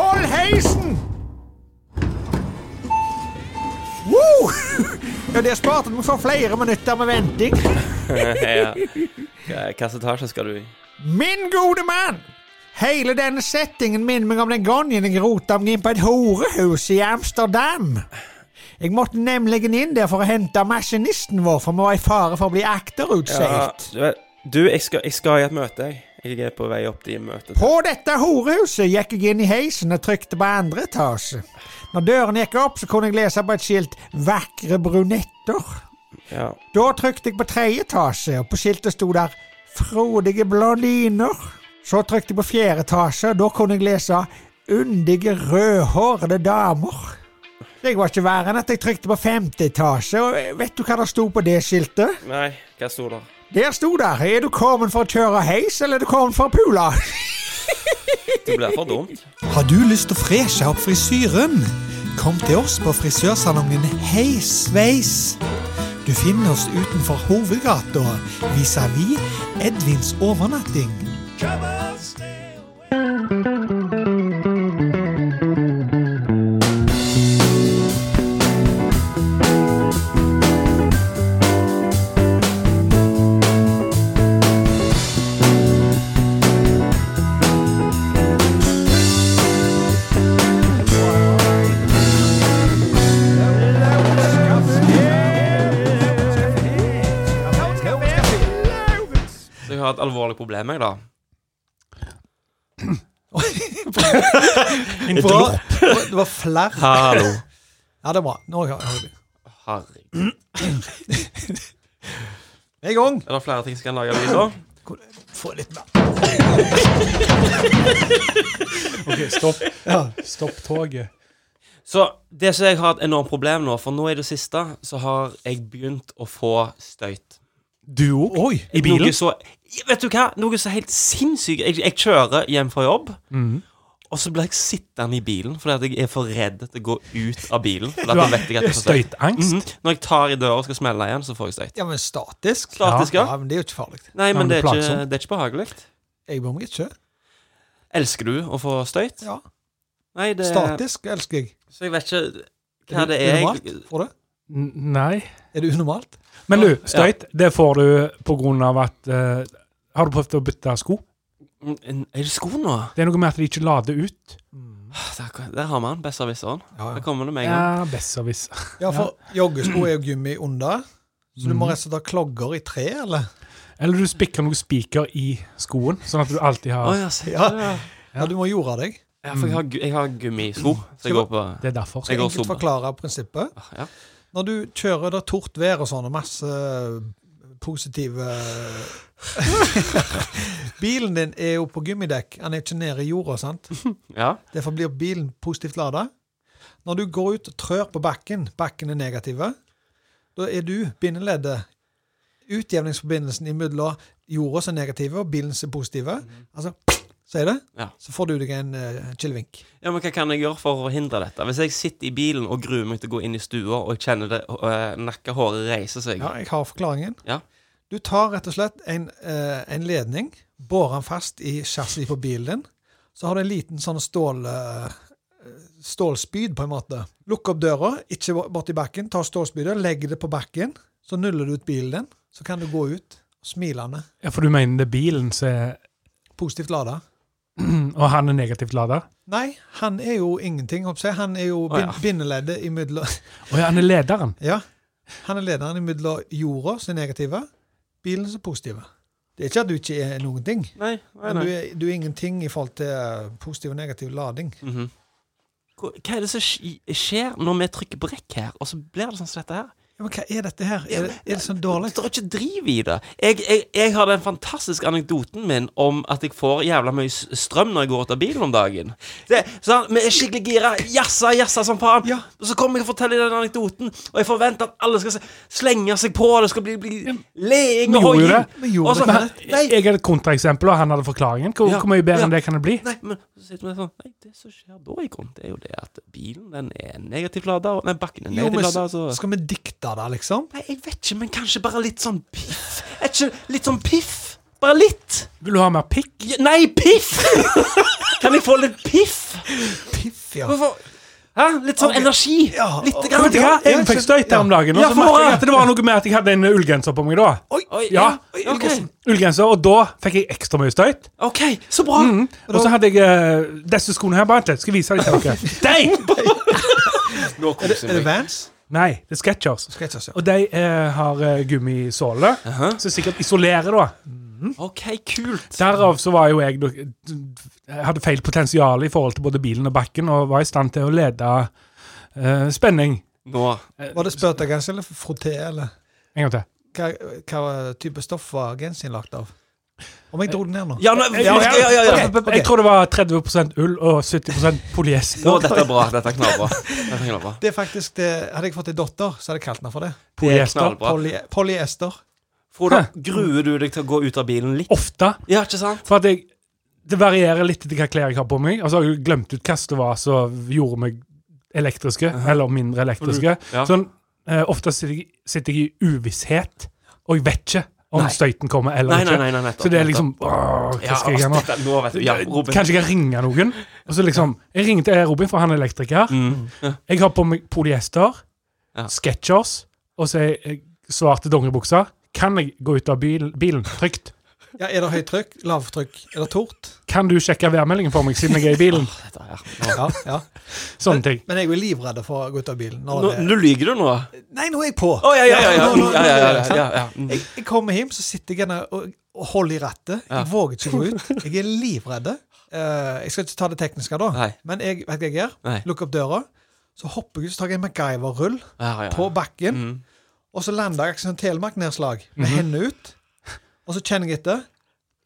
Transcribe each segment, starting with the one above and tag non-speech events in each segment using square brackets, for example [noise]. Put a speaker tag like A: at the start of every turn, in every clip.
A: heisen! Wow! Ja, der sparte vi for flere minutter med venting.
B: ja. Hvilken etasje skal du i?
A: Min gode mann! Hele denne settingen minner meg om den gangen jeg rota meg inn på et horehus i Amsterdam. Jeg måtte nemlig inn der for å hente maskinisten vår, for vi var i fare for å bli akterutseilt.
B: du, vet- du jeg, skal, jeg skal i et møte, jeg. Jeg er på vei opp til møtet.
A: På dette horehuset gikk jeg inn i heisen og trykte på andre etasje. Når døren gikk opp, så kunne jeg lese på et skilt 'Vakre brunetter'.
B: Ja.
A: Da trykte jeg på tredje etasje, og på skiltet sto der 'Frodige blondiner'. Så trykte jeg på fjerde etasje, og da kunne jeg lese 'Undige rødhårede damer'. Det var ikke verre enn at jeg trykte på femte etasje, og vet du hva det sto på det skiltet?
B: Nei, hva sto der?
A: Der sto der 'Er du kommet for å kjøre heis, eller er du kommet for å pule'?
B: Det blir for dumt.
C: Har du lyst til å freshe opp frisyren? Kom til oss på frisørsalongen Hei Sveis. Du finner oss utenfor Hovedgata vis-à-vis Edvins overnatting.
B: Så jeg har et alvorlig problem, jeg, da.
C: En bra. Det var flere.
B: Hallo.
C: Ja, det er bra. Nå har jeg det.
B: Herregud.
C: Vi er i gang.
B: Er det flere ting som kan lage lyd av?
C: Få litt mer.
D: [laughs] Ok, stopp.
C: Ja.
D: Stopp toget.
B: Så det som jeg har et enormt problem nå, for nå i det siste så har jeg begynt å få støyt.
D: Du òg?
C: Oi.
D: I bilen?
B: Noe så, vet du hva? Noe så helt sinnssykt. Jeg, jeg kjører hjem fra jobb, og så blir jeg sittende i bilen fordi at jeg er for redd til å gå ut av bilen. Fordi at
D: Du
B: jeg vet jeg at
D: har
B: jeg får støyt.
D: støytangst?
B: Mhm. Når jeg tar i døra og skal smelle igjen, så får jeg støyt.
C: Ja, men statisk.
B: Statisk, ja.
C: Ja, men det er jo ikke farlig.
B: Nei,
D: men
B: men det er
D: det er
B: ikke,
D: plagsomt.
B: det er ikke behagelig.
C: Jeg bryr meg ikke.
B: Elsker du å få støyt?
C: Ja.
B: Nei, det
C: Statisk elsker jeg.
B: Så jeg vet ikke hva det er.
C: Unormalt?
B: jeg-
C: Får du?
D: Mhm. N- Nei.
C: Er det unormalt?
D: Men du, støyt, det får du på grunn av at eh, Har du prøvd å bytte sko?
B: Mm, mm, Er det sko nå?
D: Det er noe med at de ikke lader ut.
B: Ah, Der, der har man besserwisseren.
C: Ja,
B: Der
C: ja.
B: kommer det med en gang.
D: Ja, besserwiss.
C: ja for joggesko er jo gummi under. Så du må rett og slett ha klogger i tre, eller?
D: Eller du spikker noe spiker i skoen, sånn at du alltid
B: Å
D: har
B: ja, se
C: Ja.
B: der, ja.
C: Ja, du må jorde deg.
B: Ja, for jeg har, gu- jeg har gummisko, så jeg går på
D: Det er derfor.
B: Jeg går
C: Enkelt
B: sober.
C: forklare prinsippet.
B: Ah, ja.
C: Når du kjører der tort vær og sånn, og masse eh, positive eh, [laughs] Bilen din er jo på gummidekk. Den er ikke nede i jorda, sant?
B: ja.
C: Derfor blir bilen positivt lada. Når du går ut og trør på bakken, bakken er negative, da er du bindeleddet. Utjevningsforbindelsen imellom jorda som er negative og bilen som er positive. Altså, sier det,
B: Ja.
C: så får du deg en uh, kilevink.
B: ja, men hva kan jeg gjøre for å hindre dette? Hvis jeg sitter i bilen og gruer meg til å gå inn i stua, og jeg kjenner det øh, nakkehåret reiser seg
C: Ja, jeg har forklaringen.
B: Ja.
C: Du tar rett og slett en, eh, en ledning, borer den fast i chassiset på bilen din. Så har du en liten sånn stål, eh, stålspyd, på en måte. Lukk opp døra, ikke borti bakken. Ta stålspydet, legg det på bakken. Så nuller du ut bilen din. Så kan du gå ut smilende,
D: Ja, for du mener det er bilen som er [clears throat]
C: positivt lada.
D: Og han er negativt lada?
C: Nei, han er jo ingenting. Håper jeg. Han er jo
B: Å, ja.
C: bin- bindeleddet imellom
D: Å ja, han er lederen.
C: [laughs] Ja. Han er lederen imellom jorda, som er negative, bilen, som er positive. Det er ikke at du ikke er noen ting.
B: Nei, nei,
C: Men
B: nei.
C: du er, du er ingenting i forhold til eh, positiv og negativ lading.
B: Mhm. Hva hva er det som sk- skjer når vi trykker brekk her, og så blir det sånn som dette her?
C: Ja, men hva er dette her? Er det, er det sånn
B: Det
C: dårlig?
B: er ikke driv i det. Jeg, jeg, jeg har den fantastiske anekdoten min om at jeg får jævla mye s- strøm når jeg går ut av bilen om dagen. Det, sånn, Vi er skikkelig gira. Jassa, jassa som faen.
C: Ja.
B: Og så kommer jeg og forteller den anekdoten, og jeg forventer at alle skal se, slenge seg på. Det skal bli, bli leing og
D: Vi gjorde jo
B: hoiing.
D: det.
C: Vi gjorde
B: Og så-
C: det.
D: Men
B: Nei.
D: jeg er et kontraeksempel, og han hadde forklaringen. Hvor,
B: Ja,
D: hvor mye bedre
B: ja.
D: enn det kan det bli?
B: Nei, men så sitter vi sånn Nei, det som skjer da, i grunnen, det er jo det at bilen den er negativt lada, og Nei, bakken er
C: Jo, men
B: negativt lada,
C: så,
B: så
C: skal vi dikte det, liksom?
B: Nei, jeg vet ikke, men kanskje bare litt sånn piff. Er ikke litt sånn piff? Bare litt.
D: Vil du ha mer pikk?
B: [laughs] Ja, Nei, piff! Kan jeg få litt piff?
C: Piff. F, ja.
B: Hvorfor? Hæ? Litt sånn
C: Ok.
B: energi.
C: Ja,
B: Litt
C: og-
B: grann.
D: Vet du hva?
C: Ja,
D: Jeg fikk støyt her om dagen, og
B: Ja,
D: så
B: for
D: merket
B: hva?
D: jeg at det var noe med at jeg hadde en ullgenser på meg da.
C: Oi!
B: Oi,
D: Ja.
B: ja, ok.
D: Ullgenser, og da fikk jeg ekstra mye støyt.
B: OK, så bra.
D: Mm. Og så hadde jeg eh, disse skoene her. Bare vent litt, skal jeg vise
B: [laughs]
D: dem til dere. Dei!
B: Nå
C: Er det,
B: koser
C: er det
B: jeg meg.
C: Vans?
D: Nei, det er Skechers.
C: Sketchers, ja.
D: Og de eh, har eh, gummisåler,
B: Aha.
D: som sikkert isolerer, da.
B: OK, kult.
D: Derav så var jo jeg nok- jeg hadde feil potensial i forhold til både bilen og bakken, og var i stand til å lede eh, spenning.
B: Nå
C: Var det spøtagens eller frotté, eller
D: En gang til.
C: hva, hva eh, type stoff var genseren lagt av? Om jeg dro den ned nå?
B: Ja, nå, ja, ja, ja, ja.
C: Ok, ok.
D: Jeg tror det var 30 ull og 70 polyester.
B: Nå, dette er bra. Dette er knallbra. Dette er knallbra.
C: Det er faktisk det, Hadde jeg fått en datter, så hadde jeg kalt henne for det.
B: Det er
D: Polyester.
B: knallbra.
C: Poly, polyester.
B: Frode, gruer du deg til å gå ut av bilen litt?
D: Ofte.
B: Ja, ikke sant?
D: For at jeg, det varierer litt etter hva klær jeg har på meg. Altså, jeg har glemt ut kastevas og gjorde meg elektriske, eller mindre elektriske.
B: Ja.
D: Sånn, eh, ofte sitter jeg, sitter jeg i uvisshet, og jeg vet ikke om
B: Nei.
D: støyten kommer eller
B: Nei, nei,
D: ikke.
B: nei, nei, nettopp.
D: Så det er
B: nettopp.
D: liksom åh,
B: [laughs]
D: Hva
B: ja,
D: skal jeg gjøre nå?
B: dette, nå vet du. Ja, Robin.
D: Kanskje jeg kan ringe noen? Og så liksom, Jeg ringte Robin, for han er elektriker.
B: Mm.
D: Jeg har på meg polyester,
B: Ja.
D: Skechers og så er jeg svarte dongeribukser. Kan jeg gå ut av bil, bilen trygt?
C: Ja, Er det høytrykk? Lavtrykk? Er det tort?
D: Kan du sjekke værmeldingen for meg, siden jeg er i bilen?
B: Dette her.
C: Ja, ja.
D: Sånne ting.
C: Men jeg er jo livredd for å gå ut av bilen. Når
B: Nå,
C: det,
B: nå lyver du nå. Å,
C: nei, nå er jeg på!
B: ja, ja, ja. ja,
C: nå- nå- nå-
B: ja, ja, ja,
C: sant?
B: ja, ja. Mm.
C: Jeg, jeg kommer hjem, så sitter jeg gjerne og og holder i rattet. Jeg
B: Ja.
C: våger ikke å gå ut. Jeg er livredd. Eh, jeg skal ikke ta det tekniske da,
B: Nei.
C: men jeg vet hva jeg gjør.
B: Nei.
C: Lukker opp døra, så hopper jeg ut, så tar jeg en MacGyver-rull
B: Ja, ja.
C: på bakken,
B: Mm.
C: og så lander jeg som en telemarknedslag med
B: Mhm.
C: hendene ut. Og så kjenner jeg etter.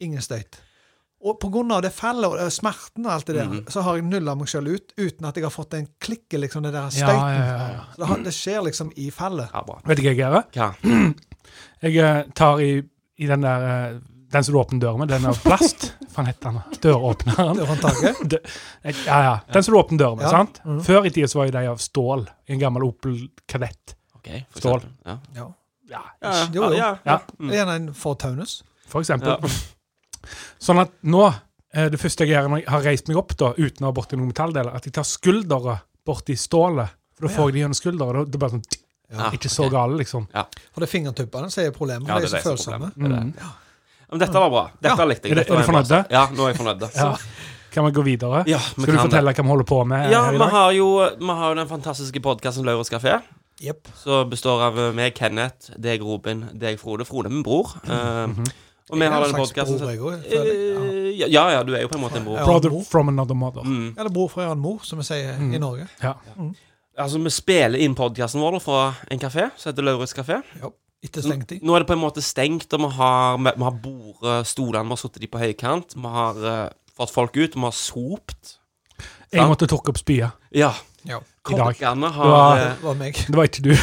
C: Ingen støyt. Og på grunn av det fallet og eh, smerten og alt det der,
B: Mhm.
C: så har jeg nulla meg sjøl ut uten at jeg har fått en klikke, liksom, det
D: Ja,
C: der støyten.
D: ja, ja, ja.
C: Så Det, har, det skjer liksom i fallet.
B: ja, bra.
D: Vet du hva jeg gjør?
B: Hva?
D: [clears throat] Jeg eh, tar i, i den der eh, Den som du åpner døren med, den av plast. Faen heter den?
B: Sånn. [laughs]
D: Døråpneren.
C: Dørhåndtaket.
D: Dø- Ja, ja. Den som du åpner døren med,
C: Ja.
D: sant? Før i tida så var jo de av stål. I en gammel Opel Kadett.
B: Ok, for
D: Stål.
B: eksempel. Ja.
C: Ja.
D: Ja,
C: Jo, jo.
B: Ja, ja.
D: Ja.
C: Det er Gjerne en Ford Taunus.
D: for eksempel.
B: Ja.
D: Sånn at nå, eh, det første jeg gjør når jeg har reist meg opp da, uten å ha borti noen metalldeler, at jeg tar skulderen borti stålet. For da
C: Å, ja.
D: får jeg det gjennom skulderen. og Da, da blir det sånn,
B: Ja,
D: Ikke så
B: ok.
D: gale, liksom.
C: For det er fingertuppene som er problemet.
B: Ja, det
C: for de
B: er
C: er så
B: det som er
C: følsomme.
B: problemet. Det er
D: Mm.
B: det. Men dette var bra. Dette likte
D: Er
B: jeg.
D: det-
B: Dette var
D: er du
B: en bra
D: fornøyd?
B: sak. Ja, nå er jeg fornøyd. da.
D: Ja. Kan vi gå videre?
B: Ja, vi
D: Skal du
B: kan det.
D: fortelle hva vi holder på med
B: Ja,
D: her i
B: vi
D: dag?
B: har jo, vi har jo den fantastiske podkasten Lauritz kafé.
C: Jepp.
B: Som består av eh, meg, Kenneth, deg, Robin, deg, Frode. Frode er min bror. Eh, Og vi
C: Jeg
B: har
C: Mhm. er
B: den
C: en slags
B: podkasten
C: bror, jeg også, føler
D: Eh,
C: jeg.
B: Ja. ja, ja, du er jo på en måte en bror.
C: Ja.
D: Brother
C: mor.
D: from another mother.
B: Mm.
C: Eller bror fra en annen mor, som vi sier
D: Mm.
C: i Norge.
D: Ja.
B: Altså, vi spiller inn podkasten vår da, fra en kafé som heter Lauritz kafé.
C: Ja. Etter stengt
D: Mm.
C: tid.
B: Nå er det på en måte stengt, og vi har, vi har bordet, stolene, vi har satt de på høykant. Vi har eh, fått folk ut, vi har sopt.
D: Jeg måtte tørke opp spya
B: Ja.
C: Ja.
D: i dag.
B: Kokkene
D: Det
B: har
D: var-
B: eh,
C: Det var meg.
D: Det var ikke du. [laughs]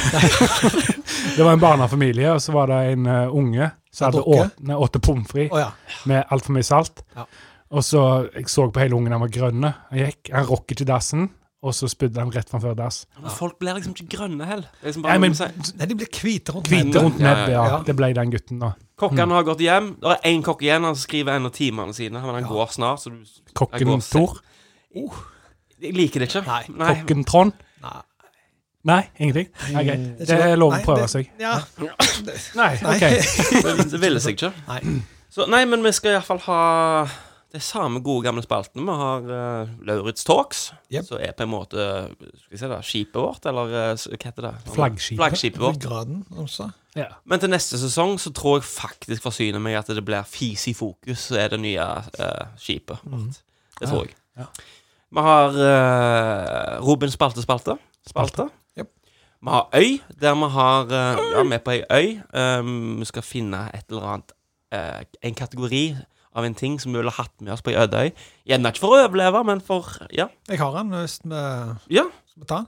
D: det var en barnefamilie, og så var det en eh, unge som
C: Som
D: hadde
C: drukket?
D: åt- nei, åtte pommes
C: Å
D: frites
C: ja.
D: med altfor mye salt.
C: Ja.
D: Og så jeg så på hele ungen, han var grønne. Han gikk, han rokk ikke dassen, og så spydde han rett framfor dass.
B: Men Folk blir liksom ikke grønne heller. Det er Liksom
D: Nei,
B: bare
D: men
B: noe å si.
C: Nei, de blir hvite rundt
D: Hvite rundt
B: Ja, ja,
D: nebbet, ja.
C: ja.
D: Det ble den gutten, da.
C: Mm.
B: Kokkene har gått hjem. Det er én kokk igjen. Han skriver en av timene sine, men han går snart. Så du Jeg går
D: Kokken
B: og ser.
D: Tor.
B: Oh. Jeg liker det ikke.
C: Nei,
D: Kokken Trond.
C: Nei.
D: Nei, ingenting? Nei, greit.
C: er
D: Det
C: ikke
D: er
C: godt.
D: lov å
C: Nei,
D: prøve
C: det-
D: seg.
C: Ja.
D: Nei,
B: [laughs]
D: ok.
B: Det, det ville seg ikke. [clears throat]
C: Nei.
B: Så, nei, men vi skal iallfall ha det samme gode gamle spalten. Vi har uh, Lauritz Talks,
C: Jep.
B: som er på en måte skal vi se da, skipet vårt, eller eh, s- hva heter det?
D: Flaggskipet.
B: Flaggskipet vårt.
C: Ryggraden altså. også.
D: Ja.
B: Men til neste sesong så tror jeg faktisk forsyner meg at det blir Fis i fokus, så er det nye eh, skipet vårt. Det tror jeg.
D: Ja.
B: Vi har eh, Robin spaltespalte. Spalte.
C: Jep.
B: Vi har øy, der vi har eh, Ja, vi er på ei øy. Um, vi skal finne et eller annet eh, En kategori av en ting som vi ville hatt med oss på ei øde øy. Gjerne ikke for å overleve, men for Ja.
C: Jeg har den hvis vi skal
B: ja.
C: vi ta den.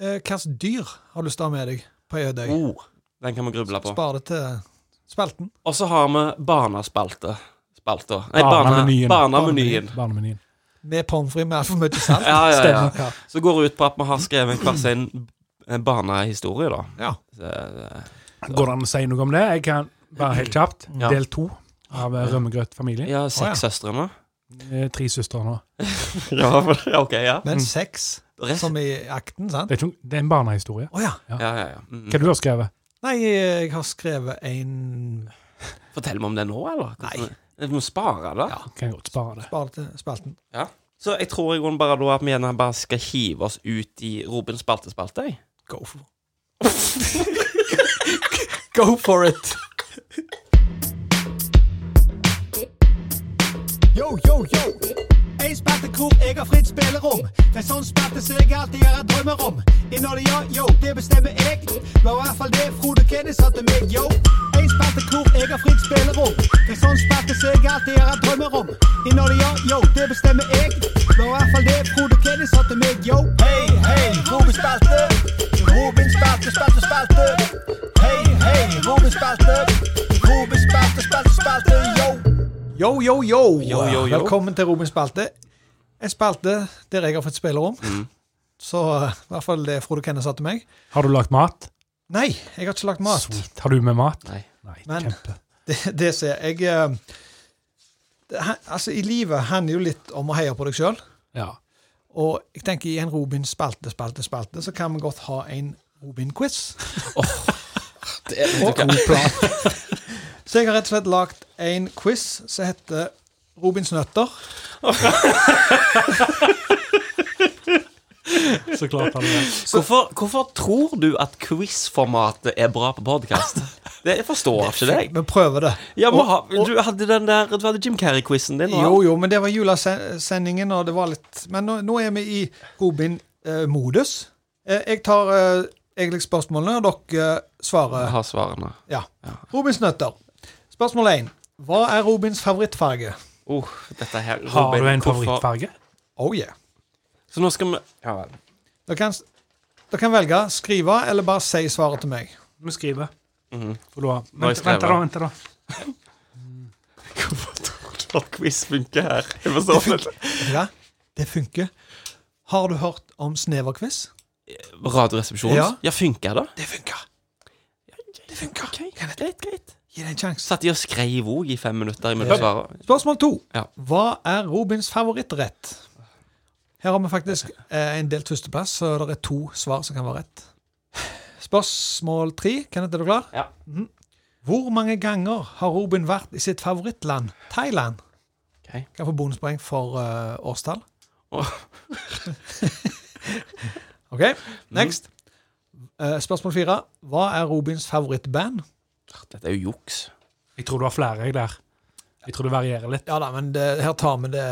C: Eh, Hvilket dyr har du lyst til å ha med deg på ei ødøy?
B: Oh, den kan vi gruble på.
C: Spar det til spalten.
B: Og så har vi barnespalte. Spalta. Nei,
D: Barnamenyen.
B: barne- barnamenyen.
D: Barnemenyen.
C: Med pommes frites med altfor mye
B: [laughs]
C: salt.
B: Ja, ja, ja.
D: Stemmer.
C: Ja.
B: Så går det ut på at vi har skrevet hver sin eh, barnehistorie, da.
C: Ja.
B: Så, eh,
D: Går det an å si noe om det? Jeg kan bare helt kjapt.
B: Mm. Ja.
D: Del to av eh, Rømmegrøt-familien.
B: Ja, seks søstrene.
D: eh, tre søstre nå.
B: [laughs] ja, for- ja, OK, ja.
C: Men
D: Mm.
C: sex,
B: Rett.
C: som i akten, sant?
D: Det er, ikke, noe- det er en barnehistorie.
C: Å ja.
B: Ja, ja, ja. Mm.
D: Hva du har skrevet?
C: Nei, jeg har skrevet en
B: Fortell meg om det nå, eller?
C: Nei.
B: Du må spare det.
D: Kan jeg godt spare det.
C: spalte, spalten.
B: Så jeg tror i grunnen bare da at vi gjerne bare skal hive oss ut i Robins spaltespalte. jeg.
C: Go for [laughs] Go for it!
A: Yo, yo, yo. En spalte hvor jeg har fritt spillerom. Det er sånn spalte som jeg alltid gjør jeg drømmer om. Innholdet, ja, yo, det bestemmer jeg. Det var i hvert fall det Frode Kenny sa til meg, yo. En spalte hvor jeg har fritt spillerom. Det er sånn spalte som jeg alltid gjør jeg drømmer om. Innholdet, ja, yo, det bestemmer jeg. Det var i hvert fall det Frode Kenny sa til meg, yo. Hei, hei, Robin spalte. Robin spalte, spalte, spalte. Hei, hei, Robin spalte. Robin spalte, spalte, spalte, yo.
C: Yo, yo, yo.
B: Yo, yo, yo.
C: Velkommen til Robins spalte. En spalte der jeg har fått spillerom.
B: Mm.
C: Så eh, i hvert fall det Frode Kenne sa til meg.
D: Har du lagd mat?
C: Nei, jeg har ikke lagt mat.
D: Sweet. Har du med mat?
B: Nei.
D: Nei,
C: Men-
D: kjempe.
C: Det, [laughs] det ser jeg eh, det, han- Altså, i livet handler jo litt om å heie på deg sjøl.
D: Ja.
C: Og jeg tenker i en Robins spalte, spalte, spalte, så kan vi godt ha en Robin-quiz. Og god plan. [laughs] Så jeg har rett og slett lagd en quiz som heter Robins nøtter.
D: Så klart har du det.
B: Hvorfor, hvorfor tror du at quizformatet er bra på
C: [laughs]
B: podkast? Jeg forstår ikke det. jeg.
C: Vi prøver det.
B: Ja, men, ha- du hadde den der Du hadde Jim Carrey-quizen din.
C: Jo, jo, men det var julesendingen, og det var litt Men nå, nå er vi i Robin-modus. jeg tar eh, egentlig spørsmålene, og dere eh,
B: Jeg
C: svarer.
B: har svarene.
C: Ja. Robins nøtter. Spørsmål 1. Hva er Robins favorittfarge?
B: Oh, dette her
D: Har
B: Robin,
D: du en
B: hvorfor-
D: favorittfarge?
C: Oh yeah.
B: Så nå skal vi Ja [laughs] vel.
C: Dere kan, dere kan velge skrive eller bare si svaret til meg.
D: Du må skrive.
B: Mhm.
D: For du har
B: Nå har jeg
D: vent, vent, da,
B: skrevet.
D: vent da.
B: Hvorfor tror du at quiz funker her? Jeg forstår ikke.
C: Vet du hva? Det funker. Har du hørt om sneverquiz?
B: Radioresepsjonen? Ja.
C: Ja.
B: funker det?
C: Det funker.
B: Det funker. greit, greit.
C: Gi det en sjanse.
B: Satt de og skrev òg i fem minutter
C: Ja.
B: imellom svarene?
C: Spørsmål to.
B: Ja.
C: Hva er Robins favorittrett? Her har vi faktisk eh, en delt førsteplass, så det er to svar som kan være rett. Spørsmål tre. Kenneth, er du klar?
B: Ja.
C: Mhm. Hvor mange ganger har Robin vært i sitt favorittland, Thailand?
B: Ok.
C: Kan få bonuspoeng for eh, årstall.
B: Åh.
C: [laughs] OK, next.
B: Mhm.
C: Eh, spørsmål fire. Hva er Robins favorittband?
B: Dette er jo juks.
D: Jeg tror du har flere jeg, der. Jeg tror det varierer litt.
C: Ja da, men det, her tar vi det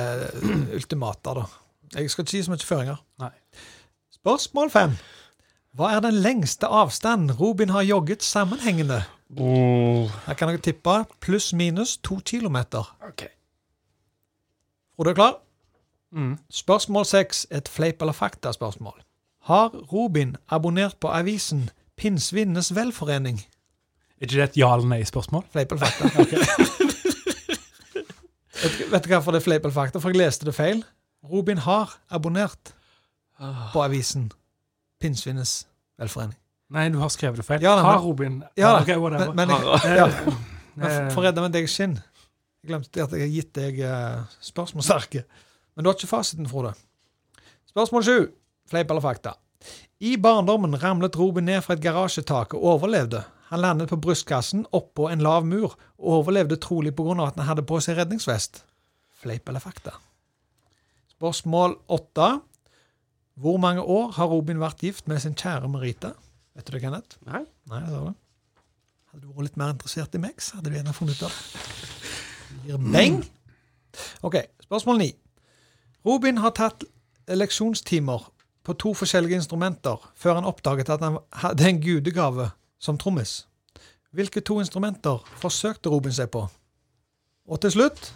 C: ultimate, da. Jeg skal ikke gi så mye føringer.
D: Nei.
C: Spørsmål fem. Hva er den lengste avstanden Robin har jogget sammenhengende?
B: Oh.
C: Her kan dere tippe pluss-minus to kilometer.
B: Ok.
C: Frode er klar?
D: Mm.
C: Spørsmål seks. Et fleip- eller fakta-spørsmål. Har Robin abonnert på avisen Pinnsvinenes velforening?
D: Er ikke det et ja eller nei-spørsmål?
C: Fleip eller fakta? [laughs] vet, du- vet du hvorfor det er fleip eller fakta? For jeg leste det feil. Robin har abonnert på avisen Pinnsvinenes velforening.
D: Nei, du har skrevet det feil.
C: Ja da, men-
D: har Robin
C: Ja da,
D: Ok, whatever.
C: men, men jeg,
B: Har-
C: ja,
D: Eh,
C: men for å redde meg deg skinn Jeg glemte at jeg har gitt deg eh, spørsmålsarket. Men du har ikke fasiten, Frode. Spørsmål sju. Fleip eller fakta? I barndommen ramlet Robin ned fra et garasjetak og overlevde. Han landet på brystkassen oppå en lav mur og overlevde trolig pga. at han hadde på seg redningsvest. Fleip eller fakta? Spørsmål åtte. Hvor mange år har Robin vært gift med sin kjære Merita? Vet du det, Kenneth?
B: Nei.
C: Nei, jeg sa det. Hadde du vært litt mer interessert i meg, så hadde du gjerne funnet ut av det. Gir beng. OK, spørsmål ni. Robin har tatt leksjonstimer på to forskjellige instrumenter før han oppdaget at han hadde en gudegave som trommis. Hvilke to instrumenter forsøkte Robin seg på? Og til slutt,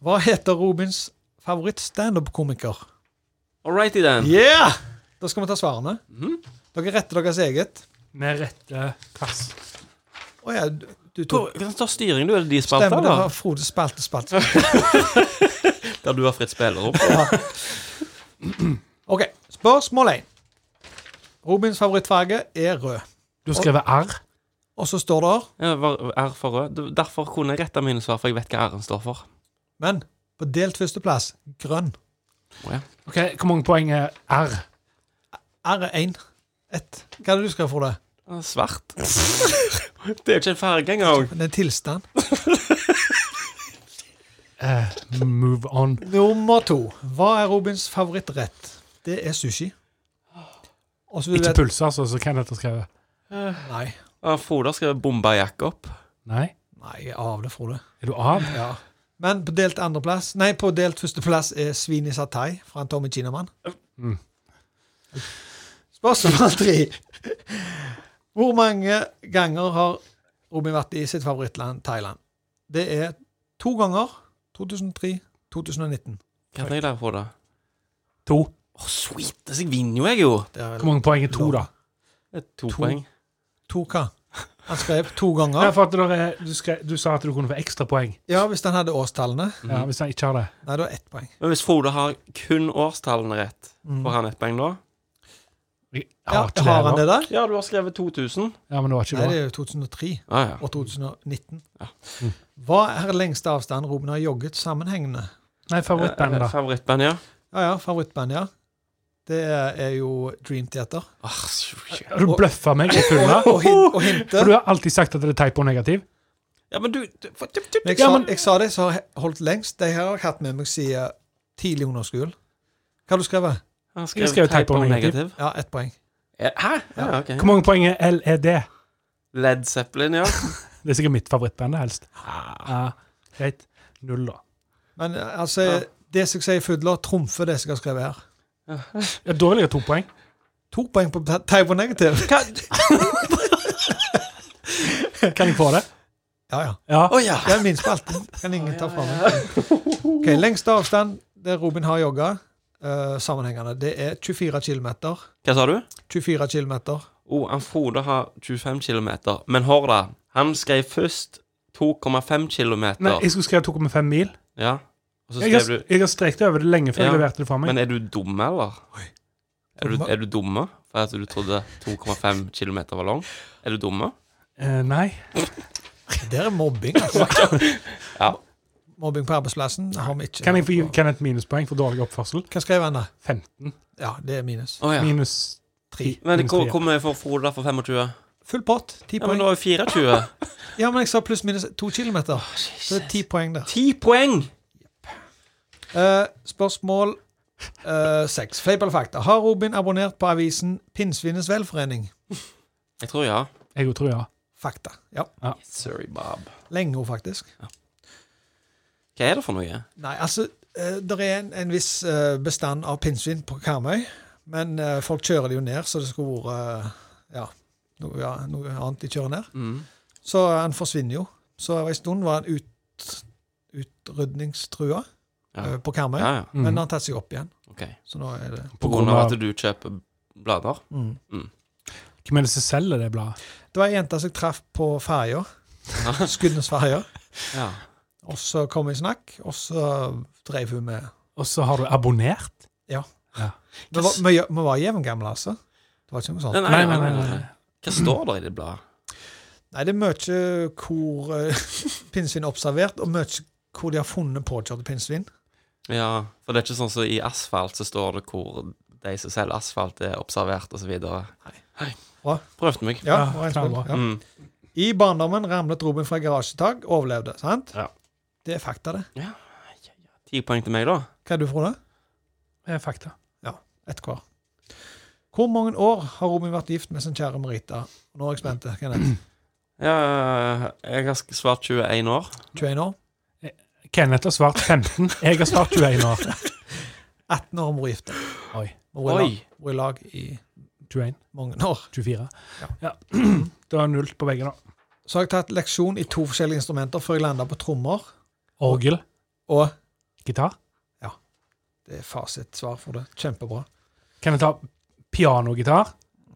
C: hva heter Robins favoritt-standup-komiker?
B: All righty then.
C: Yeah! Da skal vi ta svarene.
B: Mhm.
C: Dere retter deres eget.
D: Med rette plass.
C: Å ja, du, du tok
B: Hvor- Hvordan tar styringen du? Er det de spalter,
C: Stemmer, det var
B: da?
C: Frode spalte, spalte.
B: Der du har fritt spillerom? [laughs]
C: OK, spørsmål 1. Robins favorittfarge er rød.
D: Du har skrevet R.
C: Og så står det her,
B: Ja, var- R for rød. Du- Derfor kunne jeg rette mine svar, for jeg vet hva R-en står for.
C: men På delt førsteplass grønn.
D: Ok, Hvor mange poeng er R?
C: R1. Ett. Hva er det du skal få det?
B: Ah, Svart. [laughs] Det er jo ikke en farge engang.
C: Det er en tilstand.
D: Eh, move on.
C: Nummer to. Hva er Robins favorittrett? Det er sushi. Og så vil du
D: Ikke
C: vite
D: pølse, altså, som Kenneth har skrevet.
C: Nei.
B: Ah, Frode skrev 'bomba Jakob'.
D: Nei?
C: Nei, jeg av det, Frode.
D: Er du av?
C: Ja. Men på delt andreplass Nei, på delt førsteplass er svin i satai fra en Tommy Kinamann.
D: Mm.
C: Spørsmål tre. Hvor mange ganger har Robin vært i sitt favorittland Thailand? Det er to ganger. 2003, 2019.
B: Hva kan jeg lære Frode?
D: To.
B: Å, sweet! Så Jeg vinner jo, jeg, jo.
C: Det er
D: Hvor
C: vel
D: mange poeng er to, da?
B: Det er to,
C: To.
B: poeng.
C: to hva? Han skrev to
D: Ja, [laughs]
C: ganger.
D: for at dere, du, skrev, du sa at du kunne få ekstrapoeng.
C: Ja, hvis han hadde årstallene.
D: Ja, hvis han ikke har det.
C: Nei, da er ett poeng. Mm.
B: Men hvis Frode har kun årstallene rett, får han ett poeng da?
D: Jeg
C: Ja,
D: har ikke
C: har han
D: det,
C: det
D: da.
C: der?
B: Ja, du har skrevet 2000.
D: Ja, men det var
C: Nei,
D: ikke
C: det
D: det.
C: er jo 2003.
B: Ah, ja.
C: og 2019.
B: Ja.
C: Hva er lengste avstand Ruben har jogget sammenhengende?
D: Nei, favorittband, da.
B: Eh, Favorittband, ja.
C: Ja, ja, favorittband, ja. Det er jo Dream Theater.
B: Ah, sweet.
D: Du bløffa meg i fulla.
C: [laughs] Og, hin og
D: For du
C: hintet.
D: har alltid sagt at det er typo-negativ.
B: ja, men du, du, for- du, du,
C: Men jeg,
D: Ja,
C: sa,
D: men-
C: jeg sa det, så har jeg holdt lengst. De her har jeg hatt med meg siden tidlig ungdomsskolen. Hva har du skrevet?
B: Han
D: Jeg skrev typo negativ.
C: Ja, ett poeng.
B: Ja, Hæ? Ja, ok.
D: Hvor mange poeng er LED? Det
B: Led Zeppelin, ja.
D: er sikkert mitt favorittband, det helst. Ja, greit. Null, da.
C: Men eh, altså,
B: Ja.
C: det som jeg sier i Fudler, trumfer det som jeg har skrevet her.
D: Ja, Da vil jeg ha to poeng.
C: To poeng på te- tegn på negativ.
B: Hva?
D: Kan jeg få [laughs] det?
C: [laughs] Ja, ja.
D: Ja.
B: Å ja.
C: Det er min spalte. Kan ingen ta fra meg. Ok, Lengste avstand der Robin har jogga eh, sammenhengende, det er 24 km.
B: Hva sa du?
C: 24 km.
B: Oh, han Frode har 25 km. Men Horda, han skrev først 2,5 km.
D: Nei, jeg skulle skrive 2,5 mil.
B: Ja. Og så
D: Jeg har,
B: skrev du
D: jeg har strekt over det lenge før
B: Ja,
D: jeg leverte det fra meg.
B: Men er du dum, eller? Er du,
C: Dumme.
B: er du dumme for at du trodde 2,5 km var lang? Er du dumme?
D: Eh, nei.
C: Det er mobbing, altså.
B: Ja.
C: Mobbing på arbeidsplassen har vi ikke.
D: Kan jeg få gi Kenneth minuspoeng for dårlig oppførsel?
C: Hva skrev han da?
D: 15
C: Ja, det er minus.
B: Å, ja.
D: minus
C: Tre.
D: 3.
B: Men hvor, hvor mye får Frode for 25?
C: Full pott. Ti
B: Ja, men
C: poeng.
B: da er jo 24.
C: Ja, men jeg sa pluss minus to kilometer.
B: Ah,
C: Så det er ti poeng der.
B: 10 poeng!
C: Eh, spørsmål eh, seks. Fleip eller fakta? Har Robin abonnert på avisen Pinnsvinets velforening?
B: Jeg tror ja.
D: Jeg jo tror ja.
C: Fakta. Ja.
B: Sorry, Bob.
C: Lenge, hun faktisk.
B: Hva er det for noe?
C: Nei, altså, det er en, en viss eh, bestand av pinnsvin på Karmøy, men eh, folk kjører det jo ned, så det skulle vært eh, ja, noe, ja, noe annet de kjører ned.
B: Mm.
C: Så eh, han forsvinner jo. Så en stund var han ut, utrydningstrua
B: Ja.
C: eh, på Karmøy,
B: Ja, ja.
D: Mm.
C: men han har tatt seg opp igjen.
B: Ok.
C: Så nå er det
B: På grunn av at du kjøper blader?
C: mm.
D: Hvem er det som selger det bladet?
C: Det var ei jente som jeg traff på ferja, [laughs] Skudenes ferja,
B: Ja.
C: og så kom vi i snakk, og så drev hun med
D: Og så har du abonnert?
C: Vi var, vi, vi var jevngamle, altså. Det var ikke noe sånt.
B: Nei, nei, nei, nei, nei. Hva står det i det bladet?
C: Nei, det er mye hvor eh, [laughs] pinnsvin er observert, og mye hvor de har funnet påkjørte pinnsvin.
B: Ja, for det er ikke sånn som i asfalt, så står det hvor de som selger asfalt, er observert, osv. Hei.
C: Bra.
B: Prøvde meg.
C: Ja,
D: Ja,
C: det var en spill,
D: knallbra.
C: ja.
B: Mm.
C: I barndommen ramlet Robin fra garasjetak, overlevde. sant?
B: Ja.
C: Det er fakta, det.
B: Ti poeng til meg, da.
C: Hva er du, Frode?
D: Det er fakta.
C: Ett hver. Hvor mange år har Robin vært gift med sin kjære Merita? Nå er jeg spent. Kenneth.
B: Ja, jeg har sk- svart 21 år.
C: 21 år?
D: Kenneth har svart 15. Jeg har svart 21 år.
C: 18 år har vi vært gift.
D: Oi.
C: Vi har
B: Oi.
C: vært i lag i
D: 21.
C: mange år.
D: 24.
C: Ja.
D: Ja. [clears throat] Det var null på begge, da.
C: Så har jeg tatt leksjon i to forskjellige instrumenter før jeg landa på trommer.
D: Orgel.
C: Og
D: Gitar.
C: det er fasitsvar for det. Kjempebra.
D: Kenneth har pianogitar.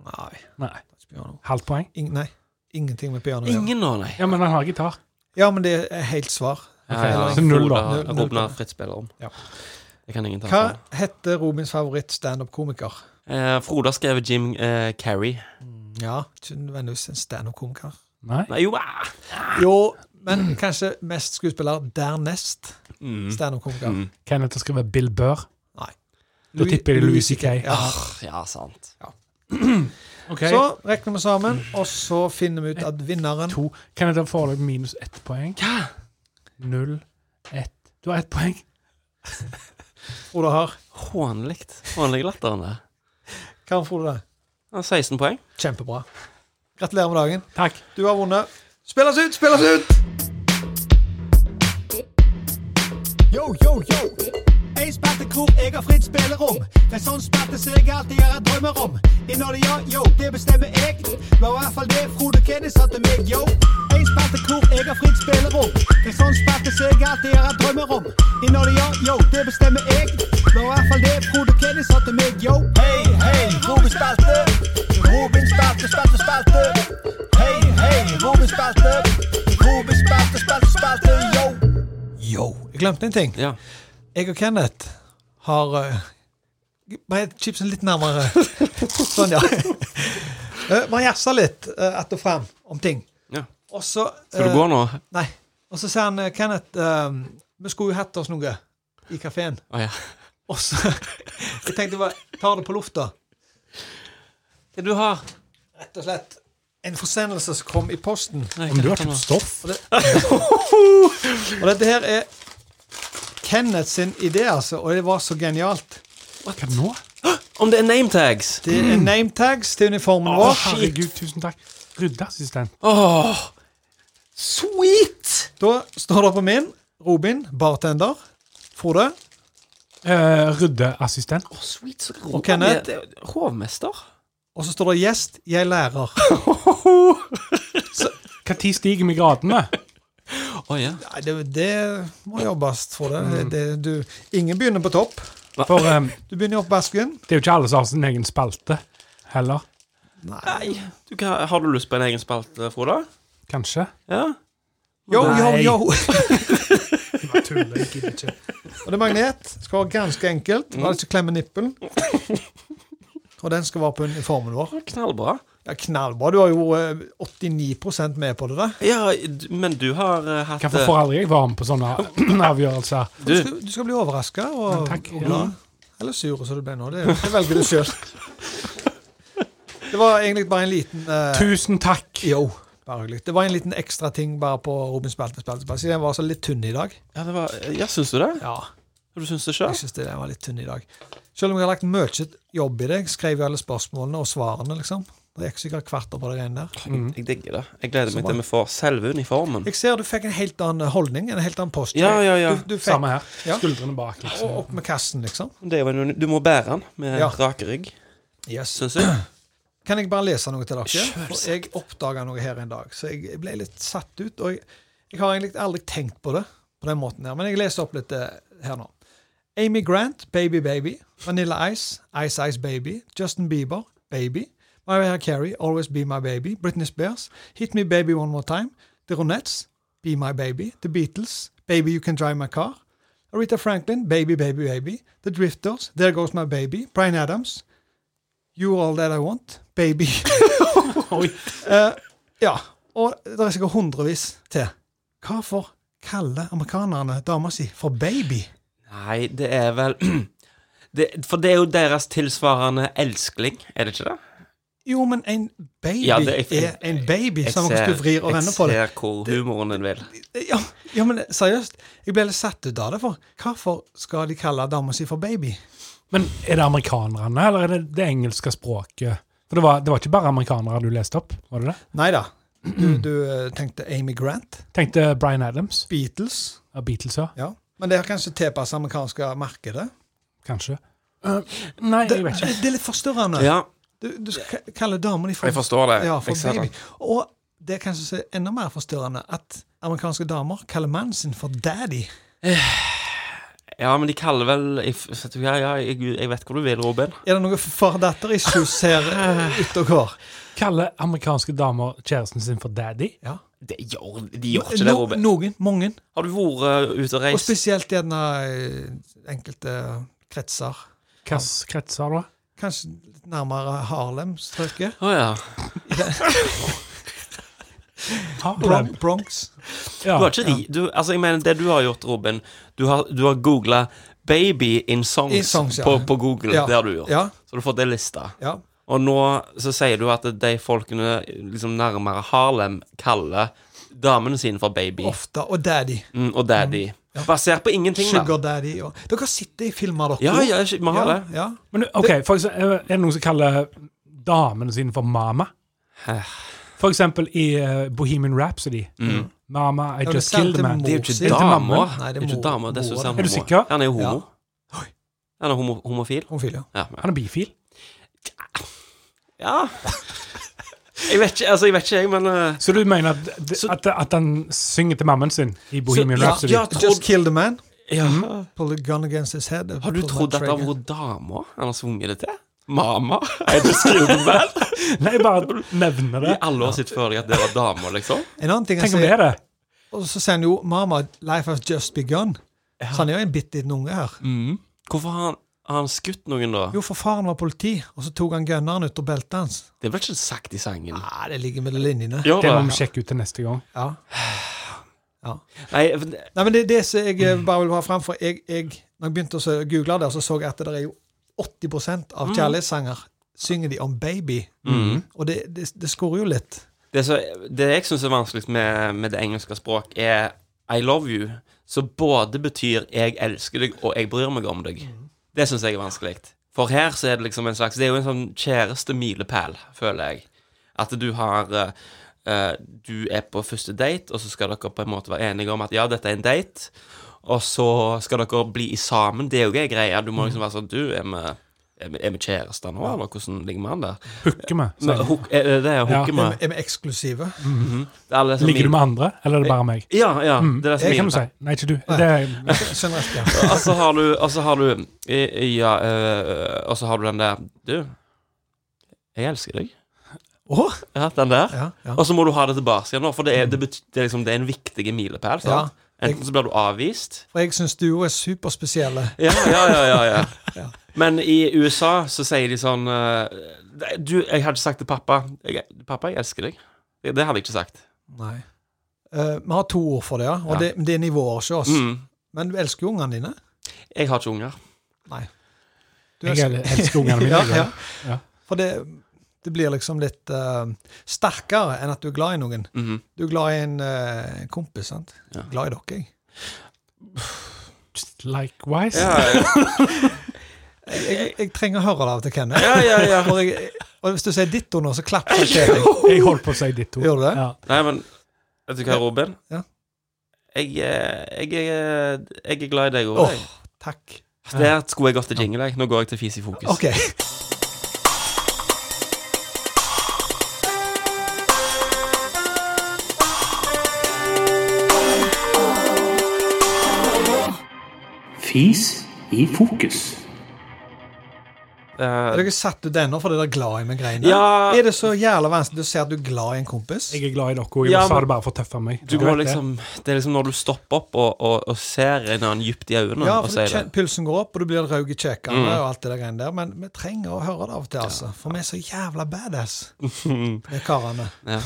C: Nei.
D: Nei.
C: det er ikke piano.
D: Halvt poeng.
C: Ing, nei, ingenting med piano. å gjøre.
B: Ingen nå, nei.
D: Ja, men han har gitar.
C: Ja, men det er helt svar.
B: Ja,
D: Ok,
B: ja,
D: så null, da.
B: Frode-
C: Null- null
B: Robin har
C: poeng.
B: fritt spillerom.
C: Ja.
B: Det kan ingen ta
C: Hva
B: fra. ham.
C: heter Robins favoritt standup-komiker?
B: Eh, Frode har skrevet Jim eh, Carrey.
C: Ja, ikke nødvendigvis en standup-komiker.
D: Nei.
B: Nei, jo, ah.
C: Jo, Men kanskje mest skuespiller dernest
B: Mm.
C: standup-komiker.
B: Mm.
D: Kenneth skriver Bill Burr. Da tipper
C: Louis-
D: jeg det er Louis
C: Louis
D: CK.
C: Ja.
B: Ah, ja, sant.
D: Okay.
C: Så
D: Så
C: regner vi sammen, og så finner vi ut at vinneren
D: to. Kenneth har foreløpig minus ett poeng.
B: Hva?
D: Null, ett Du har ett poeng.
C: Frode har.
B: Hånlig. Hånlig latteren der.
C: Hva har Frode?
B: Han har 16 poeng.
C: Kjempebra. Gratulerer med dagen.
D: Takk.
C: Du har vunnet. Spill oss ut! Spill oss ut!
A: Yo, yo, yo. En spattekrok, jeg har fritt spillerom. Det er sånn spatte som jeg alltid har hatt drømmer om. Innholdet, ja, yo, det bestemmer jeg. Det var i hvert fall det Frode Kenny sa til meg, yo. En spattekrok, jeg har fritt spillerom. Det er sånn spatte som jeg alltid har hatt drømmer om. Innholdet, ja, yo, det bestemmer jeg. Det var i hvert fall det Frode Kenny sa til meg, yo. Hei, hei, Robin Spalte. Robin Spalte, Spalte, Spalte. Hei, hei, Robin Spalte. Robin Spalte, Spalte, Spalte, yo.
C: Yo. Jeg glemte en ting.
B: Ja.
C: Jeg og Kenneth har eh, Bare chipsen litt nærmere. sånn, ja. Eh, Vi har jazza litt uh, att og fram om ting.
B: Ja.
C: Og så
B: Skal
C: eh,
B: du gå nå?
C: Nei. Og så sier han eh, Kenneth eh, Vi skulle jo hatt oss noe i kafeen.
B: Å ja.
C: Og så [laughs] Jeg tenkte bare tar det på lufta.
B: Hva du har
C: Rett og slett en forsendelse som kom i posten.
B: Nei,
D: Om du har
B: hva
D: kjøpt
B: nå?
D: stoff
C: Og dette her er Kenneth sin idé, altså. Og det var så genialt.
D: Hva nå?
B: Om det er name tags!
C: Det er name tags til uniformen
D: Å,
C: vår.
D: herregud, tusen takk. Ryddeassistent.
B: Åh, sweet!
C: Da står det på min Robin, bartender. Frode.
D: Eh, ryddeassistent.
B: Åh, sweet, så
C: Og Kenneth?
B: Det er Hovmester?
C: Og så står det 'Gjest, jeg
D: [laughs]
C: lærer'.
D: Når stiger vi gradene?
B: Å ja.
C: Nei, det, det må jobbes, Frode.
D: Mm.
C: Det, det, du, ingen begynner på topp.
D: For eh,
C: Du begynner i oppvasken.
D: det er jo ikke alle som har sin egen spalte heller.
B: Nei. Du, hva- har du lyst på en egen spalte, Frode?
D: Kanskje.
B: Ja?
C: Yo, yo,
D: Nei.
C: yo.
D: Bare tuller, jeg gidder ikke.
C: [laughs] Og det er magnet. Skal være ganske enkelt.
D: Mm.
C: Bare ikke klemme nippelen.
D: [laughs]
C: Og den skal være på uniformen vår.
B: Knallbra.
C: Ja, Knallbra. Du har jo eh, 89 med på det der.
B: Ja, d- men du har eh, hatt
D: Hvorfor
B: eh,
D: får aldri jeg være med på sånne avgjørelser?
C: Du
B: Du,
C: skal, du skal bli overraska og,
D: Ja, takk.
C: og glad. Eller sur, som du ble nå. Det, det velger du
D: [laughs]
C: sjøl. Det var egentlig bare en liten eh,
D: Tusen takk.
C: Yo. Bare hyggelig. Det var en liten ekstra ting bare på Robin Spalte Spalte Spalte. siden Den var så litt tynn i dag.
B: eh, ja, det var, ja, syns du det?
C: Ja,
B: Du syns det
C: jeg
B: sjøl?
C: synes det den var litt tynn i dag. Selv om jeg har lagt mye jobb i det. Jeg skrev jo alle spørsmålene og svarene, liksom. Det gikk sikkert kvarter på det greiene der.
B: Jeg digger det. Jeg gleder meg til vi får selve uniformen.
C: Jeg ser du fikk en helt annen holdning, en helt annen postur.
B: Ja, ja, ja.
C: Du, du fikk
D: Samme her.
C: Ja.
D: Skuldrene bak. liksom.
C: og opp med kassen, liksom.
B: Det er jo en, uni- du må bære den med
C: Ja.
B: rak rygg,
C: Yes.
B: syns jeg.
C: Kan jeg bare lese noe til dere?
B: Selvsagt.
C: For jeg oppdaga noe her en dag, så jeg jeg ble litt satt ut. Og jeg, jeg har egentlig aldri tenkt på det på den måten her, men jeg leser opp litt eh, her nå. Amy Grant, Baby Baby. Vanilla Ice, Ice Ice Baby. Justin Bieber, Baby. Mariah Carey, Always Be My Baby. Britney Spears, Hit Me Baby One More Time. The Ronettes, Be My Baby. The Beatles, Baby You Can Drive My Car. Aretha Franklin, Baby Baby Baby. The Drifters, There Goes My Baby. Bryan Adams, You All That I Want, Baby.
D: Oi.
C: [laughs] Eh, ja, og det er sikkert hundrevis til. Hvorfor kaller amerikanerne dama si for baby?
B: Nei, det er vel [clears throat] det, For det er jo deres tilsvarende elskling, er det ikke det?
C: Jo, men en baby
B: Ja, det er-
C: er en baby,
B: Jeg
C: samme hvordan du vrir og
B: jeg
C: vender på det.
B: ser hvor humoren din vil.
C: Ja, ja, men seriøst, jeg ble litt satt ut av det, for hvorfor skal de kalle dama si for baby?
D: Men er det amerikanerne, eller er det det engelske språket? For det var, det var ikke bare amerikanere du leste opp? var det det?
C: Nei da. Du, du eh, tenkte Amy Grant,
D: Tenkte Bryan Adams.
C: Beatles
D: Av Beatles, ja.
C: ja. Men det er kanskje tilpasset amerikanske markedet?
D: Kanskje. Eh, nei,
C: Det,
D: jeg vet
C: det
D: ikke.
C: er litt forstyrrende.
B: Ja,
C: Du, du skal ka- kalle dama di for
B: jeg forstår det.
C: Ja,
B: jeg
C: for
B: ser
C: baby.
B: det.
C: Og det er kanskje så enda mer forstyrrende at amerikanske damer kaller mannen sin for daddy.
B: Ja, men de kaller vel jeg, f- vet du hva, ja, jeg, jeg vet hvor du vil, Robin.
C: Er det noe far-datter-issues
B: [laughs]
C: her eh, ute og går?
D: Kaller amerikanske damer kjæresten sin for daddy?
C: Ja.
B: Det gjør, de gjør ikke det,
C: No-
B: Robin.
C: noen. Mange.
B: Har du vært uh, ute og
C: Og
B: reist?
C: spesielt gjerne eh, enkelte kretser.
D: Hvilke kretser, da?
C: Kanskje litt nærmere Harlem-strøket.
B: Å ja.
D: Harlem.
C: Bron Bronx.
D: Ja.
B: Du har ikke ri... Du, altså, jeg mener, det du har gjort, Robin Du har, du har googla 'baby in songs',
C: In songs, ja.
B: på, på Google.
C: Ja.
B: Det har du gjort.
C: Ja,
B: Så du har fått det lista.
C: ja.
B: Og nå så sier du at de folkene liksom nærmere Harlem kaller damene sine for baby
C: Ofte. Og daddy.
B: mm, og daddy. Basert på ingenting, da.
C: Sugar daddy. Og. Dere sitter i filmer, dere.
B: Ja, ja, vi har det.
C: Ja,
D: Men ok, for eksempel, er det noen som kaller damene sine for mama?
B: Hæ?
D: For eksempel i eh, Bohemian Rhapsody. Mama, I
C: Ja,
D: just
C: det er
D: killed a
C: sant,
D: man.
C: det
B: Det er jo
C: Mor
B: ikke
C: sin.
B: damer.
C: Nei,
B: Det er
C: det er
B: ikke
C: mor-
B: damer, det er
C: mor.
B: så
C: Er
B: sammen
D: du
B: med mor.
D: sikker?
B: Han er jo homo.
C: Ja. Oi.
B: Han er homo homofil.
C: Homofil, ja.
B: Ja.
D: Han er bifil.
B: ja. Jeg vet ikke, altså, jeg vet ikke, jeg, men eh,
D: Så du mener at, at, at han synger til mammen sin i Bohemian
B: Så- ja,
D: Rhapsody?
B: ja. Jeg trodde-
C: Just killed a man.
B: ja.
C: Pull the gun against his head.
B: Har du
C: Pull
B: trodd
C: that
B: at det har
C: trigger.
B: vært damer han har sunget det til? Mama? Er det skriveband?
D: Nei, jeg bare
B: [laughs]
D: nevner
B: I
D: det.
B: alle har sett før deg at det var damer, liksom?
C: En annen ting jeg
D: Tenk om det
C: sier,
D: er det.
C: og så sier han jo 'Mama, life has just begun'. Så han er jo en bitte liten unge her.
D: Mm.
B: Hvorfor har han, har han skutt noen, da?
C: Jo, for faren var politi, og så tok han gunneren ut av beltet hans.
B: Det ble ikke sagt i sangen.
C: Ja, det ligger mellom linjene.
B: Gjør
D: Det
B: det?
D: må vi sjekke ut til neste gang.
C: Ja. ja.
B: Nei, for det-
C: Nei, men det er det som jeg eh, bare vil ha fram, for jeg, jeg, når jeg begynte å så- google det, så så jeg at det er jo 80 av
D: Mm.
C: kjærlighetssanger synger de om baby. Og det, det, det skurrer jo litt.
B: det, som- det jeg syns er vanskelig med, med det engelske språk, er I love you, som både betyr jeg elsker deg og jeg bryr meg om deg.
D: Mm.
B: Det syns jeg er vanskelig. For her så er det liksom en slags Det er jo en sånn kjæreste milepæl, føler jeg. At du har eh, eh, Du er på første date, og så skal dere på en måte være enige om at ja, dette er en date. Og så skal dere bli i sammen. Det er jo ikke greia. Du må liksom være sånn Du, er vi, er vi- er vi kjærester nå, eller hvordan ligger vi an der?
D: Hooker vi?
B: Men,
D: sier han.
B: hook, er det det jeg hooker med?
C: Er, vi- er vi eksklusive?
B: Det er alle som
D: Ligger du
B: min-
D: med andre, eller er det bare meg?
B: Ja, ja. Det er det som
D: Det
B: min-
D: kan du si. Nei, ikke du. Det er,
C: Skjønner jeg ikke.
B: Og så har du Og så har du i- i- Ja, øh, og så har du den der Du, jeg elsker deg.
C: Åh,
B: Ja, den der.
C: ja, ja.
B: Og så må du ha det tilbake igjen, nå, for det er, det bety- det er, liksom, det er en viktig milepæl. sant?
C: Ja.
B: Enten så blir du avvist
C: For jeg syns du er superspesielle.
B: Ja, ja, ja. ja, [laughs] ja.
C: Ja.
B: Men i USA så sier de sånn øh, Du, jeg hadde sagt til pappa jeg, 'Pappa, jeg elsker deg'. Det, det hadde jeg ikke sagt.
C: Nei. Eh, vi har to ord for det, ja. og
B: Ja.
C: det, det er nivåer hos oss.
B: Mm.
C: Men du elsker jo ungene dine.
B: Jeg har ikke unger.
C: Du
D: jeg
C: elsker-
D: elsker ungene mine.
C: [laughs] ja,
D: jeg.
C: ja.
D: Ja.
C: For det, det blir liksom litt eh, sterkere enn at du er glad i noen.
B: Mhm.
C: Du er glad i en eh, kompis, sant?
B: Ja.
C: Glad i dere, jeg.
D: Just Likewise.
B: Ja, ja.
C: Jeg, jeg, jeg trenger å høre det av og til, Kenneth.
B: Ja, ja, ja.
C: Og, jeg, og hvis du sier ditto nå, så klapper jeg til deg.
D: Jeg holdt på å si ditt ord.
C: Gjorde du det?
D: Ja.
B: Nei, men Vet du hva, Robin?
C: Ja.
B: Jeg, eh, jeg, er- jeg er glad i deg
C: Åh,
B: òg.
C: takk.
B: Der skulle jeg gått til jingle. jeg. Nå går jeg til Fis i fokus. Eh,
C: OK.
E: Fis i fokus.
B: Eh,
C: Er dere satt ut ennå for det der glad i meg-greiene?
B: Ja.
C: Er det så jævla vanskelig å si at du er glad i en kompis?
D: Jeg er glad i dere, og jeg
B: Ja,
D: sa
B: men-
D: det bare for å tøffe meg.
B: du
D: Ja,
B: går
D: vet det.
B: liksom, det er liksom når du stopper opp og, og, og ser en annen dypt i øynene
C: Ja,
B: og
C: for
B: sier det.
C: du
B: Mm.
C: kjen- pulsen går opp, og du blir raug i kjekkene og alt det der greiene der. Men vi trenger å høre det av og til, altså. For vi er så jævla badass,
B: [laughs]
C: de karene.
B: Ja.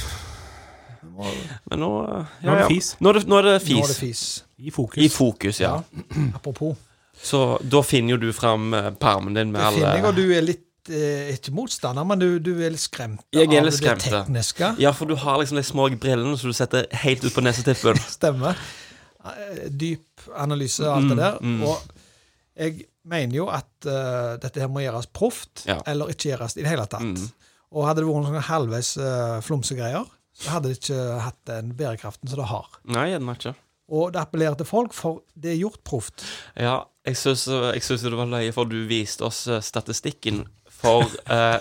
C: Vi må-
B: Men nå eh,
D: Nå er det fis.
B: Nå er det, nå er det
C: Nå
B: fis.
C: er det fis.
D: I fokus.
B: I fokus, ja.
C: Apropos.
B: Så da finner jo du fram eh, permen din med
C: Det finner jeg, og
B: alle
C: du er litt eh, ikke motstander, men du, du er litt skremt
B: Jeg er litt
C: av
B: skremt,
C: det
B: ja.
C: tekniske.
B: Ja, for du har liksom de små brillene som du setter helt ut på nesetippen.
C: Stemmer. Eh, Dyp analyse og
B: Mm,
C: alt det der. Og jeg mener jo at eh, dette her må gjøres proft,
B: Ja.
C: eller ikke gjøres i det hele tatt.
B: Mm.
C: Og hadde det vært noen sånne halvveis eh, flumsegreier, så hadde det ikke hatt den bærekraften som det har.
B: Nei, den er ikke.
C: Og det appellerer til folk, for det er gjort proft.
B: Ja, jeg syns, jeg syns det var løye, for du viste oss eh, statistikken for uh,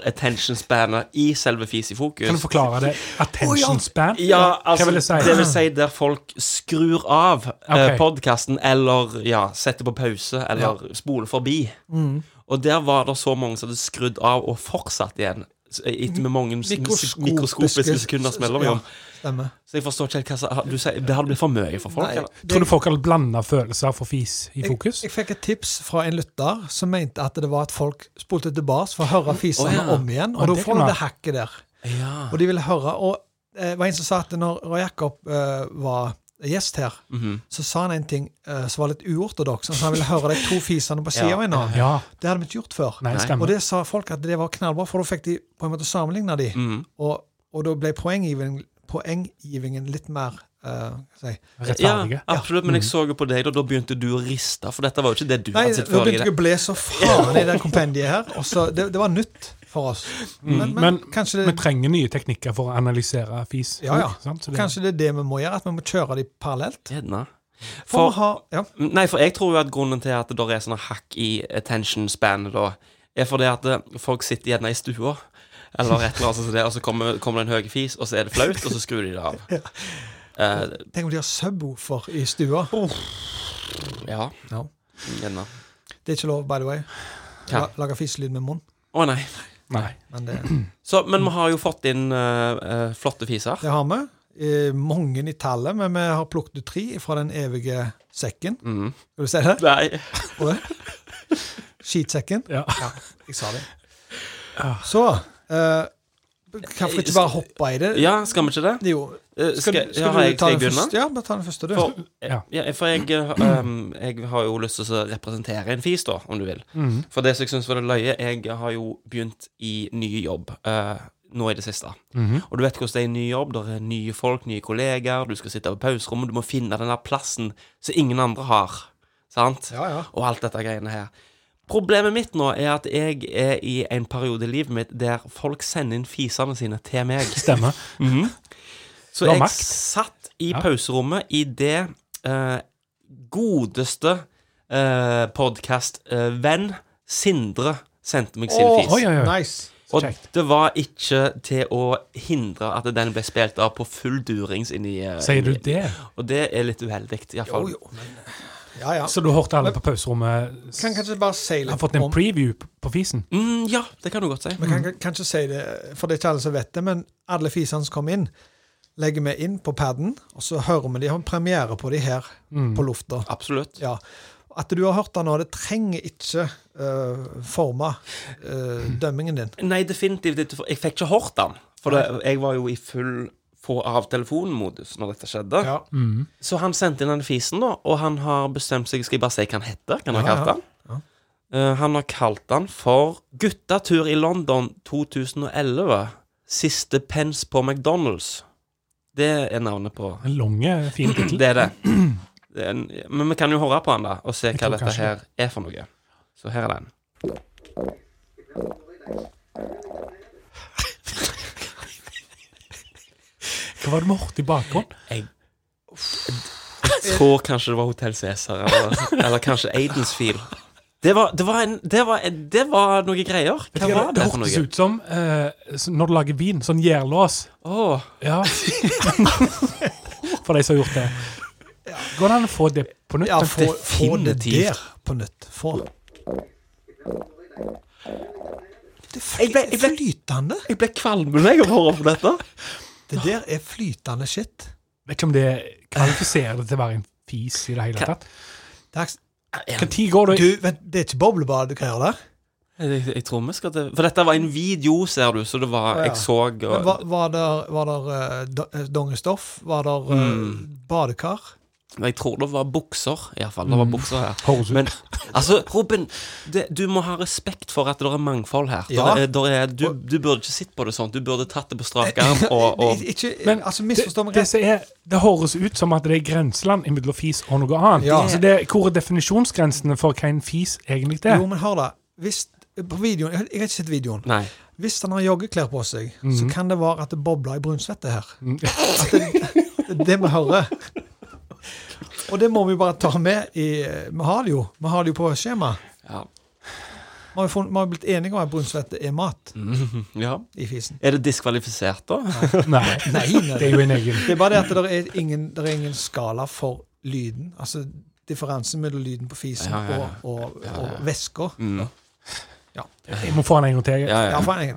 B: lytter-attention-spannet i selve Fis i
D: Kan du
B: fokus.
D: forklare det?
C: Å, ja.
D: Attention span?
B: Ja, altså,
D: Hva vil det si?
B: Det vil si der folk skrur av okay.
D: Ok.
B: podkasten, eller ja, setter på pause, eller spoler forbi.
D: Mm.
B: Og der var det så mange som hadde skrudd av og fortsatt igjen. s- Etter med mange s-
C: Mikroskopiske-
B: mikroskopiske sekunders mellomrom.
C: Stemmer.
B: Så jeg forstår ikke helt hva som har- du sier. Det hadde blitt for mye for folk?
C: Nei,
B: eller?
C: det-
D: Tror du folk har blanda følelser for fis i fokus?
C: Jeg, jeg fikk et tips fra en lytter som mente at det var at folk spolte tilbake for å høre fisene
B: Å, ja.
C: om igjen.
D: Å,
C: Og da
D: det
C: får
D: kan
C: du
D: være.
C: det hakket der.
B: Ja.
C: Og de ville høre. Og eh, var en som sa at når Roy Jakob eh, var gjest her,
B: Mhm.
C: så sa han en ting eh, som var litt uortodoks. Han sa han ville høre de to fisene på sida
B: Ja.
C: av hverandre.
D: Ja.
C: Det hadde vi ikke gjort før.
D: Nei,
B: Nei.
C: Og
D: stemmer.
C: det sa folk at det var knallbra, for da fikk de på en måte sammenligna de.
B: Mhm.
C: Og, og da ble poenggivingen, poenggivingen litt mer eh, hva skal jeg si,
D: Rettferdige.
B: Ja, absolutt, men jeg så jo på deg, da. Da begynte du å riste, for dette var jo ikke det du
C: Mhm. Nei,
B: hadde
C: nå
B: sett før. i altså,
C: begynte
B: det.
C: jeg å bli så faen i det kompendiet her. Og så, det, det var nytt for oss. Men, men,
D: Men-
C: kanskje,
D: Vi
C: det,
D: trenger nye teknikker for å analysere fis.
C: Ja, ja.
D: Sant? Så det-
C: kanskje det er det vi må gjøre, at vi må kjøre de parallelt.
B: Gjerne.
C: For,
B: For-
C: å ha, ja,
B: Nei, for jeg tror jo at grunnen til at det der er sånne hakk i attention span da, er fordi at eh, folk sitter gjerne i stua, eller et eller annet sånt som det, og så kommer, kommer det en høy fis, og så er det flaut, og så skrur de det
C: [laughs]
B: av. Eh,
C: tenk om de har subwoofer i stua.
B: ja.
C: Ja.
B: Gjerne.
C: Det er ikke lov, by the way.
B: Ja.
C: La, lage fiselyd med munn.
B: Å nei.
D: Nei.
C: Men det,
B: Så, men vi har jo fått inn eh, eh, flotte fiser.
C: det har vi. Eh, mange i tallet, men vi har plukket ut tre fra den evige sekken.
B: Mhm.
C: Skal du si det?
B: Nei.
C: Og det? Skitsekken.
D: Ja.
C: Jeg sa det.
D: Ah.
C: Så eh, Kan vi ikke bare hoppe i det?
B: Ja, skal vi ikke det?
C: Jo,
B: Eh,
C: Skal,
B: skal,
C: du- skal
B: ja, har
C: du
B: jeg,
C: ta
B: skal jeg
C: den
B: begynne?
C: første? Ja, bare ta den første, du.
B: For,
D: Ja.
B: ja, for jeg, eh, um, jeg har jo lyst til å representere en fis, da, om du vil.
C: Mhm.
B: For det som jeg syns var det løye Jeg har jo begynt i ny jobb eh, nå i det siste.
C: Mhm.
B: Og du vet hvordan det er i ny jobb. Der er nye folk, nye kollegaer. Du skal sitte på pauserommet. Du må finne den der plassen som ingen andre har. Sant?
C: ja, ja.
B: og alt dette greiene her. Problemet mitt nå er at jeg er i en periode i livet mitt der folk sender inn fisene sine til meg.
D: [laughs] Stemmer.
B: Så
D: Du har
B: jeg
D: makt.
B: satt i
D: Ja.
B: pauserommet i det eh, godeste eh, podkast-venn Sindre sendte meg sin
C: Åh,
B: fis.
D: Oi, oi, oi.
C: Nice.
B: og
D: kjekt.
B: det var ikke til å hindre at den ble spilt av på full durings inni eh,
D: Sier du
B: inni-
D: det?
B: Og det er litt uheldig,
C: Jo,
B: iallfall.
C: jo, men Ja, ja.
D: Så du hørte alle på pauserommet s-
C: Kan kanskje bare si
D: har
C: litt
D: fått en
C: om
D: preview p- på fisen?
B: Mm, ja, det kan du godt si.
C: Vi kan kanskje si det, for det er ikke alle som vet det, men alle fisene som kommer inn, legger vi inn på paden, og så hører vi de har en premiere på de her
B: Mm.
C: på lufta.
B: Absolutt.
C: Ja. At du har hørt det nå, det trenger ikke øh, forme
B: Mm.
C: øh, dømmingen din.
B: Nei, definitivt ikke. for Jeg fikk ikke hørt den. For det, jeg var jo i full få av telefonmodus når dette skjedde.
C: Ja.
B: Så han sendte inn den fisen, da, og han har bestemt seg Skal jeg bare si hva han heter? Kan han
C: Ja,
B: ha
C: ja.
B: kalt den? Eh, han har kalt den for 'Guttatur i London 2011'. Siste pens på McDonald's. Det er navnet på
D: En lange,
C: [clears throat]
D: fin tittel.
B: Det er det. det er en, men vi kan jo høre på han, da, og se hva
D: tror
B: dette
D: kanskje
B: her er for noe. Så her er den.
D: Hva var det vi hørte i bakgrunnen?
B: Jeg tror kanskje det var Hotell Cæsar, eller, eller kanskje Aidensfield. Det var, det, var en, det, var, en- det var noe greier. Hva
D: Det,
B: var det for
D: hørtes
B: noe?
D: ut som eh, s- når du lager vin. Sånn gjærlås.
B: Åh,
D: Ja. [laughs] For de som har gjort det. Går det an å få det på nytt?
C: Ja, få, få det
B: Definitivt.
C: der på nytt. Få. Det fly,
B: Jeg ble- jeg ble-
C: flytende.
B: jeg ble kvalm når jeg hører på dette.
C: Det der er flytende shit.
D: Vet ikke om det kvalifiserer det til å være en fis i det hele tatt.
C: Det er,
D: Når går
C: du,
D: det
C: vent, det er ikke boblebad du greier der?
B: Jeg, jeg tror vi skal til For dette var en video, ser du, så det var
C: Ja.
B: Jeg så og,
C: Men var, var der, var der eh, do- eh, dongestoff? Var der eh,
B: Mm.
C: badekar?
B: Jeg tror det var bukser, iallfall. Det var bukser her.
D: Høres ut.
B: Men altså, Robin, det, du må ha respekt for at det er mangfold her. Der
C: Ja.
B: er, der er, du, du burde ikke sett på det sånn. Du burde tatt det på strak
C: Eh,
B: arm
C: [laughs]
B: og, og
C: ikke,
D: Men
C: altså,
D: det,
C: misforstå meg
D: det,
C: rett.
D: som er, det høres ut som at det er grenseland mellom fis og noe annet.
C: Ja.
D: Så det, hvor er definisjonsgrensene for hva en fis egentlig er?
C: Jo, men hør da. Hvis, på videoen, jeg jeg har ikke sett videoen.
B: Nei.
C: Hvis han har joggeklær på seg, så
D: Mhm.
C: kan det være at det bobler i brunsvette her.
D: Mm.
C: At det, det, det vi hører. Og det må vi bare ta med i Vi har det jo. Vi har det jo på skjema.
B: Ja.
C: Vi har jo funnet- vi har jo blitt enige om at brunsvette er mat
B: Mm. ja.
C: i fisen.
B: Er det diskvalifisert, da?
D: Nei,
C: Nei, nei.
D: det er jo en egen.
C: Det er bare det at det er ingen, det er ingen skala for lyden. Altså differansen mellom lyden på fisen
B: Ja, ja, ja.
C: og, og, og væska.
B: Mm.
D: Jeg må få den en gang til.
B: Ja, ja.
C: Ja, for en-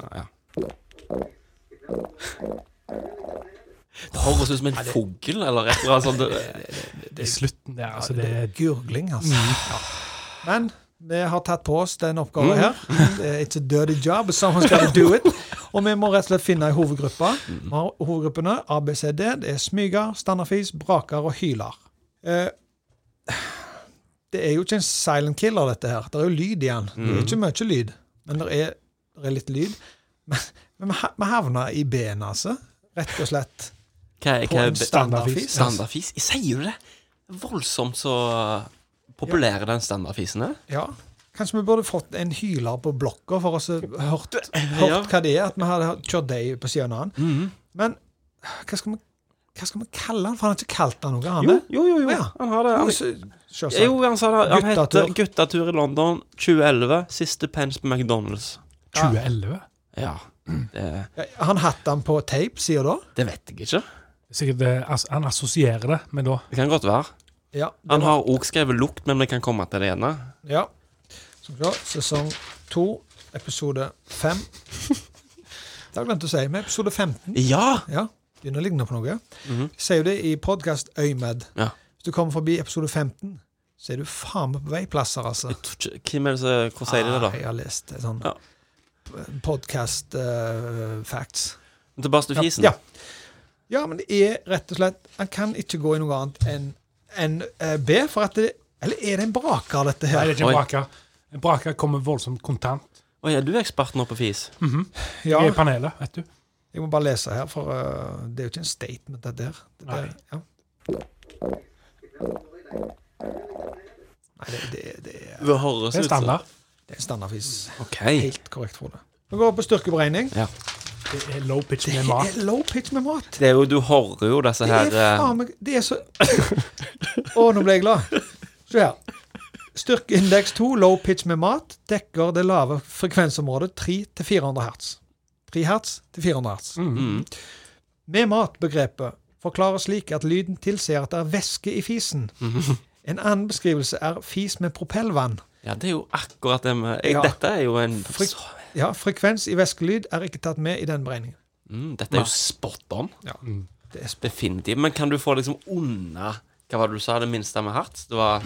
B: Det høres ut som en fugl eller et eller annet sånt.
D: I slutten der, altså det
C: det
D: er
C: er gurgling, altså. Ja. Men vi har tatt på oss den oppgaven her. Det er It's a dirty job, but someone's gotta do it. Og vi må rett og slett finne ei hovedgruppe. Vi har hovedgruppene ABCD. Det er smyger, standardfis, braker og hyler. Eh, det er jo ikke en silent killer, dette her. Det er jo lyd igjen. Det er ikke mye lyd, men det er, det er litt lyd. Men, men vi ha- vi havna i ben, altså. Rett og slett.
B: Hva,
C: På en standardfis.
B: Standardfis? Sier du det? Voldsomt så populær den standardfisen er.
C: Ja. Kanskje vi burde fått en hyler på blokka for oss å hørt, hørt
B: eh, Ja. Mhm.
C: hva det er. At vi hadde kjørt deg på siden av han. Men hva skal, vi, hva skal vi kalle han? For han har ikke kalt han noe, han
B: Jo,
C: er.
B: jo, jo. jo.
C: Ja.
B: Han har det.
C: Jo,
B: Han,
C: så- Selvsagt.
B: jo, han sa det. Han
C: Guttatur.
B: heter Guttatur i London 2011. Siste pens på McDonald's.
D: 2011?
B: Ja. Det,
C: Ja, Han hatt han på tape, sier du?
B: det vet jeg ikke.
D: Sikkert det, ass- Han assosierer det med da.
B: Det kan godt være.
C: Ja. det
B: Han
C: var-
B: har òg skrevet 'lukt', men vi kan komme til det igjen.
C: Ja. Skal vi se. Sesong to, episode
B: [laughs]
C: fem. Det har jeg glemt å si. Med episode 15.
B: Ja!
C: Ja. Begynner å ligne på noe. Sier jo det i podkast Øymed.
B: Mhm. Ja.
C: Hvis du kommer forbi episode 15, så er du faen meg på veiplasser, altså.
B: Jeg tror ikke- Hvem er det som Hvor sier de det, da?
C: Ah, jeg har lest det, sånn
B: Ja.
C: podcast eh, facts.
B: Tilbake til fisen.
C: Ja. ja, men det er rett og slett Han kan ikke gå i noe annet enn enn, eh, B, for at det Eller er det en braker, dette
D: Nei,
C: her?
D: det er ikke en
B: Oi.
D: brake. En brake kommer voldsomt kontant.
B: Å ja, du er ekspert nå på fis.
C: Ja,
D: I panelet, vet du.
C: jeg må bare lese her, for eh, det er jo ikke en statement, dette her. Det, der,
D: Nei.
C: ja. Nei, det, det, det, er,
B: Det høres
D: Det
B: ut som
D: er standard.
C: det er standardvis.
B: OK.
C: Helt korrekt, Frode. Vi går på styrkeberegning.
B: Ja.
D: Det er low pitch
C: Det
D: med mat.
C: er low pitch med mat.
B: Det er jo, du hører jo disse her
C: Det er
B: eh,
C: faen meg Det er så Å, nå ble jeg glad. Se her. Styrkeindeks 2, low pitch med mat, dekker det lave frekvensområdet 3-400 hertz. 3 hertz til 400 hertz.
B: mm.
C: Med mat-begrepet forklares slik at lyden tilsier at det er væske i fisen. En annen beskrivelse er fis med propellvann.
B: Ja, det er jo akkurat det med jeg,
C: Ja.
B: Dette er jo en
C: Frykt- Ja, frekvens i væskelyd er ikke tatt med i den beregningen.
B: mm, Dette er jo spot on.
C: Det er sp-
B: Definitivt. Men kan du få liksom unna Hva var det du sa? Det minste med hertz? Det var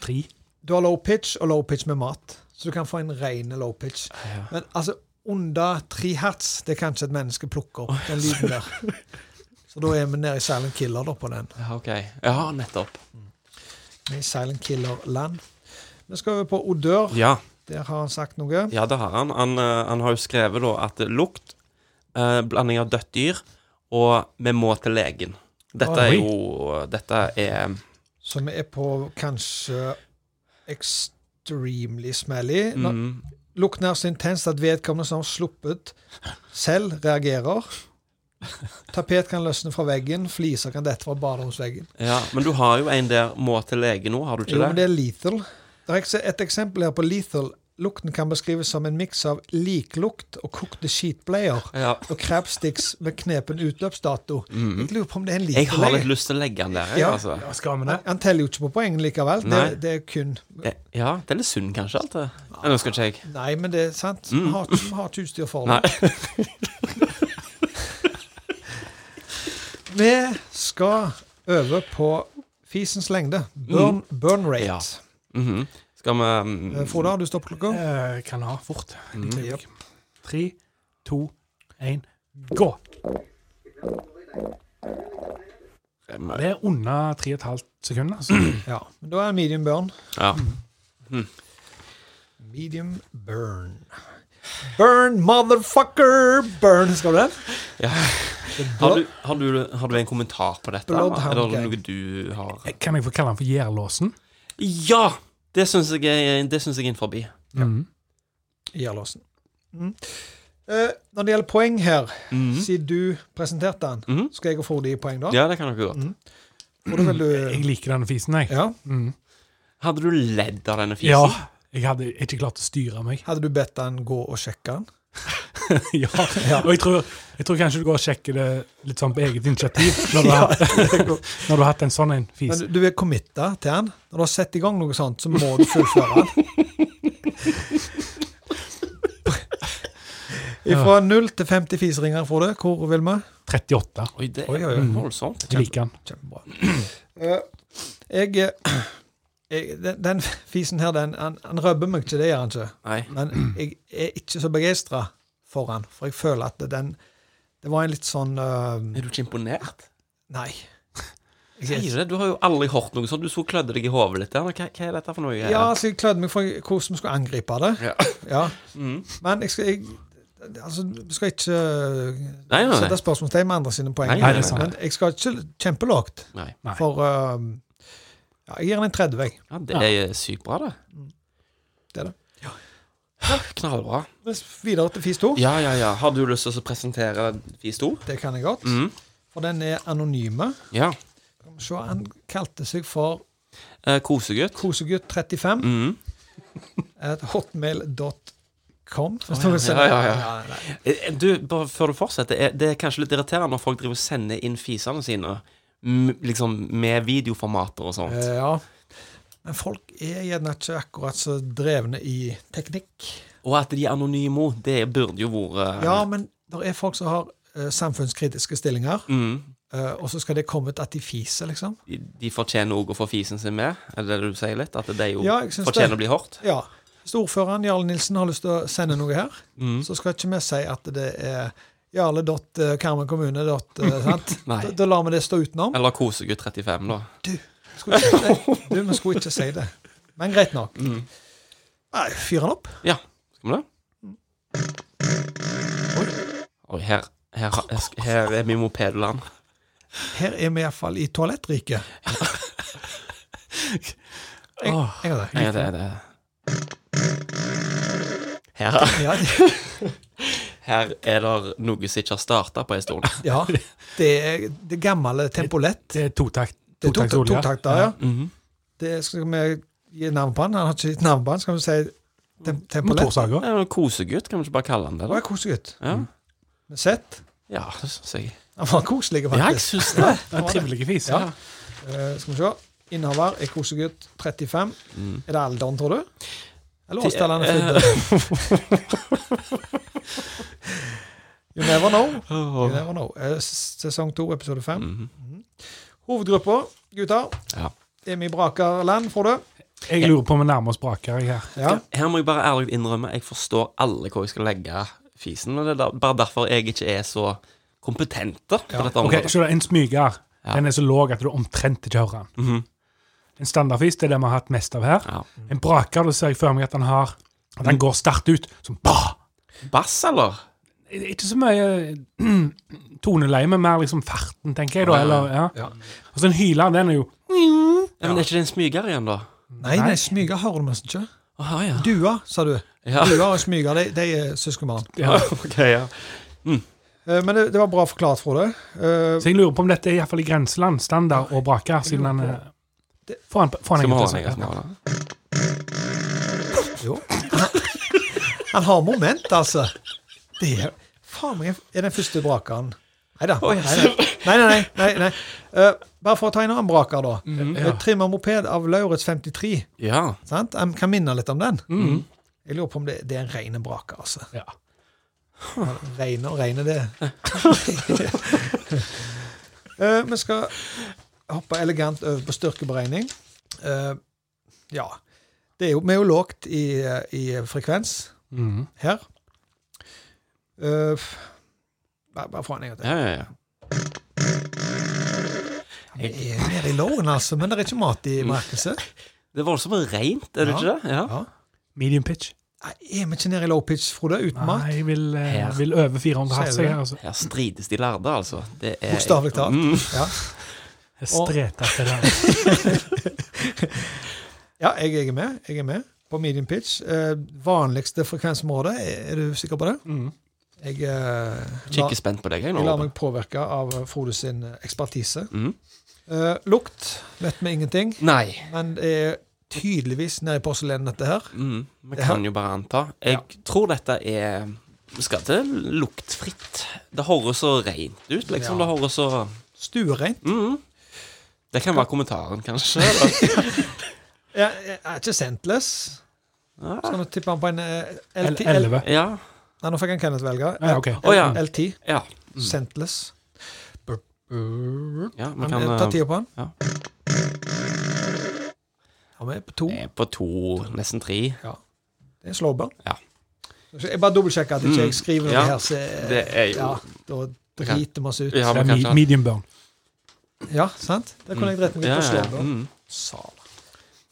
D: Tre.
C: du har low pitch og low pitch med mat, så du kan få en ren low pitch. Men altså, under 3 hertz, det kan ikke et menneske plukke opp, den lyden der. Så da er vi nede i Silent Killer da på den.
B: Ja, OK. Ja, nettopp.
C: Vi er i Silent Killer-land. Vi skal over på Odør.
B: Ja,
C: Der har han sagt noe.
B: ja det har han. Han, eh, han har jo skrevet da at lukt, eh, blanding av dødt dyr, og vi må til legen. Dette er
D: Oi.
B: jo Dette er
C: Så vi er på kanskje extremely smelly. Nå-
B: mm,
C: Lukten er så intens at vedkommende som har sluppet, selv reagerer. Tapet kan løsne fra veggen, fliser kan dette fra baderomsveggen.
B: Ja, men du har jo en der må til lege nå, har du ikke
C: Jo, men
B: det?
C: det er lethal. Det er ekse- et eksempel her på lethal. Lukten kan beskrives som en miks av liklukt og kokte skitbleier
B: Ja.
C: og crabsticks med knepen utløpsdato.
B: Mm.
C: Jeg lurer på om det er en
B: Jeg har
C: lethal.
B: litt lyst til å legge den der, jeg,
C: Ja.
B: altså.
D: Ja, skal vi det?
C: Han, han teller jo ikke på poeng likevel. Det,
B: Nei.
C: det er kun
B: Eh, Ja, det er litt sunn kanskje, alt det. Nei, Nå skal ikke jeg
C: Nei, men det er sant. Vi har, ikke- vi har ikke utstyr for
B: Mm. Nei.
C: det. Vi skal over på fisens lengde. Burn, burn rate.
B: Mm. Ja. Mhm. Skal vi mm,
C: Eh, Frode, har du stoppeklokka?
D: Eh, kan ha fort.
C: Yep.
D: Tre, to, én, gå!
C: Mm.
D: Det er under tre og et halvt altså. sekunder.
B: [clears throat]
D: Så.
C: Ja. Men Da er det medium burn.
B: Ja.
C: Medium burn. Burn, motherfucker! Burn, skal du den?
B: Ja.
C: Det er
B: Har,
C: blå-
B: du, har, du, har du en kommentar på dette?
C: Blood
B: eller?
C: Hound
B: Eller
C: Gang.
B: noe du har
D: Kan jeg få kalle den for Gjærlåsen?
B: Ja! Det syns jeg er det synes jeg er inn forbi.
D: Mhm.
C: Gjerlåsen. Mm. Eh, når det gjelder poeng her,
B: Mhm.
C: siden du presenterte den,
B: Mhm.
C: skal jeg og Frode gi poeng da?
B: Ja, det kan dere godt.
C: Mhm. Frode, vil
B: [clears throat]
C: du...
D: Jeg liker denne fisen, jeg.
C: Ja.
D: Mhm.
B: Hadde du ledd av denne fisen?
D: Ja. Jeg hadde ikke klart å styre meg.
C: Hadde du bedt den gå og sjekke den?
D: [laughs] ja. Og jeg tror, jeg tror kanskje du går og sjekker det litt sånn på eget initiativ,
C: [laughs]
D: når du, har, [laughs] når du har hatt en sånn en
C: Men
D: fis.
C: du- du er committa til den? Når du har satt i gang noe sånt, så må du fullføre
B: [laughs]
C: den? Fra 0 til 50 fiseringer, Frode. Hvor vil vi?
D: 38.
B: Oi, det
C: Oi, oi,
B: er mm,
C: oi.
B: voldsomt.
D: Jeg liker den.
B: [clears throat]
C: Kjempebra. Eh, jeg, eh, jeg den, den fisen her, den, han, han røbber meg ikke, det gjør han ikke.
B: Nei.
C: Men jeg er ikke så begeistra foran. For jeg føler at den Det var en litt sånn eh,
B: Er du ikke imponert?
C: Nei.
B: Sier du det? Du har jo aldri hørt noe sånt. Du så klødde deg i hodet litt der. Hva, hva er dette for noe?
C: Ja, altså, jeg klødde meg for hvordan vi skulle angripe det.
B: Ja.
C: Ja.
B: Mm.
C: Men jeg skal, jeg, altså, du skal ikke
B: Nei, nei, nei.
C: sette spørsmålstegn med andre sine poeng.
B: Nei, nei,
D: nei, nei.
C: Men jeg skal ikke kjempelågt.
B: Nei.
D: Nei.
C: For eh, ja, jeg gir den en 30, jeg.
B: Ja, det er sykt bra, det.
C: Det er det.
B: Knallbra.
C: Men Videre til FIS 2.
B: Ja, ja, ja. Har du lyst til å presentere Fis 2?
C: Det kan jeg godt.
B: Mm.
C: For den er anonyme.
B: Ja.
C: Skal vi Se, han kalte seg for
B: Eh, kosegutt.
C: kosegutt35
B: Mm.
C: at hotmail.com.
B: ja,
C: Hvis noen sender-
B: ja, ja, ja.
C: nei, nei.
B: Eh, Du, bare før du fortsetter, er- det er kanskje litt irriterende når folk driver og sender inn fisene sine m- liksom med videoformater og sånt.
C: Eh, ja. Men folk er gjerne ikke akkurat så drevne i teknikk.
B: Og at de er anonyme, også, det burde jo vært eh,
C: Ja, men det er folk som har eh, samfunnskritiske stillinger,
B: mm,
C: eh, og så skal det komme ut at de fiser, liksom.
B: de, de fortjener òg å få fisen sin med, er det det du sier litt? At de jo
C: Ja, jeg syns
B: fortjener
C: det.
B: å bli hørt?
C: Ja. Hvis ordføreren Jarle Nilsen har lyst til å sende noe her,
B: Mm.
C: så skal ikke vi si at det er eh, jarle.karmenkommune. eh, sant?
B: Nei.
C: Da, da lar vi det stå utenom.
B: Eller kosegutt 35, da.
C: Skulle ikke si det. Du, vi skulle ikke si det. Men greit nok. Nei, Fyr den opp.
B: Ja, skal vi det? Oi, her, her, her, her er vi i mopedland.
C: Her er vi iallfall i toalettriket. En
D: Åh.
C: en gang
B: Nei,
C: til.
B: det er det. Her,
C: Ja,
B: her er det noe som ikke har starta på en stund.
C: ja. Det er det gamle Tempolet.
D: Det er totakt.
C: Det er to-
D: totaktsol, ja.
C: totakter, ja.
B: Mhm.
C: Det skal vi gi navn på han. Han har ikke gitt navn på han. Skal vi si tem Tempolet?
D: Motorsager.
B: Det er jo en kosegutt, kan vi ikke bare kalle han det?
C: Det var
B: da?
C: kosegutt.
B: Ja,
C: Men Sett.
B: ja det syns jeg.
C: Han var koselig,
B: Ja, jeg
C: faktisk.
B: syns det.
D: Det er Trivelige fis.
C: Ja. Eh, skal vi se. Innehaver er kosegutt 35. Er det alderen, tror du? Eller årstallet han er født i? [laughs] You never know. You never know. Eh, s- Sesong to, episode fem. Mhm. Hovedgruppa, gutter.
B: Ja.
C: Emil Brakerland, får du.
D: Jeg lurer på om vi nærmer oss brakere her.
C: Ja.
B: Her må jeg bare ærlig innrømme jeg forstår alle hvor jeg skal legge fisen. Men det er da, bare derfor jeg ikke er så kompetent da, på dette
D: Ok,
B: området.
D: så det er En smyger
B: Ja.
D: den er så lav at du omtrent ikke hører den.
B: Mhm.
D: En standardfis det er det vi har hatt mest av her.
B: Ja. Mm.
D: En braker da ser jeg for meg at den har at den går sterkt ut. Som bah!
B: Bass, eller?
D: Ikke så mye [clears throat] toneleie, men mer liksom farten, tenker jeg. da.
B: Ja, ja,
D: Eller, ja. Og så en hyler, den er jo
B: Ja, men er ikke det en smyger igjen, da?
C: Nei, nei, smyger hører du nesten ikke.
B: Å, ja.
C: Dua, sa du.
B: Ja.
C: Dua og smyger, de, de er søskenbarn.
D: ja.
B: [laughs] Ok, ja.
C: Eh, Men det, det var bra forklart, Frode. Eh,
D: Så jeg lurer på om dette er i, hvert fall i grenseland, standard og braker, siden den er Får han, får han
B: Skal vi ha
D: egentlig
B: den? jeg
D: til å si-
B: skal vi ha den?
C: Jo. Han har moment, altså. Det er faen meg er den første brakeren. Nei da. Nei, nei, nei. nei, nei. Eh, bare for å ta en annen braker, da. Eh, Trimmer moped av Lauritz 53.
B: Ja.
C: Sant? Jeg kan minne litt om den. Jeg lurer på om det, det er en reine braker, altså.
D: Ja.
C: Reine og reine, det. Eh, vi skal hoppe elegant over på styrkeberegning. Eh, ja. Det er jo, vi er jo lågt i, eh, i frekvens
D: Mhm.
C: her. Eh, bare, bare få en gang til.
B: Ja, ja, ja.
C: Vi er nede i lowen, altså, men det er ikke mat i markedet.
B: Det er voldsomt rent, er det
C: Ja.
B: ikke det? Mm. Ja.
C: Ja.
D: Medium pitch.
C: Nei, Er vi ikke nede i low pitch, Frode, uten mat?
D: Nei, jeg vil, eh,
B: Her.
D: vil over 400 hertz.
C: Ser du
D: jeg,
C: det?
D: Altså.
B: Her strides de lærde, altså. Det er
C: Bokstavelig talt.
B: Mm.
C: Ja.
D: Jeg
C: Og-
D: streter til den.
C: ja, jeg, jeg er med. Jeg er med på medium pitch. Eh, vanligste frekvensområde, er, er du sikker på det?
D: Mhm.
C: Jeg, eh, la,
B: Mm. Kikker spent på deg, jeg nå.
C: jeg lar meg påvirke av Frode sin ekspertise.
B: Mhm.
C: Eh, lukt vet vi ingenting,
B: Nei.
C: men det er tydeligvis nede i porselenet, dette her.
B: Mm, vi
C: Ja.
B: kan jo bare anta. Jeg tror dette er Vi skal til luktfritt. Det høres så rent ut, liksom.
C: Ja.
B: Det høres så
C: Stuereint.
B: mm. Det kan være kommentaren, kanskje.
C: [laughs]
B: eller?
C: Jeg, jeg er ikke sentless.
B: Ja.
C: Skal vi tippe han på en eh,
D: El-
C: L10? L-
D: 11.
B: ja.
C: Nei, nå fikk han Kenneth velge.
D: Ja, ok.
B: Å, ja.
C: L10.
B: ja. Mm.
C: Sentless. Han,
B: ja vi
C: eh, Ta
B: kan eh,
C: tida på han.
B: ja.
C: Han er på to.
B: er på to, nesten tre.
C: Det er en slowburn.
B: Ja. Mm.
C: Så jeg bare dobbeltsjekker at ikke jeg skriver noe
B: Ja,
C: her. Så, eh,
B: det er jo-
C: ja, Da driter vi oss ut.
B: Ja,
D: Det
B: men
D: er me-
B: kanskje
D: medium burn.
C: Ja, sant? Da kunne jeg drept meg ut
B: ja,
C: på
B: ja, ja.
C: slåbord.
B: Mm.
C: Sal.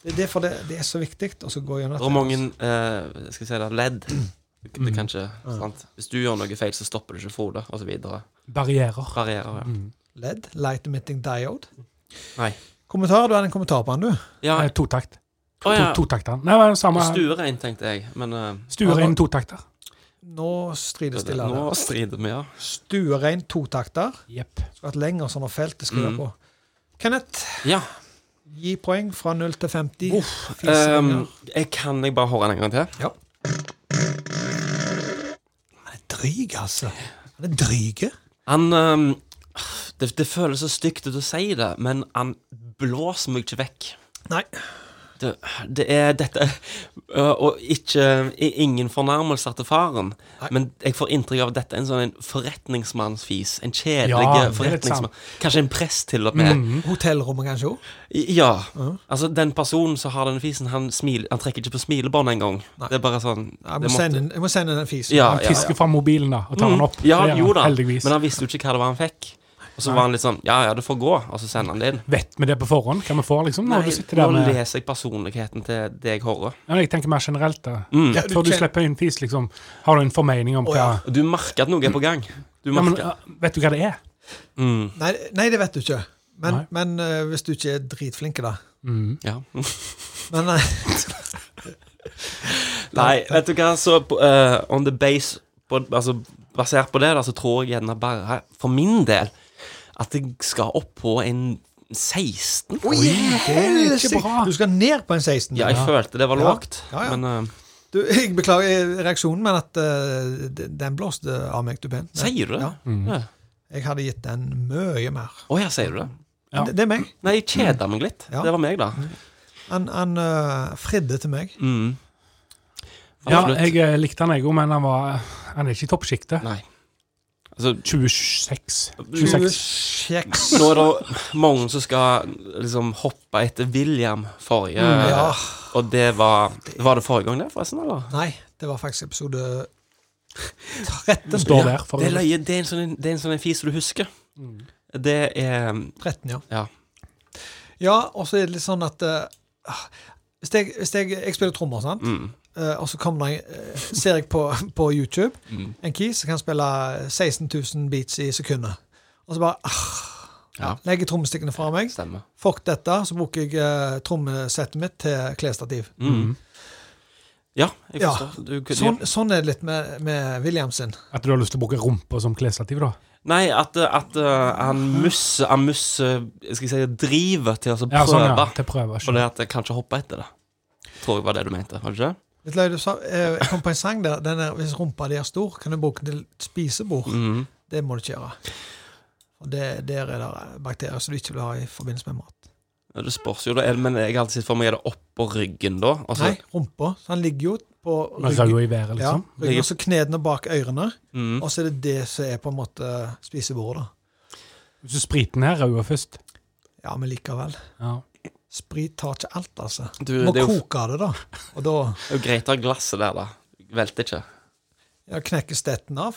C: Det er derfor det, det er så viktig å så gå gjennom altså.
B: Det er mange eh, skal jeg si det, ledd. Det, det kan ikke,
C: Mm. Ja.
B: sant? Hvis du gjør noe feil, så stopper du ikke Frode, og så videre.
D: Barrierer.
B: Barrierer, ja.
D: Mm.
C: LED, light emitting diode.
B: Nei.
C: Kommentarer, du hadde en kommentar på den, du.
B: Ja,
D: Nei, Eh, Totakt.
B: å ja.
D: To- Totakter. Nei, det er det samme.
B: Stuerein, tenkte jeg, men eh,
D: Stuerein totakter.
C: Nå strides de
B: nå
C: lærere.
B: strider vi, ja.
C: Stuerein totakter.
D: Jepp.
C: Skulle hatt lenger sånne felt det skulle
B: Mm.
C: være på. Kenneth,
B: Ja,
C: gi poeng fra 0 til 50.
B: Uff,
C: Fiseringer.
B: ehm, jeg kan jeg bare høre den en gang til?
C: Ja. Han er dryg, altså. Han er dryg.
B: Han ehm, det, det føles så stygt ut å si det, men han blåser meg ikke vekk.
C: Nei.
B: Det, det er dette øh, Og ikke i- ingen fornærmelser til faren,
C: Nei.
B: men jeg får inntrykk av at dette er en sånn en forretningsmannsfis. En kjedelig
D: Ja, det er litt
B: forretningsmann.
D: sant.
B: Kanskje en prest, til og med.
D: Mm.
C: Hotellrommet, kanskje òg?
B: I- Ja.
C: Mhm.
B: Altså, den personen som har denne fisen, han, smil, han trekker ikke på smilebånd engang.
C: Nei.
B: Det er bare sånn
C: Jeg,
B: det
C: må
B: måtte-
C: sende en- jeg må sende en fis.
B: Ja,
D: Han
B: ja, ja.
D: fisker fram mobilen da, og tar den opp.
B: Ja,
D: Det gjør han,
B: jo da,
D: Heldigvis.
B: men han visste jo ikke hva det var han fikk. Og så var han litt sånn Ja, ja, det får gå. Og så sender han det inn.
D: Vet vi det på forhånd? Hva vi får, liksom? Når
B: Nei,
D: du sitter der
B: nå
D: med
B: leser jeg personligheten til deg, Håre.
D: ja, Jeg tenker mer generelt, da.
B: Mm.
C: Ja,
D: Før du
C: kjenner-
D: slipper inn fis, liksom, har du en formening om
C: Å,
D: hva
C: ja.
B: Og Du merker at noe er på gang. Du
D: ja, men,
B: merker.
D: uh, Vet du hva det er?
B: Mm.
C: Nei, nei, det vet du ikke. Men,
D: Nei.
C: men eh, hvis du ikke er dritflink, da.
D: Mm. [laughs]
B: Ja.
C: Men eh,
B: Nei, vet du hva, så på, eh, on the base på, Altså basert på det, da, så tror jeg gjerne bare for min del at jeg skal opp på en 16.
C: Oi, det er
D: ikke bra.
C: Du skal ned på en 16.
B: Ja, jeg følte det var
C: Ja.
B: lågt,
C: Ja, ja.
B: men eh,
C: Du, jeg beklager eh, reaksjonen, men at eh, d- den blåste av meg, du Ben.
B: sier du det?
C: Ja.
D: Mm.
B: Ja.
C: Jeg hadde gitt den mye mer.
B: Å ja, sier du det?
D: Ja.
C: Det, det er meg.
B: Nei, jeg kjeda meg litt.
C: Ja.
B: Det var meg, da.
C: Han, han eh, fridde til meg.
B: Mm.
D: Ja,
B: Absolutt.
D: jeg eh, likte han, jeg òg, men han, var, han er ikke i toppsjiktet.
B: Nei. Altså,
D: 26. 26.
C: Kjeks.
B: nå er det mange som skal liksom hoppe etter William forrige
D: Mm,
C: Ja.
B: Og det var Var det forrige gang, det, forresten? eller?
C: Nei, det var faktisk episode
D: [laughs]
C: 13.
D: Står der. For
B: Det er løye. Det er en sånn, det er en, sånn en fis du husker.
D: Mm.
B: Det er
C: 13, ja.
B: Ja.
C: Ja, og så er det litt sånn at eh, ah, hvis jeg, hvis jeg, jeg spiller trommer, sant?
B: mm,
C: Eh, og så kommer det, eh, ser jeg på, [laughs] på YouTube
B: Mm.
C: en key som kan spille 16 000 beats i sekundet. Og så bare ah,
B: Ja.
C: legger trommestikkene fra meg.
B: Stemmer.
C: Fuck dette. Så bruker jeg eh, trommesettet mitt til klesstativ.
B: Mm. Ja, jeg
C: Ja.
B: forstår. Du kunne
C: Sånn, sånn er det litt med, med Williams sin.
D: At du har lyst til å bruke rumpa som klesstativ, da?
B: Nei, at, at uh, han musser Han musser Skal jeg si drivet til å altså,
D: Ja,
B: prøve.
D: sånn, ja. Til prøve.
B: For det
D: skjønner.
B: at jeg kan ikke hoppe etter det. Tror jeg var det du mente. var det ikke?
C: Litt løy, du sa, eh, jeg kom på en sang der den er, hvis rumpa di er stor, kan du bruke den til spisebord.
B: Mm.
C: Det må du ikke gjøre. Og det, der er det bakterier som du ikke vil ha i forbindelse med mat.
B: Ja, Det spørs jo, da. er det- Men jeg har alltid sett for meg er det oppå ryggen, da.
C: Nei,
B: Altså,
C: rumpa. Så han ligger jo på
D: Med
C: ryggen.
D: røda i været,
C: Ja,
D: liksom?
C: ryggen, og så knedene bak ørene.
B: mm.
C: Og så er det det som er på en måte spisebordet. da.
D: Hvis du spriter ned røda først
C: Ja, men likevel.
D: ja.
C: Sprit tar ikke alt, altså.
B: du,
C: Du må
B: det er jo,
C: koke det, da. Og da
B: det er jo greit å ha glasset der, da. Velter ikke.
C: ja, knekker
B: [laughs]
C: stetten av.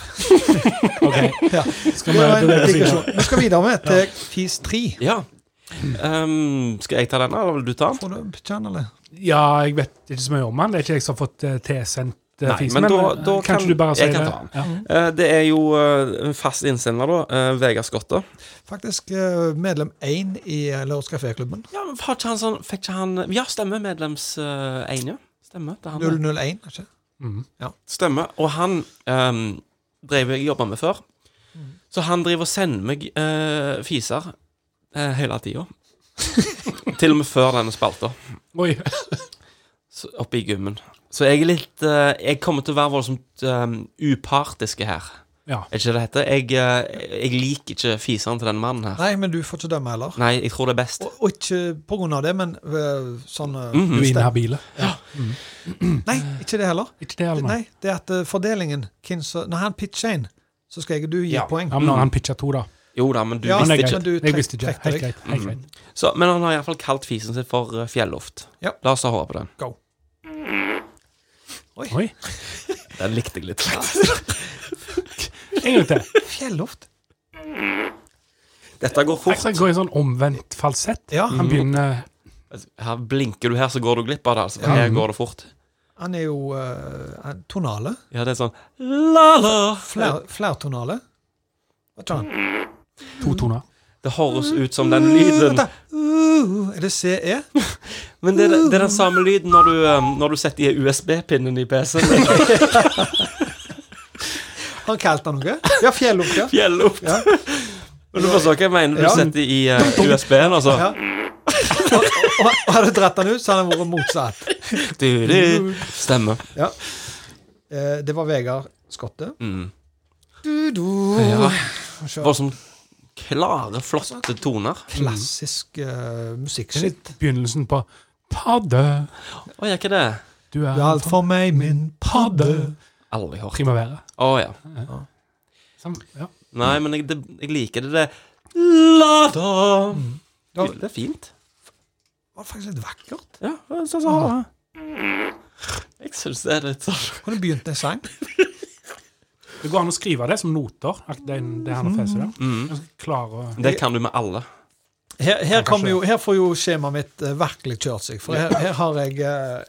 D: OK.
C: Ja.
D: Skal
C: Det
D: vi
C: var en
D: bevege oss videre?
C: digresjon. Vi skal videre med til FIS 3.
B: Ja. Um, skal jeg ta den, eller vil du ta den?
C: Får du kjenne det?
D: Ja, jeg vet ikke så mye om han. Det er ikke jeg som har fått eh, tilsendt eh,
B: Nei,
D: fisen.
B: men da-
D: eh,
B: da
D: kanskje
B: kan-
D: du bare
B: jeg
D: sier
B: kan
D: det?
B: ta han.
D: Ja.
B: Eh, det er jo eh, en fast innsender, da. eh, Vegard Skotte.
C: Faktisk eh, medlem 1 i Lørdagskaféklubben.
B: Ja, men var ikke han sånn Fikk ikke han Ja, stemmer. Medlems eh, en, ja. Stemmer. Det er han, ja.
C: 001, er det ikke?
D: Mm.
B: Stemmer. Og han um, drev jeg jobba med før. Så han driver og sender meg eh, fiser eh, hele tida.
C: [laughs]
B: Til og med før denne spalta.
D: Oi. [laughs]
B: Så- Oppe i gymmen. Så jeg er litt eh, Jeg kommer til å være voldsomt um, upartiske her.
D: Ja.
C: Mm.
B: Er ikke det det heter? Jeg, eh, jeg liker ikke fisene til denne mannen her.
C: Nei, men du får ikke dømme heller.
B: Nei, jeg tror det er best.
C: Og, og ikke på grunn av det, men eh, sånn eh,
B: Mhm.
D: Du er
C: stem-
D: inhabile.
C: Nei, ikke det heller.
D: Ikke det, Alma?
C: Nei, det er at eh, fordelingen hvem som- Når han pitcher en, så skal jeg og du gi
B: Ja.
C: poeng. Mm.
D: Ja, men nå har han pitcha to, da.
B: Jo da, men du
C: Ja,
B: visste
D: Men det er
B: ikke.
D: greit.
C: Men du
D: Jeg
C: trekk-
D: visste ikke.
C: trekk
D: Helt
C: deg.
D: greit. Mm. Helt greit.
B: Så, men han har iallfall kalt fisen sin for eh, fjelluft.
C: Ja. Mm.
B: La oss da høre på den.
D: Oi.
B: Den likte jeg litt.
D: En gang
C: [laughs]
D: til.
C: Fjelluft.
B: [laughs] Dette går fort.
D: Altså, jeg går i sånn omvendt falsett.
C: Ja,
B: Mm.
D: Han begynner
B: Her blinker du her, så går du glipp av det. Altså. for
D: Ja.
B: Her går det fort.
C: han er jo eh, han- tonale.
B: Ja, det er sånn la, la.
C: Fler, flertonale. Hva tar han?
D: to
C: Mm.
D: toner.
B: Det høres ut som den Mm. lyden.
C: Vent da. Uh, er det CE?
B: Men det er, det er den samme lyden når du, um, når du setter i USB-pinnen i PC-en.
C: Har han kalt han noe? Ja, fjelluft,
B: [laughs]
C: ja.
B: Fjelluft.
C: Ja.
B: Men du forstår hva jeg mener. Du
C: Ja.
B: setter i uh, USB-en, altså.
C: ja. Og, og, og hadde du dratt han ut, så hadde han vært motsatt.
B: Du, du. Stemmer.
C: Eh, det var Vegard Skotte.
B: Mm.
C: Du, du.
B: Ja.
C: Få se.
B: Voldsomt klare, flotte toner.
C: Klassisk
D: Det
C: uh,
D: er
C: musikkskitt.
D: litt begynnelsen på Padde,
B: Å ja, hva er det?
D: du
C: Du
D: er
C: er alt for meg, min padde.
B: Aldri hørt.
D: Primavera.
B: Å ja.
D: Sam- Ja.
B: Nei, men jeg, det, jeg liker det. det la, da.
C: Ja.
B: Det er fint.
C: Det var faktisk litt vakkert.
B: Ja, så, så har jeg. Jeg syns det er litt sånn
C: Kunne begynt en sang.
D: Det går an å skrive det som noter, ak- det, det han
C: Mm.
D: har fjeset der. Ganske Klare og
B: Det kan du med alle.
C: Her, her,
D: Kanskje.
C: kommer jo, her får jo skjemaet mitt eh, virkelig kjørt seg, for her, her har jeg eh,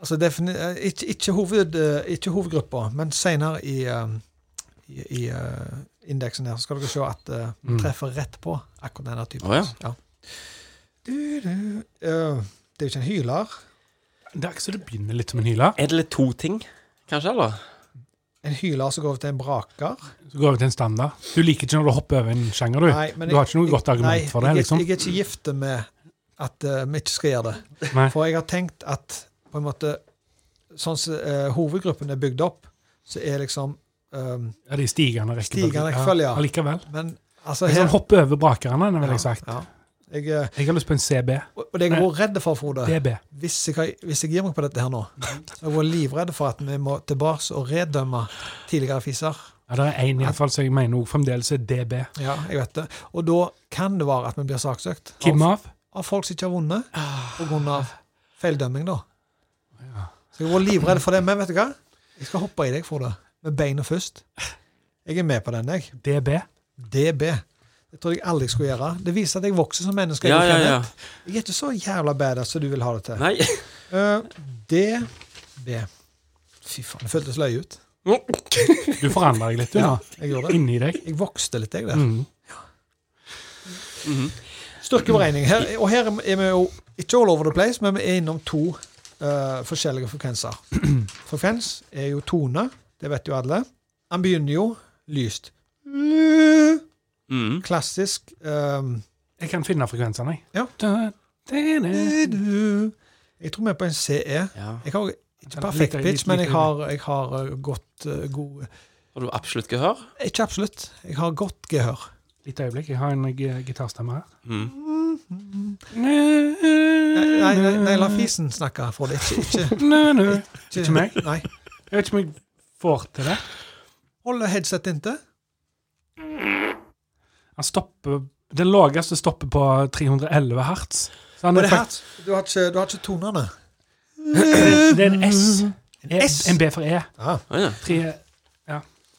C: Altså defini eh, ikke, ikke, hoved, eh, ikke hovedgruppa, men senere i, eh, i, i eh, indeksen her så skal dere se at eh,
D: Mm.
C: vi treffer rett på akkurat denne typen.
B: Å, ja.
C: Du, du, eh, det er jo ikke en hyler.
D: Det er ikke så det begynner litt som en hyler.
B: Er det litt to ting, kanskje, eller?
C: En hyler som går over til en braker.
D: Så går vi til en standard. Du liker ikke når du hopper over en sjanger, du.
C: Nei, men
D: du har ikke noe
C: jeg-
D: godt argument
C: nei,
D: for det,
C: jeg,
D: liksom.
C: Jeg er ikke gifte med at eh, vi ikke skal gjøre det.
D: Nei.
C: For jeg har tenkt at på en måte, sånn som eh, hovedgruppen er bygd opp, så er liksom ehm,
D: Ja, det er stigende rekkefølge.
C: Stigende rekkefølge, ja.
D: Allikevel.
C: Men altså
D: Jeg
C: her,
D: sånn hoppe over brakerne, ville
C: Ja,
D: jeg sagt.
C: ja. Jeg, eh,
D: Jeg har lyst på en CB.
C: og og det jeg har vært redd for, Frode
D: DB.
C: hvis jeg, har- hvis jeg gir meg på dette her nå, så har jeg vært livredd for at vi må tilbake og redømme tidligere fiser.
D: Ja, det er én iallfall som jeg mener også fremdeles er DB.
C: Ja, jeg vet det. Og da kan det være at vi blir saksøkt
D: Kim av?
C: av folk som ikke har vunnet
B: Ah.
C: pga. feildømming, da. Så jeg var livredd for det, men vet du hva? Jeg skal hoppe i deg, Frode. Med beina først. Jeg er med på den, jeg.
D: DB.
C: DB. Det tror jeg aldri jeg skulle gjøre. Det viser at jeg vokser som menneske.
B: Ja, ja, ja.
C: Jeg er ikke så jævla badass som du vil ha det til.
B: Nei.
C: Eh, DB. Fy faen, det føltes løye ut. [laughs]
D: Du forandrer deg litt, du
C: Ja,
D: nå.
C: jeg gjorde det.
D: Inni deg.
C: Jeg vokste litt, jeg, der.
D: Mm.
C: Styrkeberegning. Her, og her er vi jo ikke all over the place, men vi er innom to eh, forskjellige frekvenser. [clears throat] Frekvens er jo tone, det vet jo alle. Han begynner jo lyst.
B: Mm.
C: Klassisk ehm,
D: Jeg kan finne frekvensene, jeg.
C: Ja.
D: Da- da- da-
C: Jeg tror vi er på en CE.
B: Ja.
C: Jeg har ikke
D: Litt-
C: perfekt
D: litt-
C: pitch, men
D: litt-
C: jeg har, jeg har eh, godt eh, god
B: Har du absolutt gehør?
C: Ikke absolutt. Jeg har godt gehør.
D: Litt øyeblikk, jeg har en g- gitarstemme her.
B: Mm.
C: Nei, nei, nei, nei la fisen snakke, Frode. Ikke, ikke,
D: Ikke meg?
C: Nei.
D: Jeg vet ikke om jeg får til det.
C: Hold headsetet inntil.
D: Han stopper Den laveste stopper på 311 hertz. Så han er
C: Og det her,
D: fakt-
C: du har ikke, du har ikke tonene.
D: det er en S. En,
C: S?
D: en B for E.
C: Ja.
B: Å, ja.
D: Tre,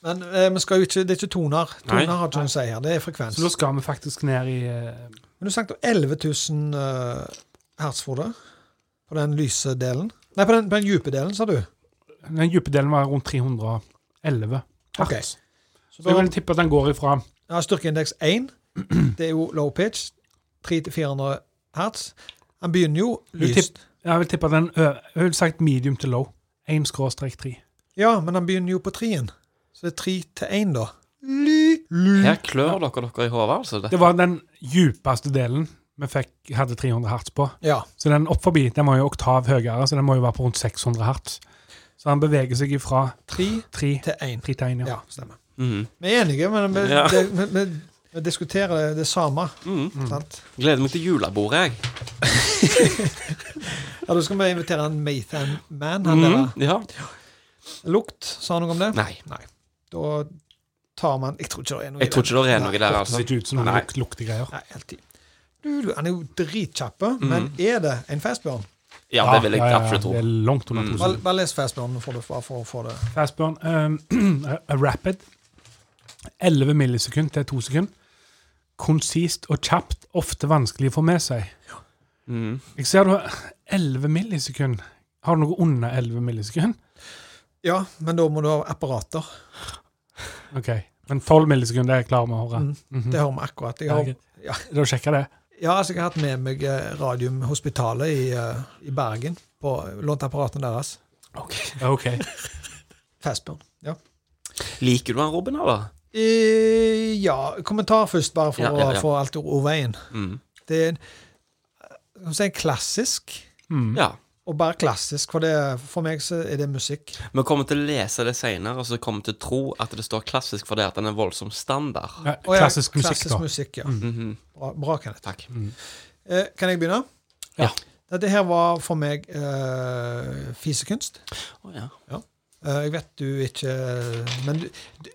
C: Men eh, vi skal jo ikke, det er ikke toner. Toner
B: Nei.
C: har ikke noe å si her. Det er frekvens.
D: så da skal vi faktisk ned i eh,
C: Men du snakket om 11 000 eh, hertz, Frode. På den lyse delen. Nei, på den, på den dype delen, sa du.
D: Den dype delen var rundt 311 hertz.
C: Ok.
D: Så jeg vil tippe at den går ifra
C: Ja, styrkeindeks
D: [clears throat]
C: 1. Det er jo low pitch. 300-400 hertz. Han begynner jo
D: Du
C: lyst.
D: Jeg vil tippe at den ø, Jeg vil sagt medium til low. 1 skråstrek 3.
C: Ja, men han begynner jo på 3-en. Så det er 3 til 1, da. Ly, ly.
B: Her klør dere dere i hodet, altså. Det.
D: Det var den djupeste delen vi fikk, hadde 300 hertz på.
C: Ja.
D: Så den opp forbi den var jo oktav høyere, så den må jo være på rundt 600 hertz. Så han beveger seg ifra
C: 3
D: 3
C: til 1.
D: til 1, ja.
C: Ja, stemmer.
B: Mm.
C: Vi er enige, men vi,
B: Ja.
C: det, vi, vi, vi diskuterer det, det samme.
B: Mm.
C: Sant?
B: Gleder meg til julebordet, jeg.
C: Ja, Da skal vi invitere en Mathan Man. Han
B: Mm. Ja.
C: der. Lukt, sa han noe om det?
B: Nei.
C: Da tar man Jeg tror ikke det er noe
B: Jeg tror ikke det er noe der,
D: Det ser
B: altså.
D: ikke ut som noen
B: Nei.
D: luk luktegreier.
B: Mm.
C: Nei, helt i. Du, du, han er jo dritkjapp, men er det en festbjørn?
B: Ja, det
D: Ah,
B: vil jeg absolutt
D: Det
B: tro.
D: er langt under
B: Mm.
D: to
C: Bare, bare les Fastbjørn for, du- bare for å få det
D: Fastburn. [clears throat] Um, rapid. 11 millisekund til 2 sekund. Konsist og kjapt, ofte vanskelig å få med seg.
B: Mm.
D: Jeg ser du har 11 millisekund. Har du noe under 11 millisekund?
C: Ja, men da må du ha apparater.
D: OK. Men 12 millisekund, det er jeg klar med å høre.
C: Mm.
B: Mhm.
C: Det har vi akkurat. Jeg har,
D: Okay.
C: ja.
D: [laughs] Da sjekker jeg det.
C: ja, altså, jeg har hatt med meg eh, Radiumhospitalet i, eh, i Bergen. På, lånt apparatene deres.
D: OK.
C: Fastbjørn. Ja.
B: Liker du han Robin, eller?
C: Eh, ja, kommentar først, bare for
B: Ja, ja, ja.
C: å få alt over veien.
B: Mm.
C: Det er en, eh, skal vi si, klassisk,
D: Mm.
B: Ja.
C: og bare klassisk, for, det, for meg så er det musikk.
B: Vi kommer til å lese det seinere, og så kommer vi til å tro at det står klassisk fordi at den er voldsom standard.
D: Ja,
C: Å ja,
D: klassisk musikk,
C: klassisk
D: da. Mm.
C: musikk, ja.
B: Mhm.
C: Bra, bra Kenneth.
B: Takk.
C: Eh, kan jeg begynne?
B: Ja.
C: Dette her var for meg eh, fisekunst.
B: Å ja.
C: Eh, jeg vet du ikke Men du,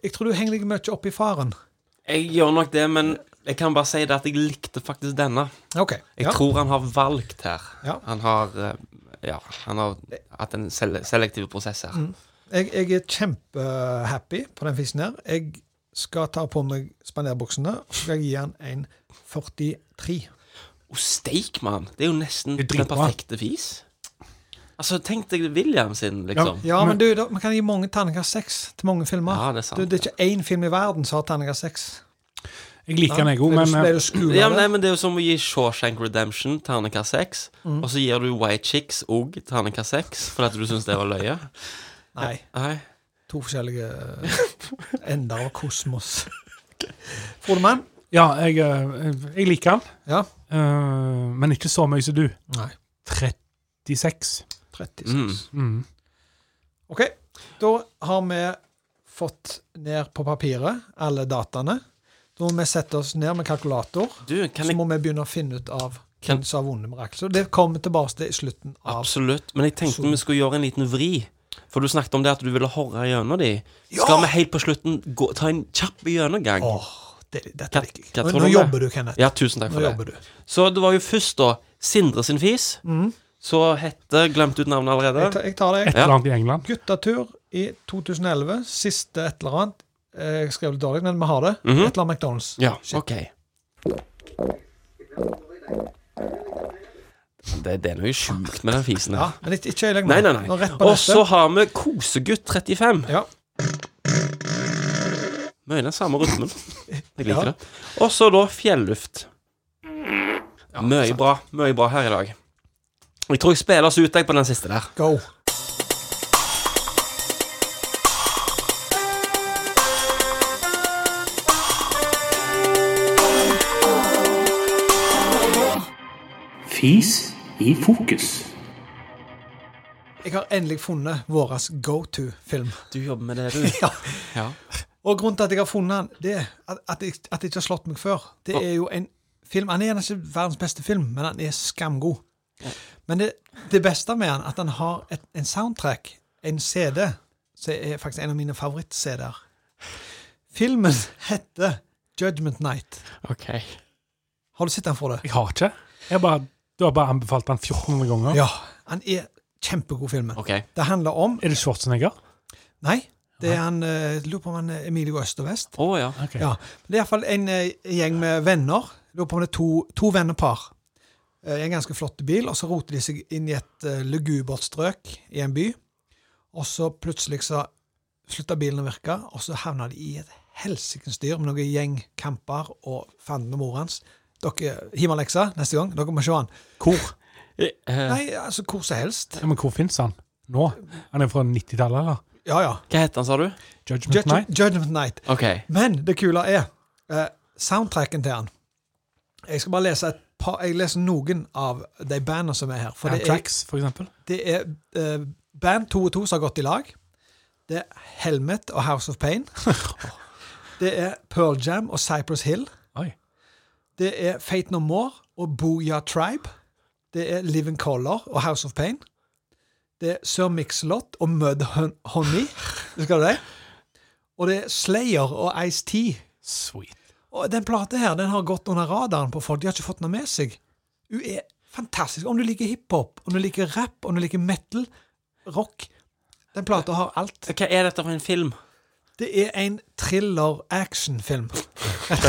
C: jeg tror du henger deg mye opp i faren.
B: Jeg gjør nok det, men jeg kan bare si det at jeg likte faktisk denne.
C: OK.
B: Jeg
C: ja.
B: tror han har valgt her.
C: Ja.
B: Han har eh, Ja, han har hatt en sele selektiv prosess her.
C: jeg, jeg er kjempehappy på den fisen her. Jeg skal ta på meg spanderbuksene, og så skal jeg gi han en 43.
B: Å, steik, Oh, mann! Det er jo nesten
D: Det er
B: den
D: dritbra.
B: perfekte fis. Altså, tenk deg William sin, liksom. Ja,
C: Ja, men du, da, man kan gi mange terningkast 6 til mange filmer.
B: det er
C: Du,
B: sant.
C: det er ikke én film i verden som har terningkast 6.
D: Jeg liker den, jeg òg, men
C: Ble
D: eh,
C: du skulet?
B: ja, men, nei, men Det er jo som å gi Shawshank Redemption terningkast 6,
C: Mm.
B: og så gir du White Chicks òg terningkast 6 fordi at du syns det var løye.
C: Nei.
B: Nei.
C: To
B: [laughs]
C: forskjellige ender av kosmos. Frode Mann?
D: ja, jeg, eh, jeg liker den.
C: Ja.
D: Eh, men ikke så mye som du.
C: Nei.
D: 36.
C: 36.
B: Mm.
D: Mm.
C: OK. Da har vi fått ned på papiret alle dataene. Da må vi sette oss ned med kalkulator,
B: Du, kan
C: så
B: jeg
C: må vi begynne å finne ut av
B: Kan-
C: hvem som har vunnet Mirakel. Så det kommer tilbake til i slutten av
B: Absolutt. Men jeg tenkte
C: Så-
B: vi skulle gjøre en liten vri. For du snakket om det at du ville horre gjennom de. Skal vi helt på slutten gå, ta en kjapp gjennomgang?
C: Åh, det, dette
B: Hva-
C: liker jeg.
B: hva
C: Nå,
B: tror du
C: nå
B: om det?
C: jobber du, Kenneth.
B: Ja, tusen takk
C: Nå
B: for det.
C: jobber du.
B: Så det var jo først, da, Sindre sin fis.
C: Mm.
B: Så hette Glemte ut navnet
C: Jeg,
B: allerede.
C: tar, jeg tar det.
D: Et
B: Ja.
D: eller annet i England.
C: Guttatur i 2011. Siste et eller annet. Eh, Jeg skrev det dårlig, men vi har det.
B: Mhm.
C: Et eller annet McDonald's.
B: Ja,
C: Shit.
B: OK. Det, det er noe sjukt med den fisen
C: Ja,
B: her.
C: men ikke, ikke jeg legger
B: Nei,
C: meg.
B: nei,
C: Nå
B: nei.
C: rett på
B: Og
C: neste.
B: så har vi Kosegutt 35.
C: Ja.
B: Mye den samme [laughs] rytmen. Jeg
C: Ja.
B: liker det. Og så da Fjelluft. Mye bra. Mye bra her i dag. Jeg tror jeg spiller oss ut jeg, på den siste der.
C: Go.
E: Fis i fokus.
C: Jeg har endelig funnet vår go to-film.
B: Du jobber med det, du.
C: Ja.
B: [laughs] Ja.
C: Og grunnen til at jeg har funnet den, det er at, at, jeg, at jeg ikke har slått meg før. Det er jo en film Han er gjerne ikke verdens beste film, men han er skamgod. Men det, det beste med han, at han har et, en soundtrack, en CD, som er faktisk en av mine favoritt-CD-er. Filmen [laughs] heter Judgment Night.
B: OK.
C: Har du sett den for deg?
D: Jeg har ikke. Jeg bare, du har bare anbefalt den 1400 ganger.
C: Ja. Han er kjempegod, filmen.
B: Ok.
C: Det handler om
D: Er det Schwarzenegger?
C: Nei, det er han eh, jeg Lurer på om han er Emilie Øst og Vest.
B: Å ja.
D: Ok.
C: Ja. Men Det er iallfall en eh, gjeng med venner. Jeg Lurer på om det er to, to vennepar. Eh, I en ganske flott bil, og så roter de seg inn i et eh, lugubert strøk i en by. Og så plutselig så slutta bilen å virke, og så havna de i et helsikens dyr med noen gjengkamper og fanden og mor hans. Dere Himaleksa neste gang. Dere må se han.
D: Hvor?
B: Eh,
C: Nei, altså hvor som helst.
D: Ja, men hvor fins han nå? Han er fra 90-tallet, eller?
C: Ja, ja.
B: hva heter han, sa du?
D: Judgment
C: Judgment,
D: Night?
C: Judgment Night.
B: OK. Eh,
C: Men det kule er eh, soundtracken til han. Jeg skal bare lese et par, jeg leser noen av de bandene som er her. For det er,
D: Anthrax, for eksempel?
C: det er eh, band to og to som har gått i lag. Det er Helmet og House of Pain. det er Pearl Jam og Cypress Hill.
D: Oi.
C: Det er Fate No More og Booyah Tribe. Det er Living Color og House of Pain. Det er Sir Mix-a-Lot og Mud Hun- Honey. Husker du det? Og det er Slayer og Ice-T.
D: Sweet.
C: Og den plata her den har gått under radaren på folk. De har ikke fått den med seg. Hun er Fantastisk. Om du liker hiphop, om du liker rap, om du liker metal, rock Den plata har alt.
B: Hva er dette for en film?
C: Det er en thriller-actionfilm.
B: [laughs]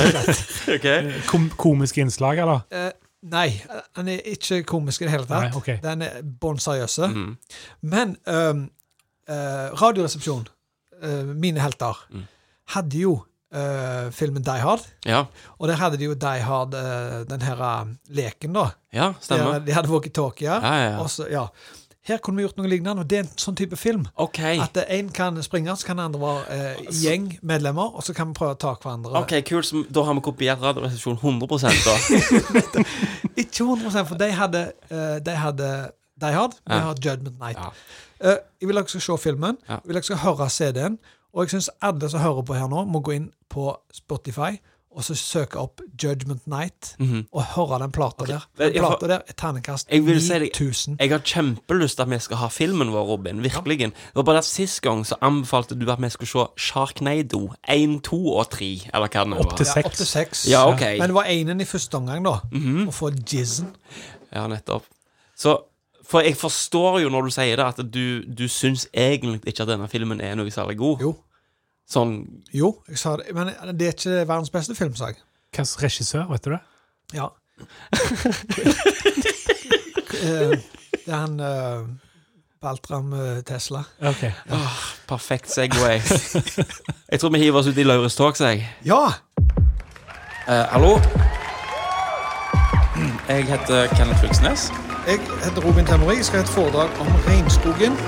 B: OK?
D: Kom komiske innslag, eller?
C: Eh, nei, eh, den er ikke komisk i det hele tatt.
D: Nei, ok.
C: Den er bånn seriøse. Men ehm, eh, Radioresepsjon, eh, mine helter, hadde jo eh, filmen Die Hard.
B: Ja.
C: Og der hadde de jo Die Hard, eh, den her eh, leken, da.
B: Ja,
C: Der,
B: stemmer.
C: de hadde walkietalkier.
B: Ja, ja, ja.
C: og så- ja. Her kunne vi gjort noe lignende, og det er en sånn type film.
B: OK.
C: At én kan springe, så kan den andre være eh, gjengmedlemmer, og så kan vi prøve å ta hverandre.
B: Ok, kult. så Da har vi kopiert Radioresepsjonen 100 da.
D: [laughs]
C: Ikke 100 for de hadde, eh, de hadde Die Hard, og de
B: Ja.
C: har Judgment Night.
B: Ja.
C: Eh, jeg vil at dere skal se filmen,
B: Ja.
C: jeg vil at dere skal høre CD-en, og jeg syns alle som hører på her nå, må gå inn på Spotify og så søke opp Judgment Night
B: Mhm.
C: og høre den plata der.
B: Jeg-
C: Den
B: jeg-
C: plata der er terningkast
B: Jeg vil si det-
C: 9000.
B: Jeg har kjempelyst til at vi skal ha filmen vår, Robin. Virkelig. Det var bare at Sist gang så anbefalte du at vi skulle se Sharknado 1, 2 og 3, eller hva det nå
D: Opp til
B: var.
C: Ja,
D: seks.
C: opp til seks.
B: Ja, ok. Mhm.
C: Men det var enen i første omgang, da. Å få jizzen.
B: Ja, nettopp. Så For jeg forstår jo når du sier det, at du, du syns egentlig ikke at denne filmen er noe særlig god.
C: Jo.
B: Sånn
C: Jo, jeg sa det. Men eh, det er ikke verdens beste filmsak.
D: Hvilken regissør, vet du det? [laughs]
C: Ja. Eh, det er han eh, Baltram eh, Tesla.
D: Ok.
B: perfekt Segway. jeg tror vi hiver oss ut i Lauritz Talks, jeg.
C: Ja!
B: Eh, hallo? Jeg heter Kenneth Fylkesnes.
C: Jeg heter Robin Temori. Jeg skal ha et foredrag om regnskogen.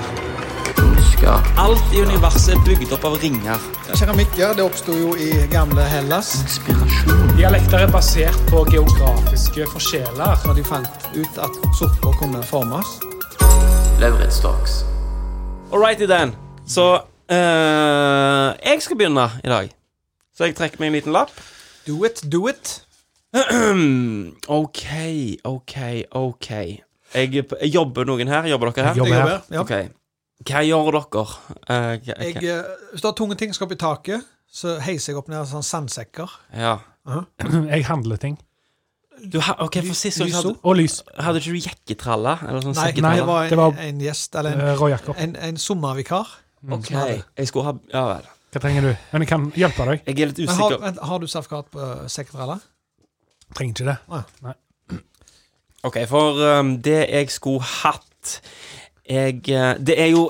B: Alt i universet er bygd opp av ringer.
C: Keramikker det oppsto jo i gamle Hellas
E: Dialekter er basert på geografiske forskjeller.
C: når de fant ut at sopper kunne formes.
B: All righty then. Så eh, jeg skal begynne i dag. Så jeg trekker meg en liten lapp. [clears throat]
C: Do it, do it.
B: OK, OK, OK. Jeg, jeg jobber noen her. Jobber dere her?
D: Jobber
C: Jeg
D: her.
C: jobber, ja.
B: OK. Hva gjør dere? Eh, hva- hva-
C: Jeg, eh, hvis du har tunge ting som skal opp i taket, så heiser jeg opp ned sånn sandsekker.
B: Ja.
D: [clears throat] Jeg handler ting.
B: Du, ha, OK, for sist gang så
C: Lyso?
B: hadde,
D: Og lys.
B: hadde ikke du jekketralle? Eller sånn
C: Nei,
D: Nei,
C: det
B: sekketralle?
C: var en,
D: det var-
C: en gjest, eller en,
D: Eh, Roy Jakob,
C: en, en sommervikar.
B: Mm. OK. Jeg skulle ha Ja vel.
D: hva trenger du? Men jeg kan hjelpe deg.
B: Jeg er litt
C: Men har,
B: usikker.
C: vent, har du sertifikat på eh, sekketraller?
D: Trenger ikke det.
B: OK, for um, det jeg skulle hatt Jeg eh, Det er jo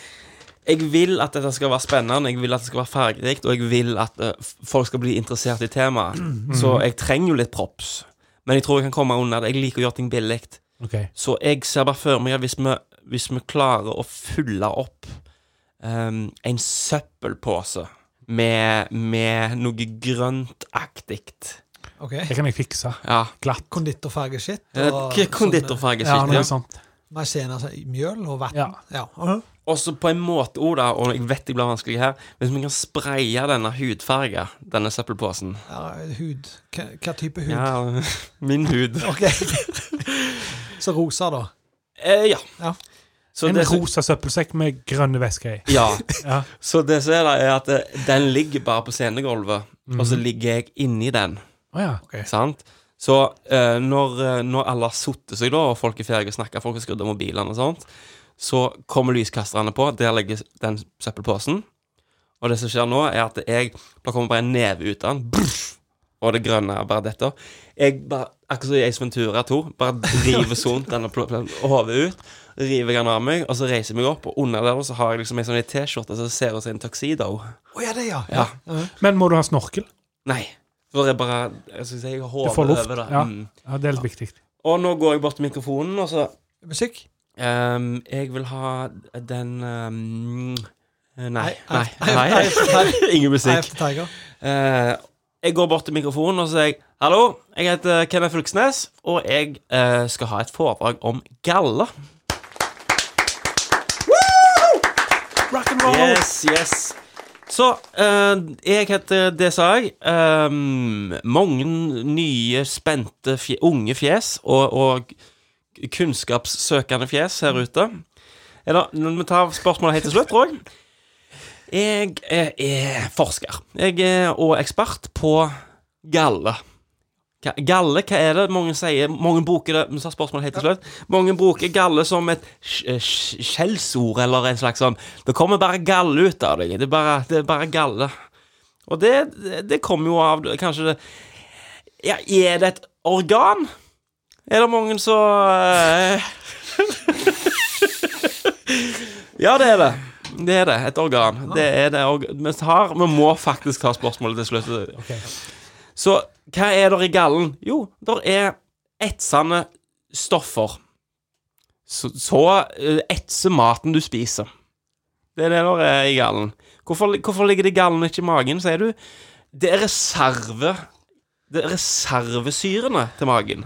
B: [laughs] Jeg vil at dette skal være spennende, jeg vil at det skal være fargerikt, og jeg vil at eh, f- folk skal bli interessert i temaet.
D: Mhm.
B: Så jeg trenger jo litt props. Men jeg tror jeg kan komme unna det. Jeg liker å gjøre ting billig.
D: Ok.
B: Så jeg ser bare for meg at hvis vi, hvis vi klarer å fylle opp um, en søppelpose med, med noe grøntaktig
C: Ok.
D: Det kan jeg fikse.
B: Ja.
D: Glatt.
C: Konditorfargeskitt. og
B: Eh, Konditorfarge.
D: sånn-
B: ja.
D: Ja, noe sånt.
C: Maisena, altså, mjøl og vann.
D: Ja.
C: Ja. Mhm.
B: Og så på en måte, Oda, og jeg vet det blir vanskelig her Hvis vi kan spraye denne hudfarga, denne søppelposen
C: Ja, hud. Hva, hva type hud?
B: Ja, [laughs] min hud.
C: [laughs] Ok. Så rosa, da.
B: Eh, ja.
C: Ja.
B: Så
D: En
B: det, som-
D: rosa søppelsekk med grønne væsker i.
B: ja.
D: Ja.
B: Så det som er da, er at eh, den ligger bare på scenegulvet, og så ligger jeg inni den.
D: Å ja.
B: Sant? Så eh, når, eh, når alle har sittet seg, da, og folk er ferdige å snakke, folk har skrudd av mobilene og sånt, så kommer lyskasterne på. Der ligger den søppelposen. Og det som skjer nå, er at jeg Da kommer bare en neve ut av den. Brrr, og det grønne bare detter. Jeg bare, akkurat som i Ace Ventura 2, bare river sunt denne pl- pl- hodet ut. River jeg den av meg, og så reiser jeg meg opp, og under der så har jeg liksom en sånn T-skjorte som ser ut som en tuxedo.
C: Å ja, det, ja.
B: Ja.
D: Men må du ha snorkel?
B: Nei. Så det er bare Jeg skal si jeg har
D: Du får
B: hodet
D: luft,
B: over det.
D: ja.
B: Mm.
D: Ja, Det er litt viktig.
B: Og nå går jeg bort til mikrofonen, og så
C: Musikk?
B: ehm, Jeg vil ha den ehm, Nei.
C: Nei,
B: Nei. nei,
C: nei, nei,
B: [laughs] Ingen
C: Eye
B: musikk.
C: of the Tiger.
B: Eh, jeg går bort til mikrofonen og så sier jeg, Hallo, jeg heter Kenneth Fylkesnes, og jeg eh, skal ha et foredrag om galle.
C: Rock and roll!
B: Yes, yes. Så eh, jeg heter Det sa jeg. ehm, mange nye, spente, fje, unge fjes og, og kunnskapssøkende fjes her ute. Eller, vi tar spørsmålet helt til slutt, tror jeg. Jeg eh, er forsker. Jeg er og ekspert på galle. Hva- Galle, hva er det mange sier? Mange bruker det Vi tar spørsmålet helt til slutt. Mange bruker galle som et sk- eh, sk- skjellsord, eller en slags sånn Det kommer bare galle ut av deg. Det er bare, det er bare galle. Og det, det- det kommer jo av Kanskje det Ja, er det et organ? Er det mange som eh, [laughs] Ja, det er det. Det er det. Et organ. Det er det org vi, har, vi må faktisk ta spørsmålet til slutt. Så hva er der i gallen? Jo, der er etsende stoffer. Så, så eh, etser maten du spiser. Det er det der er i gallen. Hvorfor, hvorfor ligger det i gallen og ikke i magen, sier du? Det er reserve Det er reservesyrene til magen.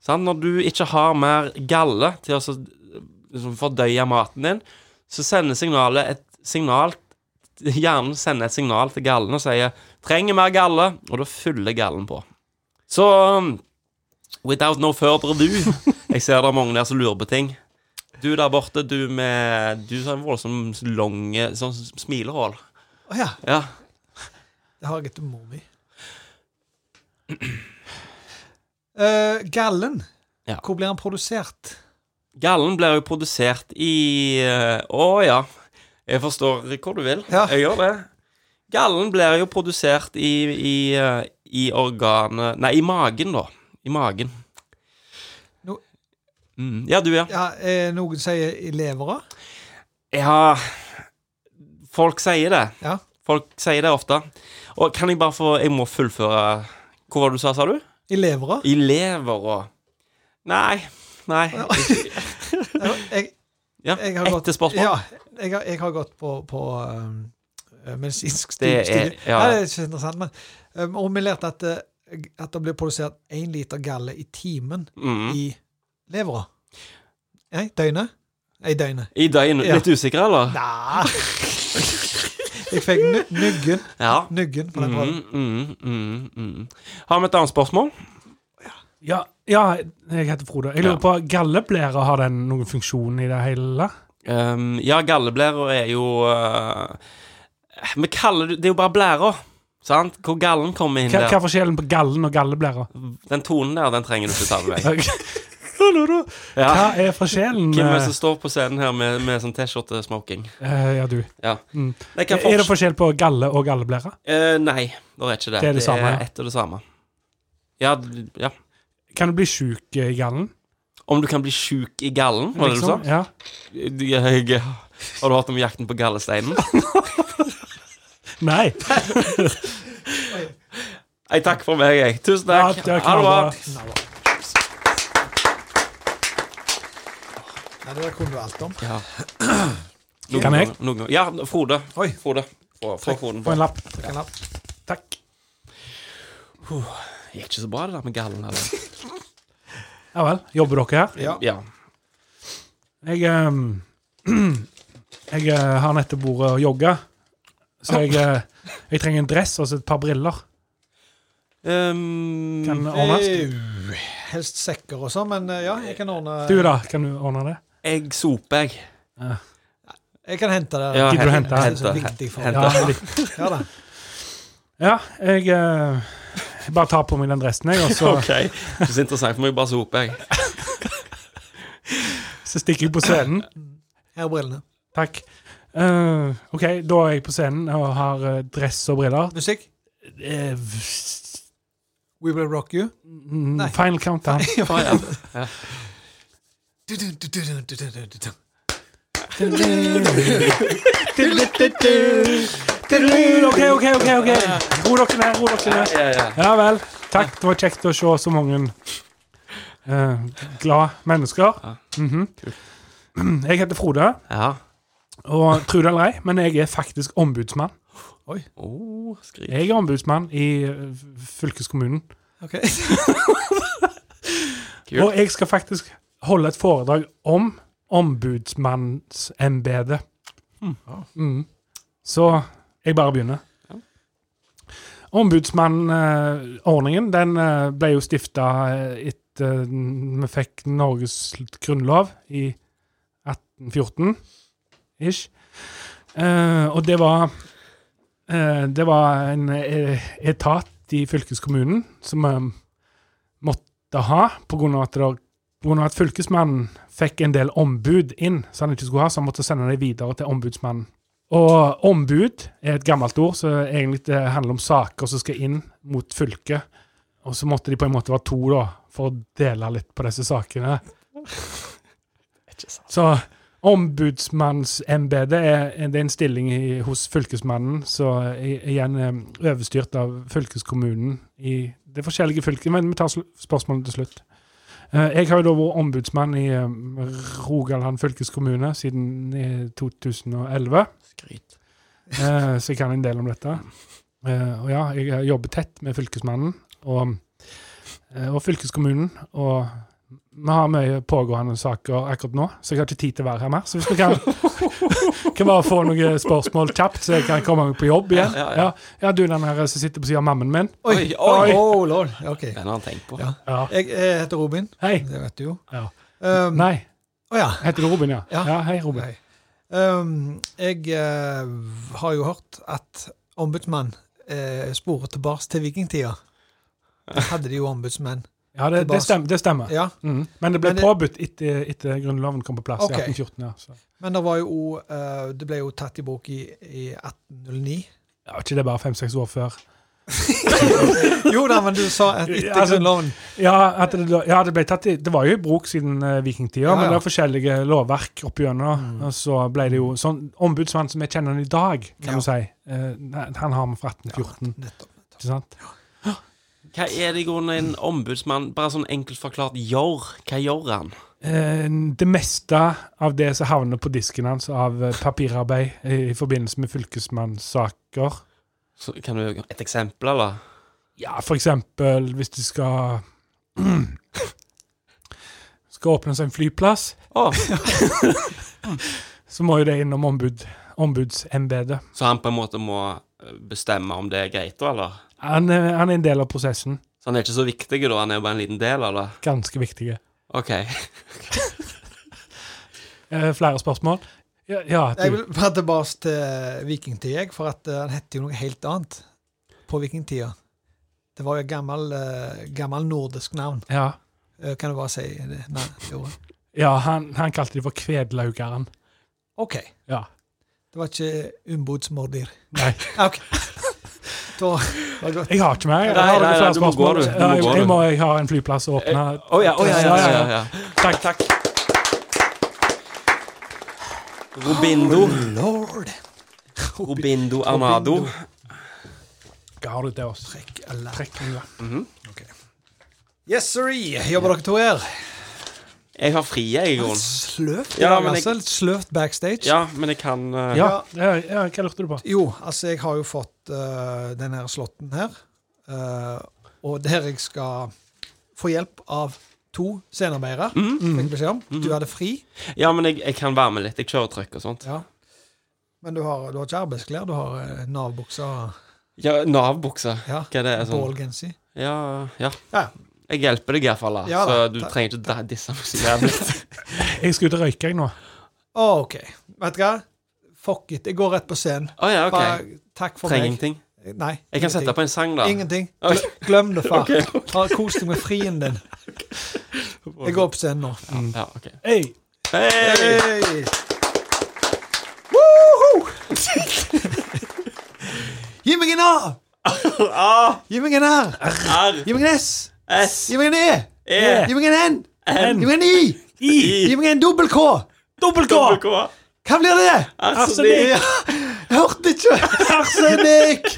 B: Sant? Når du ikke har mer galle til å så, eh, liksom, fordøye maten din, så sender signalet et signal Hjernen sender et signal til gallen og sier Trenger mer galle, og da fyller gallen på. Så um, without no further ado
C: [laughs]
B: Jeg ser det er mange der som lurer på ting. Du der borte, du med Du som har en voldsomt lang sånn smilehull.
C: Å ja.
B: Ja.
C: Det har jeg etter mor mi. Eh, gallen.
B: Ja.
C: Hvor blir han produsert?
B: Gallen blir jo produsert i eh, Å ja. Jeg forstår hvor du vil.
C: Ja.
B: Jeg gjør det. Gallen blir jo produsert i, i, eh, i organet Nei, i magen, da. I magen.
C: Nå-
B: Mm. Ja, du, ja.
C: Ja, eh, Noen sier i levera.
B: Ja Folk sier det.
C: Ja.
B: Folk sier det ofte. Og kan jeg bare få Jeg må fullføre Hvor var det du sa, sa du?
C: I levera.
B: I levera. Nei. Nei.
C: Ja, Jeg,
B: Ja,
C: jeg har gått-
B: Etter spørsmål.
C: ja, jeg, har- jeg har gått på, på um, eh, medisinsk
B: Det er-
C: studie. studie.
B: ja.
C: Nei, det er ikke så interessant, men um, Og vi lærte at, eh, at det blir produsert én liter galle i timen
B: Mm.
C: i levera. Nei, døgnet. Nei, døgnet.
B: I døgnet.
C: Ja.
B: Litt usikker, eller?
C: Nei. Jeg fikk nu- nuggen,
B: Ja.
C: nuggen på den prøven.
B: Mm, mm, mm, mm. Har vi et annet spørsmål?
D: Ja, ja, jeg heter Frode. Jeg
B: Ja.
D: lurer på, Galleblæra, har den noen funksjon i det hele?
B: Um, ja, galleblæra er jo eh, Vi kaller det Det er jo bare blæra, sant? Hvor gallen kommer inn
D: Hva, hva
B: der.
D: er forskjellen på gallen
B: [laughs]
D: og galleblæra?
B: Den tonen der, den trenger du ikke
C: [laughs]
B: ta med deg.
D: Hva
B: Ja.
D: er forskjellen?
B: Hvem er det som står på scenen her med, med sånn T-skjorte-smoking?
D: Eh, ja, du.
B: Ja.
D: Mm.
B: Nei, hva
D: Er det
B: forskjell-
D: forskjell på galle og galleblæra?
B: Eh, nei, det er ikke det.
D: Det er det samme, ja.
B: er ett og det samme. Ja, d- ja.
D: Kan du bli sjuk eh, i gallen?
B: Om du kan bli sjuk i gallen, var det du sa?
D: liksom? Ja.
B: Du- jeg- jeg- Har du hørt om jakten på gallesteinen?
D: Nei.
B: Nei, takk for meg, jeg. Tusen
D: Ja,
B: takk.
D: det er
B: Ha det bra.
D: knallbra.
C: Nei, det der kunne du alt om.
B: Ja. Noen
D: Kan jeg?
B: ganger- Noen ganger. Ja, Frode.
C: Oi.
B: Frode. Få få Froden
D: Få
B: på.
D: en lapp.
C: Kan jeg-
D: Takk.
B: Gikk ikke så bra, det der med gallen. Eller?
D: Ja vel. Jobber dere her?
C: Ja.
B: Ja.
D: Jeg ehm, [clears throat] Jeg eh, har nettopp vært og jogga, så jeg, eh, jeg trenger en dress og så et par briller.
B: Um,
D: Kan ordnes?
C: Eh, Helst sekker og sånn, men eh, ja, jeg kan ordne
D: Du, da? Kan du ordne det?
B: jeg soper, jeg.
C: Jeg kan hente det.
B: Ja,
D: Gidder du å
B: hent-
D: hente?
C: det er
B: hente-
C: så viktig for
B: hente.
C: meg.
D: Ja, litt.
C: [laughs] Ja da.
D: ja jeg eh, jeg bare tar på meg den dressen, jeg, og
B: [laughs]
D: så,
B: OK. Det er så interessant for meg. Bare soper, jeg.
D: så stikker jeg på scenen.
C: Her er brillene.
D: Takk. Eh, OK, da er jeg på scenen og har eh, dress og briller.
C: Musikk.
D: Eh, v-
C: We Will Rock You.
D: mm,
C: Nei.
D: Final countdown.
B: Å,
C: [laughs]
B: ja.
D: OK, OK, OK. ok Ro dere ned. ro dere ned
B: Ja, ja.
D: Ja vel. Takk. Det var kjekt å se så mange eh, glade mennesker. Mhm. Jeg heter Frode,
B: ja.
D: og tro det eller ei, men jeg er faktisk ombudsmann.
B: Oh, skri.
D: Jeg er ombudsmann i eh, fylkeskommunen.
C: Ok.
B: Kult.
D: Og jeg skal faktisk holde et foredrag om ombudsmannsembetet. Mm. Så jeg bare begynner. Ombudsmannordningen den eh, ble jo stifta etter eh, vi fikk Norges grunnlov i 1814 ish. Eh, og det var eh, Det var en eh, etat i fylkeskommunen, som vi måtte ha pga. at, det- på grunn av at fylkesmannen fikk en del ombud inn som han ikke skulle ha, så han måtte sende dem videre til ombudsmannen. Og ombud er et gammelt ord, så egentlig det handler om saker som skal inn mot fylket. Og så måtte de på en måte være to da, for å dele litt på disse sakene. Så ombudsmannsembetet er, det er en stilling i, hos fylkesmannen, så i- igjen eh, overstyrt av fylkeskommunen i det forskjellige fylket. Men vi tar sl- spørsmålet til slutt. Eh, Jeg har jo da vært ombudsmann i eh, Rogaland fylkeskommune siden eh, 2011,
B: Skryt.
D: eh, så jeg kan en del om dette. Eh, Og ja, jeg har jobbet tett med fylkesmannen og, eh, og fylkeskommunen. og vi har mye pågående saker akkurat nå, så jeg har ikke tid til å være her mer. Så hvis vi
B: [laughs]
D: kan, kan bare få noen spørsmål kjapt, så jeg kan komme meg på jobb igjen.
B: Ja, ja,
D: Ja,
B: ja.
D: ja du, den her som sitter på siden av mammen min.
C: Oi,
B: Oi, oi.
C: oi. Oh, lord. OK.
B: Den har han tenkt på.
C: Ja.
D: Ja.
C: Jeg, eh, heter Robin.
D: Hei.
C: Det vet du jo.
D: Ja.
C: Um,
D: Nei,
C: Å ja.
D: heter du Robin, ja?
C: Ja.
D: Ja, hei, Robin.
C: Nei. Um, jeg eh, har jo hørt at ombudsmann eh, sporer tilbake til vikingtida. Da hadde de jo ombudsmenn.
D: Ja, det, det stemmer. Det stemmer.
C: Ja,
D: Mm. Men det ble
C: Men det-
D: påbudt etter, etter Grunnloven kom på plass
C: Ok.
D: i 1814. Ja, så.
C: Men det, var jo, o- eh, det ble jo tatt i bruk i, i 1809.
D: ja, var ikke det bare fem-seks år før?
C: Jo da, men du sa at etter
D: Altså,
C: Grunnloven.
D: Ja, at det, da- ja det, ble tatt i, det var jo i bruk siden eh, vikingtida,
C: Ja, Mm.
D: men
C: ja.
D: det var forskjellige lovverk oppigjennom. Og så ble det jo sånn Ombudsmannen som jeg kjenner han i dag, kan
C: Ja.
D: du si, eh, nei, han har vi fra 1814.
C: Nettopp.
D: Ikke sant?
B: Hva er det i grunnen en ombudsmann Bare sånn enkelt forklart gjør? Hva gjør han?
D: Eh, det meste av det som havner på disken hans av eh, papirarbeid i, i forbindelse med fylkesmannssaker
B: Så kan du Et eksempel, eller?
D: Ja, for eksempel hvis de skal [clears throat] Skal åpne seg en flyplass,
B: Å,
D: så må jo det innom ombud, ombudsembedet.
B: så han på en måte må eh, bestemme om det er greit, da, eller?
D: Han, er- han er en del av prosessen.
B: Så han er ikke så viktig, da? Han er bare en liten del, eller?
D: Ganske viktige.
B: OK.
D: Eh, flere spørsmål? Ja, ja
C: Jeg
D: du.
C: vil bare tilbake til vikingtida, jeg, for at eh, han hette jo noe helt annet på vikingtida. Det var jo et gammel, eh, gammel nordisk navn.
D: Ja.
C: Eh, Kan du bare si det? Nei, det ordet?
D: ja han, han kalte de for Kvedlaugaren.
C: OK.
D: Ja.
C: Det var ikke umbodsmordir.
D: Nei,
C: OK.
D: [laughs]
C: Da var det godt.
D: jeg har ikke mer. Jeg
B: [laughs] Nei,
D: har
B: nei,
D: flere
B: nei, du må
D: spørsmål.
B: gå, du. Du
D: Ja,
B: må gå,
D: jeg, jeg,
B: du. Eh,
D: må, jeg har en flyplass å åpne.
B: Å ja, å ja, ja, ja, ja, ja.
D: Takk, takk.
B: Robindo.
C: Lord.
B: Robindo Arnado.
D: Ga du til oss?
C: Trekk eller
D: Trekk en lapp.
C: Yes, sorry. Jobber dere to her?
B: Jeg har fri, jeg, i grunnen.
C: Sløvt i
B: Ja,
C: dag,
B: men jeg-
C: altså. Litt sløvt backstage.
B: Ja, men jeg kan eh,
D: Ja, ja, ja, hva lurte du på?
C: Jo, altså, jeg har jo fått eh, den her slåtten her. eh, og der jeg skal få hjelp av to scenearbeidere.
B: Mhm.
C: Fikk jeg beskjed om. Du hadde fri.
B: Ja, men jeg, jeg kan være med litt. Jeg kjører trøkk og sånt.
C: Ja. Men du har, du har ikke arbeidsklær. Du har eh, Nav-bukse og
B: Ja, Nav-bukse.
C: ja,
B: Hva er det? Sånn?
C: ballgenser.
B: Ja, ja.
C: Ja.
B: Jeg hjelper deg iallfall,
C: Ja
B: ja, så
C: da.
B: du trenger ikke da- disse meg så jævlig.
D: Jeg skal ut og røyke, jeg nå.
C: OK. Vet du hva? Fuck it. Jeg går rett på scenen.
B: Å ja, OK.
C: Bare takk for
B: Trenger
C: meg.
B: ingenting.
C: Nei.
B: Jeg kan sette på en sang, da.
C: Ingenting.
B: Oi.
C: Gl- Glem det, far. Ha Kos deg med frien din. Jeg går opp scenen nå.
B: Ja, ok
D: Hey.
B: Hei!
C: Hey!
B: [laughs]
C: Gi meg en A! Gi meg en R!
B: R,
C: Gi meg en S!
B: S,
C: Gi meg en E!
B: E,
C: Gi meg en N!
B: N,
C: Gi meg en I!
B: I,
C: Gi meg en dobbel K!
D: Dobbel-K!
B: K,
C: Hva blir det?
B: Arsenikk.
C: Ja, jeg hørte ikke! Arsenikk!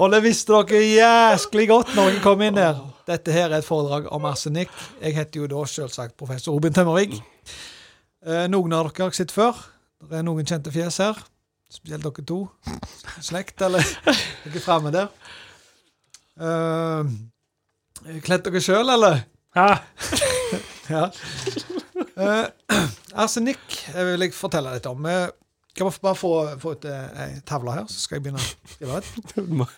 C: Og det visste dere jæsklig godt når jeg kom inn der. Dette her er et foredrag om arsenikk. Jeg heter jo da selvsagt professor Robin Tømmervik. Eh, noen av dere har jeg sett før. Det er noen kjente fjes her. Spesielt dere to. Slekt, eller dere framme der. Eh, Kledd dere sjøl, eller?
D: Ja,
C: Ja. Eh, arsenikk eh, vil jeg fortelle litt om. Eh, Kan jeg bare få, få ut eh, ei tavle her, så skal jeg begynne å skrive litt?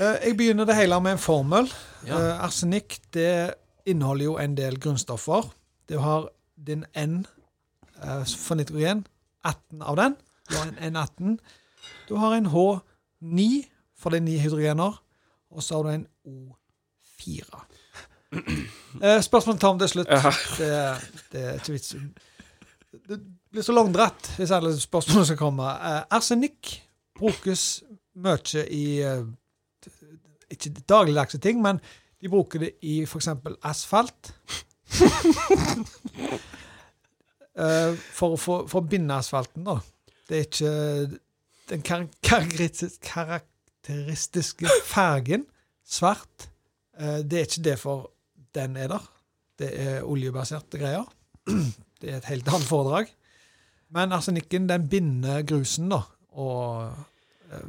C: Eh, jeg begynner det hele med en formel.
B: Ja.
C: Eh, arsenikk det inneholder jo en del grunnstoffer. Du har din N eh, for nitrogen, 18 av den. Du har en N18. Du har en H9 for de ni hydrogener. Og så har du en O4. Eh, Spørsmålet tar om det er slutt.
B: Ja.
C: Det, det er ikke vits. Det blir så langdratt hvis alle spørsmålene skal komme. Eh, arsenikk brukes mye i eh, Ikke dagligdagse ting, men de bruker det i f.eks. asfalt. Eh, for, å få- for å binde asfalten, da. Det er ikke den kar karakteris- karakteristiske fargen, svart, eh, det er ikke det for den er der. Det er oljebaserte greier. [clears throat] Det er et helt annet foredrag. Men arsenikken, den binder grusen, da, og eh,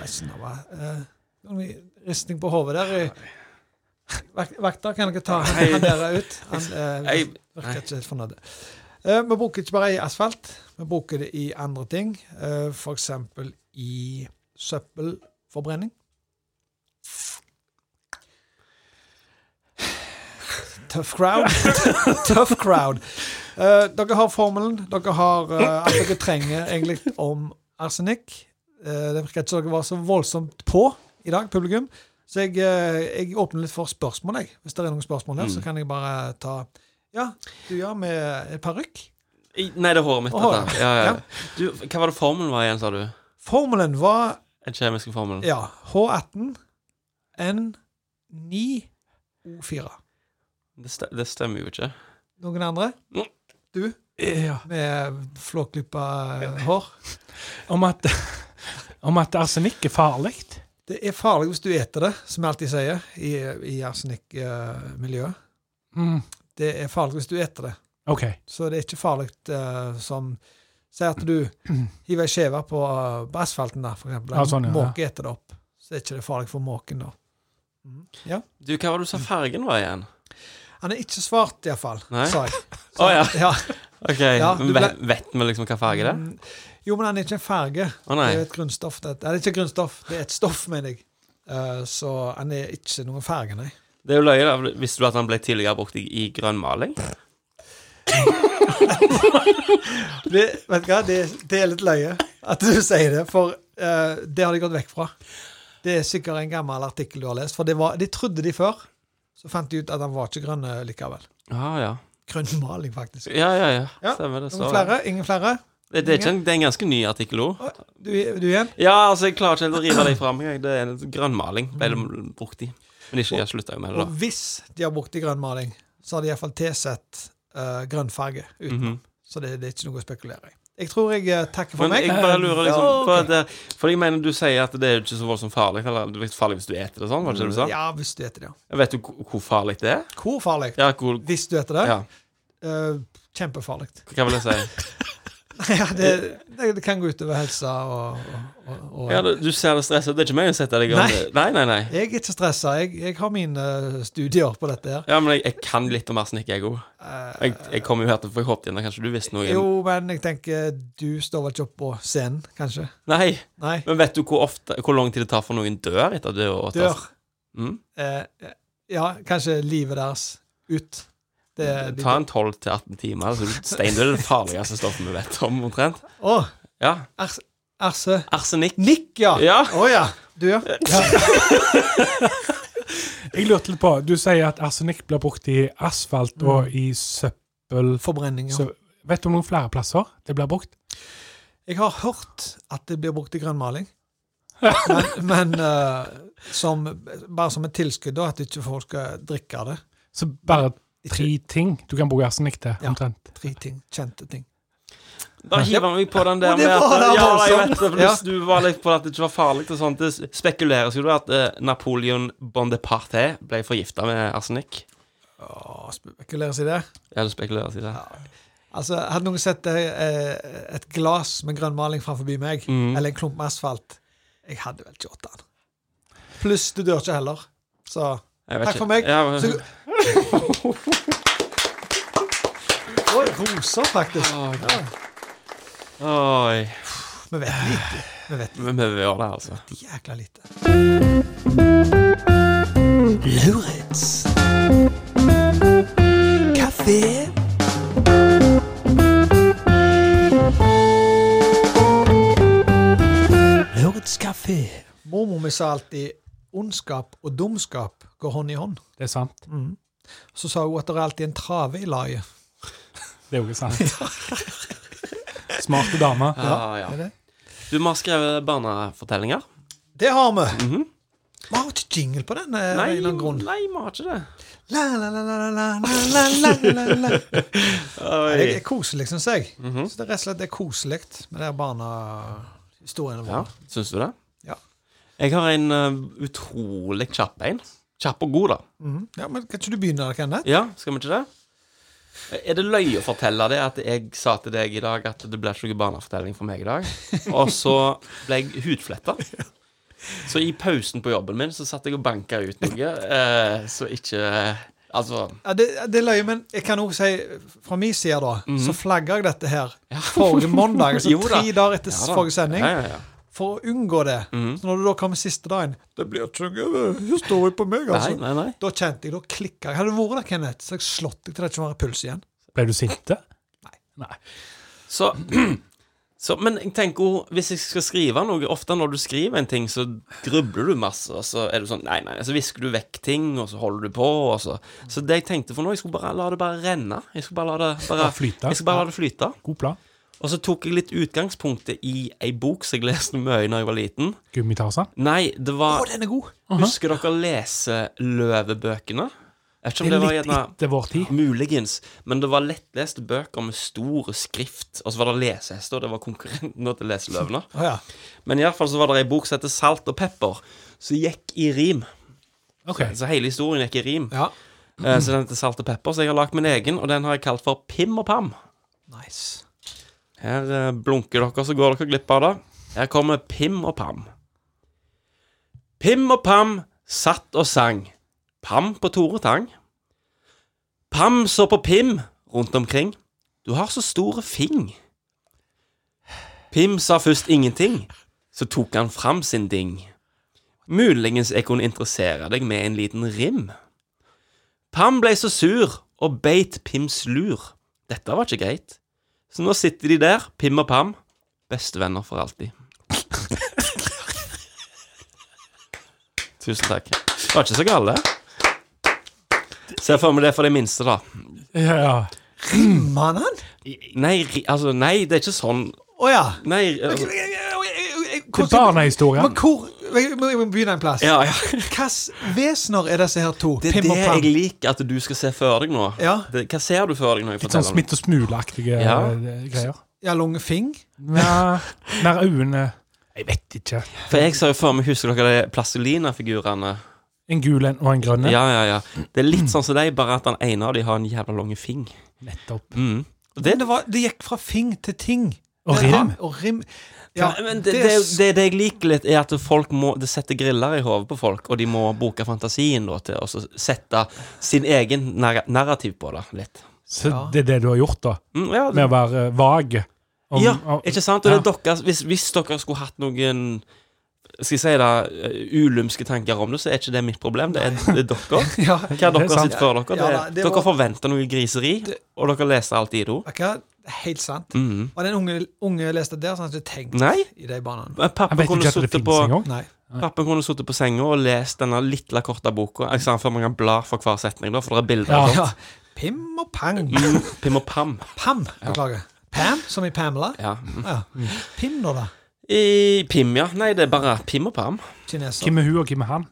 C: resten av eh, noen Ristning på hodet der. i- Vak- Vakter, kan dere ta han han der ut? Han eh,
B: Jeg,
C: virker ikke helt fornøyd. Eh, vi bruker ikke bare i asfalt, vi bruker det i andre ting. Eh, for eksempel i søppelforbrenning. Tough crowd. Tough crowd. Eh, dere har formelen. Dere har eh, alt dere trenger egentlig om arsenikk. Eh, det virker ikke som dere var så voldsomt på i dag, publikum. Så jeg, eh, jeg åpner litt for spørsmål. Jeg. Hvis det er noen spørsmål her, så kan jeg bare ta Ja, du gjør med parykk.
B: nei, det er håret mitt.
C: Å, håret.
B: dette. Ja, ja.
C: Ja.
B: Du, hva var det formelen var igjen, sa du?
C: Formelen var
B: Den kjemiske formelen?
C: ja, H18 N9O4.
B: Det, ste- det stemmer jo ikke.
C: Noen andre?
B: Nei.
C: Du,
D: Ja.
C: med flåklippa hår.
D: Om at, [laughs] om at arsenikk er farlig.
C: Det er farlig hvis du eter det, som jeg alltid sier i, i arsenikkmiljøet.
D: Mm.
C: Det er farlig hvis du eter det.
D: OK.
C: Så det er ikke farlig eh, som Si at du hiver ei skive på, eh, på asfalten der, for eksempel.
D: Ja, sånn, ja,
C: Måke eter det opp. Så er ikke det farlig for måken, da.
B: Du, hva var det du sa fargen var igjen?
C: Han er ikke svart, iallfall,
B: Nei.
C: sa jeg.
B: [laughs] Å ja.
C: Ja.
B: OK.
C: Ja, du
B: Men
C: ble-
B: vet, vet vi liksom hva farge det er?
C: Mm, Jo, men han er ikke en farge.
B: Å
C: Det
B: nei.
C: er jo et grunnstoff. Det er, det er ikke et grunnstoff, det er et stoff, mener jeg. Eh, så han er ikke noen farge, nei.
B: Det er jo løye. da. Visste du at han ble tidligere brukt i, i grønnmaling?
C: Det, vet du hva, det, det er litt løye at du sier det, for eh, det har de gått vekk fra. Det er sikkert en gammel artikkel du har lest, for det var, de trodde de før. Så fant de ut at han var ikke grønn eh, likevel.
B: Ja, Ah, ja.
C: Grønn maling, faktisk.
B: Ja, ja, ja.
C: Ja,
B: Stemmer det.
C: Noen
B: står
C: flere? Ingen flere?
B: Det, det, er ikke en, det er en ganske ny artikkel òg.
C: Å, Du, du igjen?
B: Ja, altså, jeg klarer ikke helt å rive deg fra meg. jeg. Det er en grønnmaling ble det brukt i. Men ikke, jeg slutta jo med det,
C: Og
B: da.
C: hvis de har brukt i grønn maling, så har de iallfall tilsett eh, grønn farge utenom.
B: Mhm.
C: Så det, det er ikke noe å spekulere i. Jeg tror jeg eh, takker for
B: Men
C: meg.
B: jeg bare lurer liksom
C: Ja,
B: på
C: ok.
B: det, For jeg mener du sier at det er jo ikke så voldsomt farlig. Eller det er farlig hvis du eter det sånn, var det ikke det du sa?
C: Ja, hvis du heter det. ja.
B: Vet du hvor hvor farlig det er?
C: Hvor farlig?
B: Ja, hvor
C: Hvis du heter det?
B: Ja,
C: eh, kjempefarlig.
B: hva vil jeg si?
C: ja, det, det, det kan gå utover helsa og, og, og,
B: Eh,
C: og
B: Ja, du, du ser det stresset. Det er ikke meg å sette deg i gang. Nei, nei, nei.
C: Jeg er ikke stressa. Jeg, jeg har mine eh, studier på dette her.
B: Ja, men jeg, jeg kan litt om arsenikk, jeg òg. Jeg, jeg kom jo her til for jeg håpet igjen, kanskje du visste noe?
C: Eh, Jo, men jeg tenker du står vel ikke oppe på scenen, kanskje?
B: Nei,
C: Nei.
B: men vet du hvor ofte Hvor lang tid det tar for noen dør etter det? å- å ta-
C: Dør.
B: Mm?
C: Eh, ja, kanskje livet deres ut. Det, de,
B: Eh, Ta en 12-18 timer. Altså, stein det er det farligste stoffet vi vet om, omtrent.
C: Å,
B: Ja.
C: ars, arse...
B: Arsenikk.
C: Nikk, ja! Å
B: Ja.
C: ja. Du, ja.
D: Jeg lurte litt på Du sier at arsenikk blir brukt i asfalt og i søppel...
C: Forbrenning, ja.
D: Så, vet du om noen flere plasser det blir brukt?
C: Jeg har hørt at det blir brukt i grønnmaling. Men, men eh, som, bare som et tilskudd, da, at ikke folk skal drikke av det.
D: Så bare tre
C: Ikke
D: ting du kan bruke arsenikk til,
C: Ja.
D: omtrent.
C: tre ting, kjente ting.
B: Da hiver vi på [laughs] den der eh,
C: Og det var da
B: ja, jeg
C: voldsomt.
B: vet det, for
C: Ja.
B: hvis du var litt på at det ikke var farlig og sånt, det spekuleres jo da at eh, Napoleon Bondeparté ble forgifta med arsenikk.
C: Å, spekuleres i det.
B: Ja, det spekuleres i det.
C: Altså, Hadde noen sett eh, et glass med grønn maling framfor meg,
B: Mm.
C: eller en klump med asfalt, jeg hadde vel ikke ått den. Pluss, du dør ikke heller. Så
B: Jeg vet
C: Takk
B: ikke.
C: for meg.
B: Ja,
C: Så- [laughs] Oi, roser, faktisk.
B: Oi.
C: Vi vet lite. Vi vet
B: Men vi gjør det, altså.
C: jækla lite.
A: Lauritz. Kafé. Lauritz kafé.
C: Mormor mi sa alltid ondskap og dumskap går hånd i hånd.
D: Det er sant.
C: Så sa hun at det er alltid en trave i laget.
D: Det er jo ikke sant. Smarte dame.
B: Ja, ja.
C: Er det?
B: Du, vi har skrevet barnefortellinger.
C: det har vi!
B: Mhm.
C: Vi har jo ikke jingle på den. eh, av en
B: Nei,
C: eller annen grunn.
B: nei, vi har ikke det.
C: La, la, la, la, la, la, la, la, la, la. Ja, Det er
B: [laughs] Oi. Mhm.
C: koselig, syns jeg. Så det er rett og slett det er koselig med de barnehistoriene
B: Ja,
C: våre.
B: Syns du det?
C: Ja.
B: Jeg har en eh, utrolig kjapp en. Kjapp og god, da.
C: Mhm. Ja, men Kan ikke du begynne, Kenneth?
B: Ja, skal vi ikke det? Er det løye å fortelle det at jeg sa til deg i dag at det ble ikke noen barnefortelling for meg i dag? Og så ble jeg hudfletta. Så i pausen på jobben min så satt jeg og banka ut noe, eh, så ikke Altså
C: Ja, det, det er løye, men jeg kan òg si fra min side, da, så flagga jeg dette her forrige mandag. Altså
B: Mhm. [laughs] Jo da.
C: tre dager etter
B: ja da.
C: forrige sending.
B: Ja, Mhm. ja, ja.
C: For å unngå det. Så når du da kommer siste dagen Det blir ikke noe historie på meg,
B: Nei,
C: altså.
B: nei, nei.
C: Da kjente jeg, da klikka jeg. Hadde det vært der, Kenneth, så hadde jeg slått deg til det ikke var puls igjen.
D: Ble du sinte?
B: Så, [clears throat] så Men jeg tenker jo, hvis jeg skal skrive noe Ofte når du skriver en ting, så grubler du masse, og så er du sånn Nei, nei, så visker du vekk ting, og så holder du på, og så Så det jeg tenkte for nå, jeg skulle bare la det bare renne. Jeg skulle bare la det bare
D: Bare flyte.
B: Jeg skulle bare la det flyte.
D: God plan.
B: Og så tok jeg litt utgangspunktet i ei bok som jeg leste mye da jeg var liten.
D: Gummitarzan.
B: Nei, det
C: Å,
B: var
C: den er god!
B: Husker dere leseløvebøkene? Jeg vet ikke om
D: Det
B: det
D: er
B: var
D: litt
B: gjerne
D: etter vår tid.
B: Muligens. Men det var lettleste bøker med store skrift. Og så var det lesehester, og det var konkurrenten til leseløvene.
C: Å ja.
B: Men iallfall så var det ei bok som heter Salt og pepper, som gikk i rim.
D: Ok.
B: Så hele historien gikk i rim.
C: ja.
B: Eh, Så den heter Salt og pepper, så jeg har lagd min egen, og den har jeg kalt for Pim og Pam.
C: [clears throat] Nice.
B: Her eh, blunker dere, så går dere glipp av det. Her kommer Pim og Pam. Pim og Pam satt og sang. Pam på Tore Tang. Pam så på Pim rundt omkring. Du har så store fing. Pim sa først ingenting, så tok han fram sin ding. Muligens jeg kunne interessere deg med en liten rim. Pam ble så sur og beit Pims lur. Dette var ikke greit. Så nå sitter de der, Pim og Pam, bestevenner for alltid. Tusen takk. Det var ikke så galt, det. Ser for meg det er for de minste, da.
D: Ja, ja.
C: Mann, han!
B: Nei, ri- altså, nei, det er ikke sånn
C: Å ja.
B: Nei
C: Jeg-
B: altså,
C: jeg- jeg- jeg- jeg-
D: Til
C: hvordan-
D: barnehistorien.
C: Men hvor Jeg må jeg må begynne en plass.
B: Ja, ja.
C: Hvilke vesener er disse her to?
B: [laughs] Det er
C: Pim
B: det
C: og Pam?
B: jeg liker at du skal se for deg nå.
C: Ja.
B: Det, hva ser du for deg når jeg
D: Litt sånn
B: forteller?
D: smitt og smuleaktige
B: Ja.
D: eh, greier.
C: Ja, Lange Fing?
D: Ja, Mer øyne Jeg vet ikke.
B: det? For jeg ser jo for meg, husker dere de Plasolina-figurene?
D: En gul en og en grønn en.
B: Ja, ja, ja. Det er litt sånn som deg, bare at den ene av dem har en jævla lang fing.
D: Nettopp.
B: Mm. Og
C: Det, det, var, det gikk fra Fing til Ting.
D: Og
C: Ja,
D: rim.
C: og rim.
B: Ja,
C: Ja,
B: men det, det, er jo-
C: s-
B: det, det jeg liker litt, er at folk må, det setter griller i hodet på folk, og de må bruke fantasien da, til å så sette sin egen narra- narrativ på det litt.
D: Så
C: Ja.
D: det er det du har gjort, da?
B: Mm, ja,
D: Med å være eh, vag? om-
B: ja,
D: om-
B: ikke sant? Og det er dere, hvis, hvis dere skulle hatt noen skal jeg si det, eh, ulumske tanker om det, så er ikke det mitt problem. Det er, det er
D: [laughs]
B: dere.
C: ja,
B: Hva
D: Det er
B: dere
D: sant.
B: sitter for dere? Det,
C: Ja,
B: er-
C: da, det
B: dere
C: var-
B: forventer noe griseri, og dere leser alt i do.
C: akkurat, det er helt sant.
B: Mm.
C: Og den unge, unge leste der, så han hadde ikke tenkt
B: Nei.
C: i de banene.
B: Men
D: Jeg
B: Pappa
D: vet
B: kunne
D: ikke at det
B: sittet
D: finnes
B: på
D: engang.
C: Nei.
B: Pappen kunne sittet på senga og lest denne lille, korte boka. Jeg sa han før man kan bla for hver setning, da, for det er bilder.
D: Ja.
C: Ja. Pim og Pang.
B: Mm, Pim og Pam.
C: Pam, beklager. Pam, som i Pamela.
B: Ja.
C: Ja. Pim, nå, da.
B: I Pim, ja. Nei, det er bare Pim og Pam. Eh,
C: Kineser.
D: Hvem er hun, og hvem er han?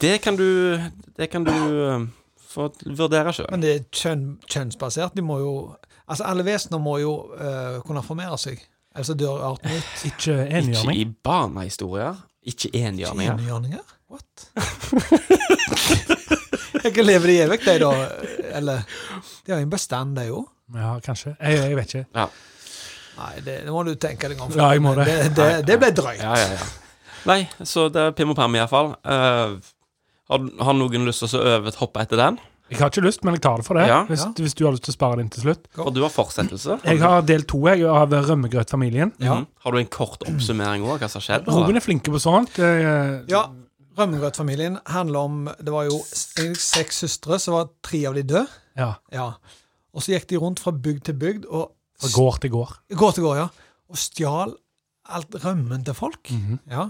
B: Det kan du Det kan du eh, få vurdere sjøl.
C: Men det er kjønn, kjønnsbasert. De må jo Altså, alle vesener må jo eh, kunne formere seg. Altså, Ellers så dør arten ut.
D: Ikke
B: Ikke
D: enhjørning?
B: i barnehistorier. Ikke enhjørninger.
C: Enhjørninger? What? [laughs] Ikke lever de evig, de, da? Eller De har jo en bestand, de òg.
D: Ja, kanskje. Jeg, jeg vet ikke.
B: Ja.
C: Nei, det nå må du tenke deg om.
D: Ja, jeg må det.
C: Det, det, det ble drøyt.
B: Ja, ja, ja. Nei, så det er Pim og Pam, iallfall. Uh, har, har noen lyst til å så øve et hopp etter den?
D: Jeg har ikke lyst, men jeg tar det for det.
B: Ja.
D: Hvis,
C: Ja.
D: hvis du har lyst til å spare den til slutt.
B: For du har fortsettelse.
D: Jeg har del to jeg, av Rømmegrøtfamilien.
B: Mhm. Har du en kort oppsummering òg, hva som har skjedd?
D: Robin er flinke på sånt. Jeg,
C: Ja, Rømmegrøtfamilien handler om Det var jo s- seks søstre, så var tre av de døde.
D: ja.
C: Ja. Og så gikk de rundt fra bygd til bygd og
D: Fra gård til gård.
C: gård til gård, ja. Og stjal alt rømmen til folk. Ja.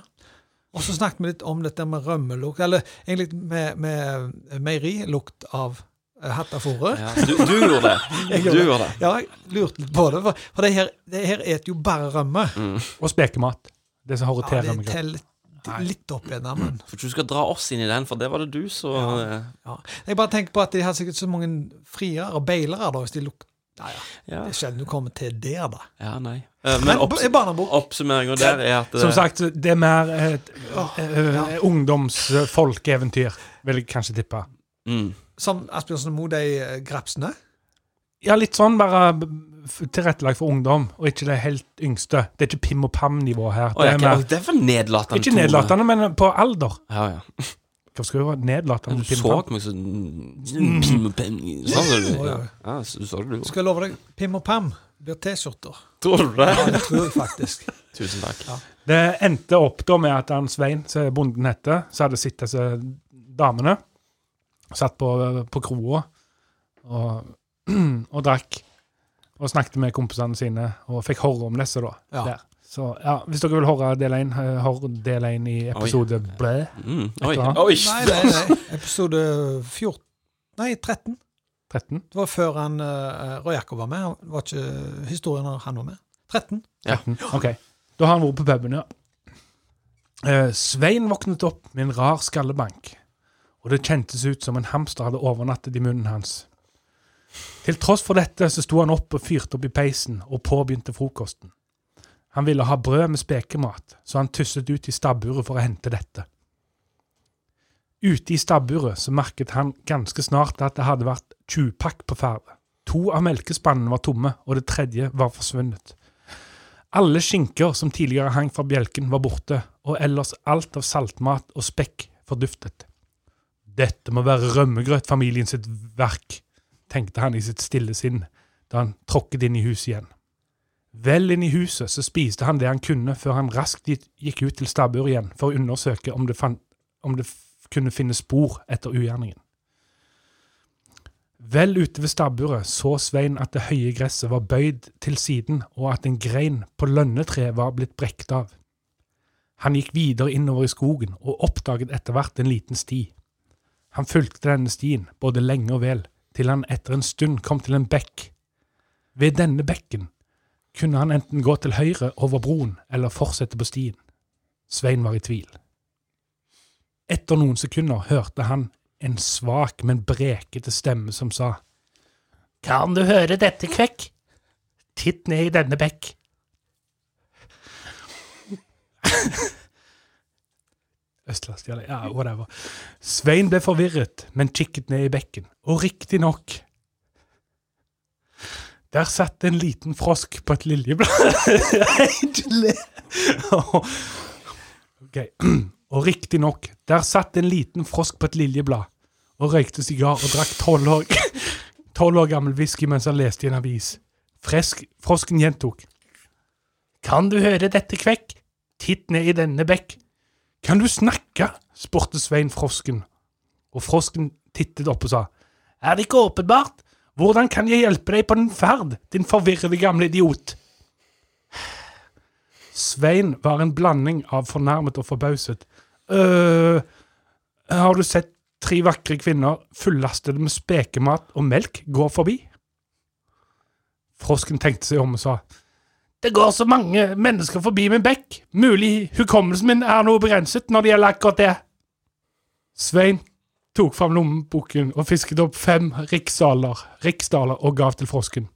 C: Og så snakket vi litt om dette med rømmelukt, eller egentlig med, med meierilukt av eh, hattafôret.
B: Ja, du, du gjorde det.
C: [laughs] Jeg
B: Du
C: gjorde det.
B: gjorde det.
C: Ja, jeg lurte litt på det, for, for det her, det her et jo bare rømme.
D: Og spekemat. Det som
C: Ja,
D: horriterer
C: det
D: meg.
C: teller litt opp igjen, da, men
B: For du skal dra oss inn i den, for det var det du som eh,
C: ja. Jeg bare tenker på at de har sikkert så mange friere og beilere, da, hvis de lukter Nei, ja,
B: Ja,
C: det er sjelden du kommer til der, da.
B: ja nei. Eh,
C: Men
B: Men opps
C: i barnebok
B: oppsummeringa der er at eh,
D: Som sagt, det er mer eh, et ungdomsfolkeeventyr, vil jeg kanskje tippe.
B: mm,
C: Som Asbjørnsen og Moe, de eh, grepsene.
D: Ja, litt sånn bare b- f- tilrettelagt for ungdom, og ikke det helt yngste. Det er ikke pim og pam-nivå her.
B: Å,
D: Det
B: jeg,
D: er
B: kan-
D: mer,
B: å, det var nedlatende.
D: ikke
B: Tone.
D: nedlatende, men på alder.
B: Ja, ja.
D: Hva skal du være?
B: Du
D: Nedlatende?
B: så
D: pim og pam?
B: meg sånn
D: Mm.
B: Sånn sa du
C: Oi,
B: ja.
C: oi.
B: Ja, så- du sa det, du òg.
C: Skal jeg love deg, Pim og Pam blir T-skjorter.
B: Tror du
C: Ja,
B: det?
C: det tror jeg faktisk.
B: Tusen takk.
D: Det endte opp da med at han Svein, som bonden heter, så hadde sett disse damene, satt på, på kroa og, [clears throat] og drakk, og snakket med kompisene sine, og fikk horror om disse da.
C: Ja.
D: Der. Så ja, hvis dere vil horre del 1, horre del 1 i episode blæ.
B: Mm. Oi.
D: Etter han.
B: Oi.
C: Nei, nei, nei. Episode 14 Nei, 13.
D: 13.
C: Det var før han uh, Roy Jakob var med. Det var ikke historien når han var med. 13.
D: 13. Ok. Da har han vært på puben, ja. Eh, Svein våknet opp med en rar skallebank, og det kjentes ut som en hamster hadde overnattet i munnen hans. Til tross for dette så sto han opp og fyrte opp i peisen og påbegynte frokosten. Han ville ha brød med spekemat, så han tusset ut i stabburet for å hente dette. Ute i stabburet så merket han ganske snart at det hadde vært 20-pakk på ferde. To av melkespannene var tomme, og det tredje var forsvunnet. Alle skinker som tidligere hang fra bjelken, var borte, og ellers alt av saltmat og spekk forduftet. Dette må være rømmegrøt familien sitt verk, tenkte han i sitt stille sinn da han tråkket inn i huset igjen. Vel inn i huset så spiste han det han kunne før han raskt gikk- gikk ut til stabburet igjen for å undersøke om det, fan- om det f- kunne finne spor etter ugjerningen. Vel ute ved stabburet så Svein at det høye gresset var bøyd til siden, og at en grein på lønnetreet var blitt brekt av. Han gikk videre innover i skogen og oppdaget etter hvert en liten sti. Han fulgte denne stien både lenge og vel, til han etter en stund kom til en bekk. Ved denne bekken kunne han enten gå til høyre over broen eller fortsette på stien. Svein var i tvil. Etter noen sekunder hørte han en svak, men brekete stemme som sa Kan du høre dette, Kvekk? Titt ned i denne bekk. [laughs] Østlandsdialekt, ja, whatever. Svein ble forvirret, men kikket ned i bekken, og riktignok Der satt en liten frosk på et liljeblad. [laughs] Ikke le. Ok. Og riktignok, der satt en liten frosk på et liljeblad og røykte sigar og drakk tolv år, [laughs] 12 år gammel whisky mens han leste i en avis. Fresk, frosken gjentok. Kan du høre dette, Kvekk? Titt ned i denne bekk. Kan du snakke? spurte Svein frosken, og frosken tittet opp og sa. Er det ikke åpenbart? Hvordan kan jeg hjelpe deg på din ferd, din forvirrede gamle idiot? [sighs] Svein var en blanding av fornærmet og forbauset. øh, har du sett tre vakre kvinner fullastede med spekemat og melk gå forbi? Frosken tenkte seg om og sa. Det går så mange mennesker forbi min bekk. Mulig hukommelsen min er noe begrenset når det gjelder akkurat det. Svein tok fram lommeboken og fisket opp fem riksdaler, riksdaler og gav til frosken.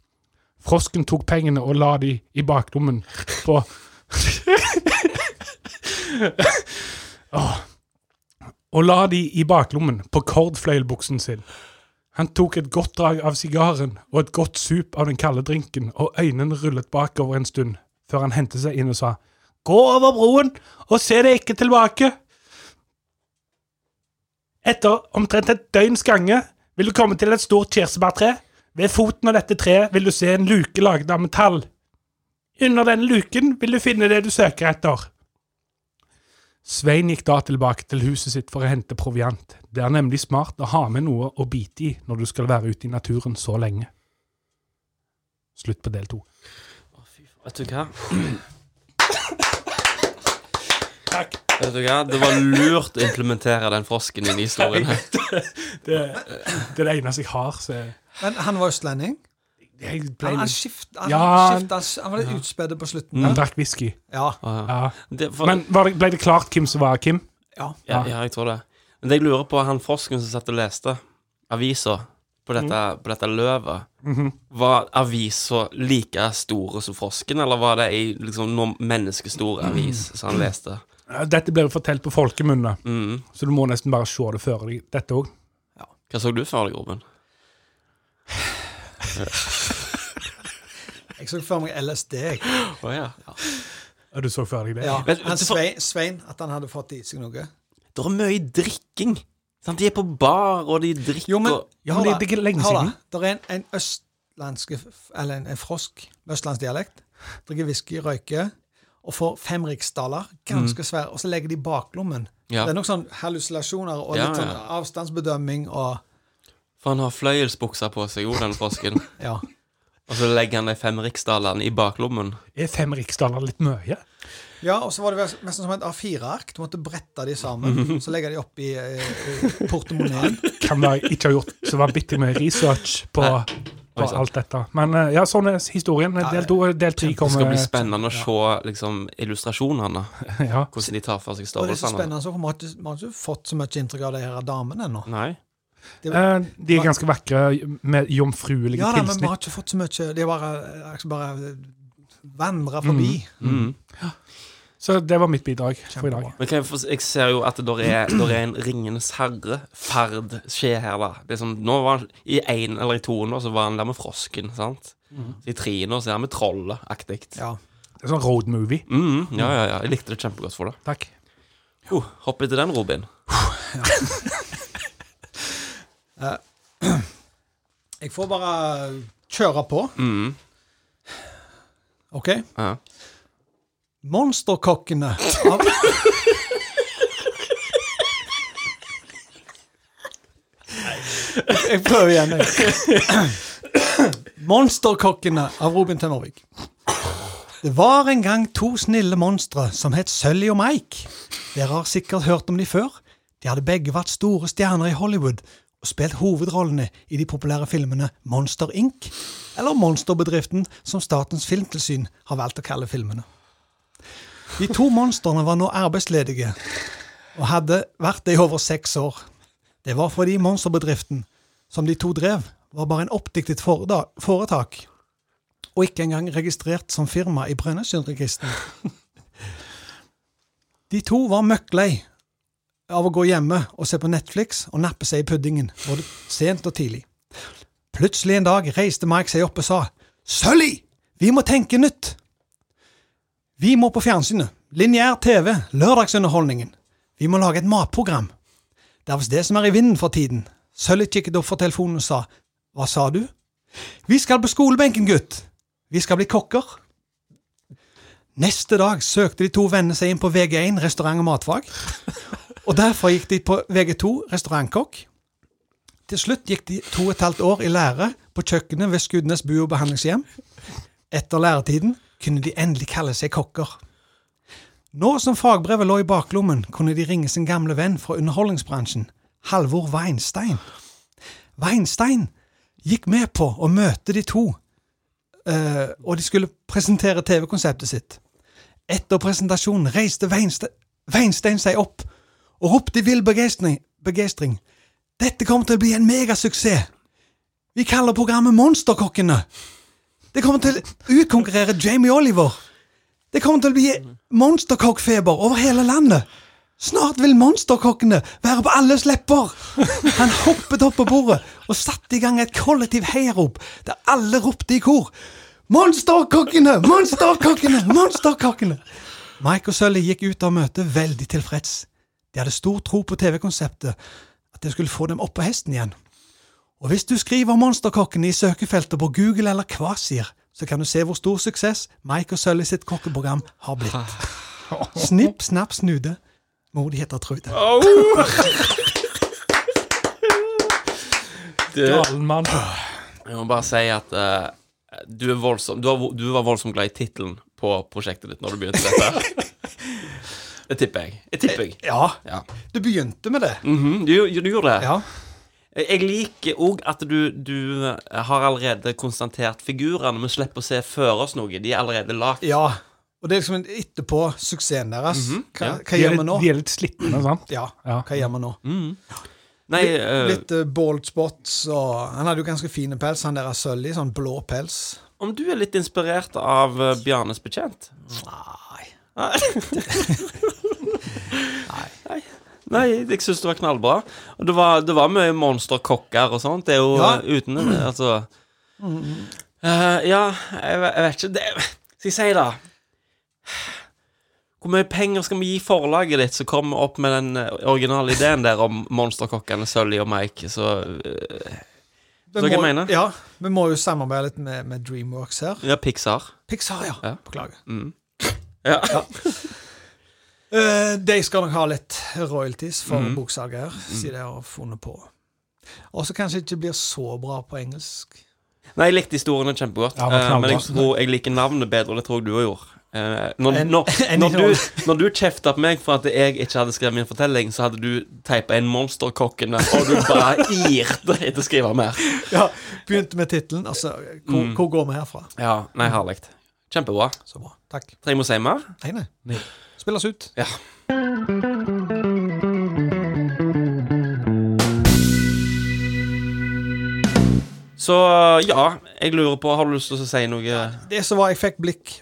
D: Frosken tok pengene og la de i baklommen på Åh. Og la de i baklommen på kordfløyelbuksen sin. Han tok et godt drag av sigaren og et godt sup av den kalde drinken, og øynene rullet bakover en stund, før han hentet seg inn og sa Gå over broen og se deg ikke tilbake! Etter omtrent et døgns gange vil du komme til et stort kirsebærtre. Ved foten av dette treet vil du se en luke laget av metall. Under denne luken vil du finne det du søker etter. Svein gikk da tilbake til huset sitt for å hente proviant. Det er nemlig smart å ha med noe å bite i når du skal være ute i naturen så lenge. Slutt på del to.
B: Vet du hva?
D: Takk.
B: Vet du hva? Det var lurt å implementere den frosken inn i historien her.
D: Det, det er det eneste jeg har. Så jeg,
C: Men han var østlending.
D: jeg ble
C: Han, han,
D: litt
C: skift, han,
D: Ja, Mm.
C: skifta- han var litt utspedd på slutten.
D: Han
C: der.
D: drakk whisky.
C: Ja.
D: Ja.
B: Det, for,
D: Men var det, ble det klart hvem som var hvem?
C: ja.
B: ja, ja, jeg tror det. Men det jeg lurer på, han frosken som satt og leste avisa på dette,
C: Mhm.
B: på dette løvet Var avisa like store som frosken, eller var det ei liksom, noen menneskestor
C: Mhm.
B: avis som han leste?
D: Ja, Dette ble jo fortalt på folkemunne,
C: Mm.
B: Mhm.
D: så du må nesten bare se det før deg. Dette òg.
B: Hva så du for deg, Robin?
C: Jeg så for meg LSD. jeg.
B: Å ja.
D: Ja, du så før deg det?
C: Ja.
B: Men-
C: Han Svein, Svein, at han hadde fått i seg noe.
B: Det er mye drikking. Sant? De er på bar, og de drikker
C: Jo, men,
B: og-
D: Ja, men det- det er ikke lenge siden.
C: Det er en, en østlandske, f- eller en, en frosk med østlandsdialekt. Drikker whisky, røyker og får fem riksdaler, ganske
D: Mm.
C: svære, og så legger de i baklommen.
B: Ja.
C: Det er nok sånn hallusinasjoner og
B: Ja,
C: litt sånn
B: ja.
C: avstandsbedømming og
B: For han har fløyelsbuksa på seg òg, den
C: [laughs]
B: frosken.
C: Ja.
B: og så legger han de fem riksdalene i baklommen.
D: Er fem riksdaler litt mye?
C: ja og så var det vel nesten som et A4-ark. Du måtte brette de
D: [laughs]
C: sammen, så legger de opp i, eh, i portemoneen.
D: Kan være ikke har gjort så vanvittig mye research på, på
B: sant.
D: alt dette. Men eh, ja, sånn er historien. Del to og del tre
B: Det skal
D: kommer.
B: bli spennende å se liksom, illustrasjonene,
D: [laughs] Ja.
B: hvordan de tar for seg
C: Og det er så
B: størrelsene.
C: spennende, så vi har ikke vi har ikke fått så mye inntrykk av de her damene ennå.
B: Nei.
D: Eh, De er ganske vakre med jomfruelige
C: Ja da, men vi
D: tilsnitt.
C: har ikke fått så mye. De har bare, bare vandra forbi.
B: Mm.
D: Så det var mitt bidrag for i dag.
B: Men kan jeg, få, jeg ser jo at det der er, der er en Ringenes herre-ferd skjer her, da. Det er som, nå var han, I én eller i to nå så var han der med frosken, sant? Så I tre nå så er han med trollet, aktig.
C: Ja.
D: Det er Sånn road movie.
B: Mm, ja, ja, ja. Jeg likte det kjempegodt for det.
D: Takk.
B: Huh, hopp etter den, Robin.
C: Jeg får bare kjøre på.
B: Mm.
C: OK?
B: Ja.
C: Monsterkokkene av Jeg prøver igjen, jeg. Monsterkokkene av Robin Tømmervik. Det var en gang to snille monstre som het Sully og Mike. Dere har sikkert hørt om de før. De hadde begge vært store stjerner i Hollywood og spilt hovedrollene i de populære filmene Monster Inc. eller Monsterbedriften, som Statens filmtilsyn har valgt å kalle filmene. De to monstrene var nå arbeidsledige og hadde vært det i over seks år. Det var fordi monsterbedriften som de to drev, var bare en oppdiktet foreda- foretak og ikke engang registrert som firma i Brønnøysundregisteren. De to var møkklei av å gå hjemme og se på Netflix og nappe seg i puddingen, både sent og tidlig. Plutselig en dag reiste Mike seg opp og sa Sully, vi må tenke nytt! Vi må på fjernsynet. Lineær TV, lørdagsunderholdningen. Vi må lage et matprogram. Det er visst det som er i vinden for tiden. Sully kikket opp for telefonen og sa Hva sa du? Vi skal på skolebenken, gutt. Vi skal bli kokker. Neste dag søkte de to vennene seg inn på VG1 restaurant og matfag. Og derfra gikk de på VG2 restaurantkokk. Til slutt gikk de to og et halvt år i lære på kjøkkenet ved Skudenes bu- og behandlingshjem. Etter læretiden kunne de endelig kalle seg kokker. Nå som fagbrevet lå i baklommen, kunne de ringe sin gamle venn fra underholdningsbransjen, Halvor Weinstein. Weinstein gikk med på å møte de to, eh, og de skulle presentere TV-konseptet sitt. Etter presentasjonen reiste Weinste- Weinstein seg opp og ropte i vill begeistring, begeistring. Dette kommer til å bli en megasuksess! Vi kaller programmet Monsterkokkene! Det kommer til å utkonkurrere Jamie Oliver. Det kommer til å bli monsterkokkfeber over hele landet. Snart vil monsterkokkene være på alles lepper! Han hoppet opp på bordet og satte i gang et kollektiv heiarop der alle ropte i kor. Monsterkokkene! Monsterkokkene! Monsterkokkene! Mike og Sully gikk ut av møtet veldig tilfreds. De hadde stor tro på TV-konseptet, at det skulle få dem opp på hesten igjen. Og hvis du skriver Monsterkokkene i søkefeltet på Google eller Kvasir, så kan du se hvor stor suksess Mike og Sully sitt kokkeprogram har blitt. Snipp, snapp, snude. Mor de heter Trude.
B: Du,
D: Galen mann.
B: jeg må bare si at eh, du, er [laughs] voldsom, du, har, du var voldsomt glad i tittelen på prosjektet ditt når du begynte dette. Det tipper jeg. Jeg tipper jeg.
C: Ja.
B: Ja.
C: Du begynte med det.
B: Mhm, du, du gjorde det.
C: Ja.
B: Jeg liker òg at du, du har allerede konstatert figurene. Vi slipper å se før oss noe. De er allerede lagd.
C: ja. Og det er liksom en etterpå suksessen deres. Hva,
B: ja.
C: hva
D: De er
C: gjør vi
D: litt,
C: nå?
D: de er litt slitne, sant?
C: Ja,
D: Ja.
C: hva gjør vi nå?
B: Nei, eh,
C: Litt eh, bald spots og Han hadde jo ganske fine pels, han der er sølv i, sånn blå pels.
B: om du er litt inspirert av eh, Bjarnes betjent?
C: Nei.
B: Nei, jeg syns det var knallbra. Og det var, det var mye monsterkokker og sånt. Det er jo
C: Ja.
B: eh, uten Altså Eh, Ja, jeg, ve- jeg vet ikke det, Skal jeg si det? Hvor mye penger skal vi gi forlaget ditt som kommer opp med den eh, originale ideen der om monsterkokkene Sully og Mike? Så eh, Så hva
C: Vi må-
B: jeg mener?
C: Ja, vi må jo samarbeide litt med, med Dreamworks her.
B: Ja, Pixar.
C: Pixar, ja.
B: Ja.
C: Beklager.
B: Mm. Ja.
C: Eh, de skal nok ha litt royalties for boksalget her, siden de har funnet på. Og så kanskje det ikke blir så bra på engelsk.
B: Nei, jeg likte historiene kjempegodt,
D: Ja, det var
B: eh, men jeg,
D: knallbra.
B: tror jeg liker navnet bedre, og det tror jeg du har gjort. Eh, når,
C: En-
B: når,
C: en
B: når,
C: rolle.
B: du, når du kjefta på meg for at jeg ikke hadde skrevet min fortelling, så hadde du teipa inn 'Monsterkokkene', og du bare irte etter å skrive mer.
C: [laughs] Ja, Begynte med tittelen. Altså, hvor, hvor går vi herfra?
B: Ja, nei, herlig. Kjempebra.
C: Så bra. Takk.
B: Trenger vi å si mer?
C: Nei, nei. Spill oss ut.
B: Ja. Så ja, jeg lurer på Har du lyst til å si noe?
C: Det som var, jeg fikk blikk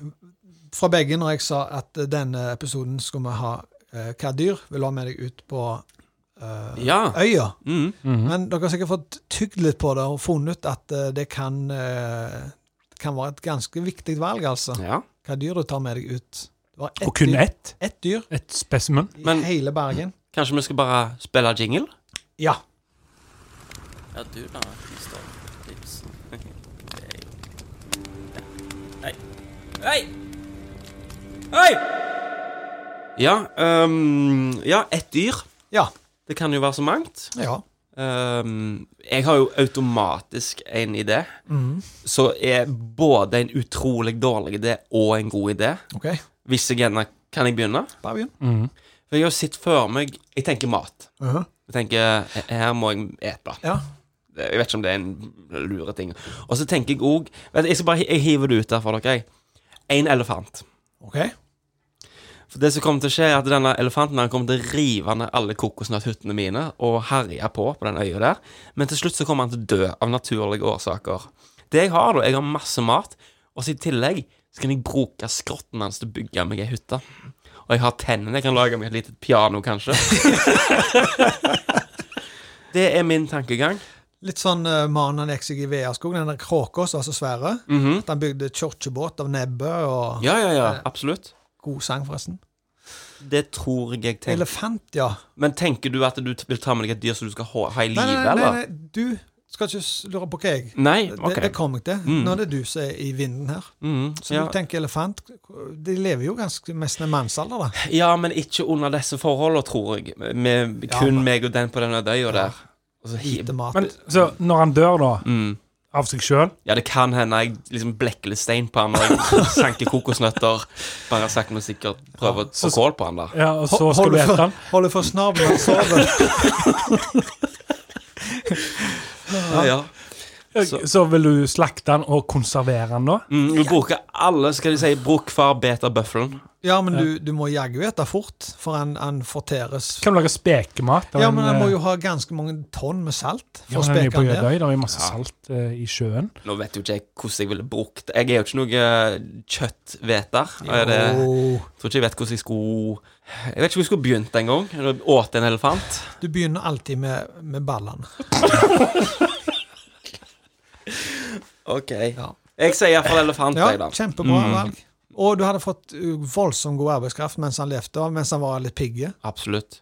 C: fra begge når jeg sa at eh, denne episoden skulle vi ha eh, hva dyr vil du ha med deg ut på eh,
B: Ja.
C: øya.
B: Mm.
C: Men dere har sikkert fått tygd litt på det og funnet ut at eh, det kan, eh, kan være et ganske viktig valg, altså.
B: ja.
C: Hva dyr du tar med deg ut. Det var ett
D: Og kun
C: dyr,
D: ett.
C: ett dyr
D: Et spesimen.
C: i
B: Men-
C: hele Bergen.
B: Kanskje vi skal bare spille jingle?
C: Ja.
B: Ja, du da, Kristian Ibsen. Hei. Hei! Hei! Ja, ehm, ja, ett dyr.
C: Ja.
B: Det kan jo være så mangt.
C: ja.
B: Ehm, jeg har jo automatisk en idé som er både en utrolig dårlig idé og en god idé.
C: OK.
B: Hvis jeg gjerne kan jeg begynne.
C: Bare begynn.
B: For jeg har sett for meg Jeg tenker mat.
C: Mhm.
D: Uh-huh.
B: Jeg tenker her må jeg ete.
C: Ja.
B: Jeg vet ikke om det er en lure ting. Og så tenker jeg òg Jeg skal bare jeg hiver det ut der for dere. jeg. En elefant.
C: OK.
B: For det som kommer til å skje, er at denne elefanten han kommer til å rive ned alle kokosnøtthuttene mine og herje på på den øya der. Men til slutt så kommer han til å dø av naturlige årsaker. Det jeg har, da, jeg har masse mat, og så i tillegg så kan jeg bruke skrotten hans til å bygge meg ei hytte. Og jeg har tennene. Jeg kan lage meg et lite piano,
C: [laughs]
B: kanskje. det er min tankegang.
C: Litt sånn uh, mannen han gikk seg i Veaskog, den der kråka som var så svære. At han bygde kirkebåt av nebbet og
B: Ja, ja, ja. Absolutt.
C: God sang, forresten.
B: Det tror jeg jeg tenker.
C: Elefant, ja.
B: Men tenker du at du t- vil ta med deg et dyr som du skal ha, ha i
C: Nei,
B: live,
C: nei, nei,
B: eller?
C: nei, du skal ikke s- lure på hva jeg
B: Nei,
C: Det,
B: ok.
C: det kommer jeg til. Nå er det du som er i vinden her.
B: Mhm,
C: Så
B: ja.
C: du tenker elefant De lever jo ganske mest med mannsalder, da.
B: ja, men ikke under disse forholdene, tror jeg. Med
C: Ja,
B: kun
C: men-
B: meg og den på den øya der. Og så hi-
C: Lite mat.
D: Men så når han dør, da,
B: Mm.
D: av seg sjøl
B: Ja, det kan hende jeg liksom blekker litt stein på han når
C: [laughs]
B: jeg sanker kokosnøtter. Bare sagt men sikkert prøver å få
D: så-
B: kål på han der.
D: ja, Og så
C: Hold-
D: skal du
C: holder
D: ete
C: for- [laughs]
D: han.
C: Holder for snabelen og sover.
B: Ja, ja. Så-
D: Så vil du slakte han og konservere han, da?
B: Mm, du bruker alle, skal de si, bruk far beter bøffelen.
C: Ja, men du, du må jaggu ete fort, for han, han forteres.
D: Kan du lage spekemat? av
C: Ja,
D: en,
C: men han
D: eh,
C: må jo ha ganske mange tonn med salt
D: Ja,
C: for å
D: men den er jo
C: speke
D: på
C: han ned.
D: Gjødøy. Det er jo masse salt eh, i sjøen.
B: Nå vet jo ikke jeg hvordan jeg ville brukt Jeg er jo ikke noe eh, kjøttveter. Er det-
C: Jo.
B: Jeg tror ikke jeg vet hvordan jeg skulle Jeg vet ikke hvor jeg skulle begynt engang. Jeg Åt en elefant.
C: Du begynner alltid med, med ballene.
B: Ok
C: Ja.
B: Jeg sier iallfall elefant, jeg,
C: Ja,
B: da.
C: kjempebra
D: Mm.
C: valg. Og du hadde fått uh, voldsomt god arbeidskraft mens han levde, og mens han var litt pigge.
B: Absolutt.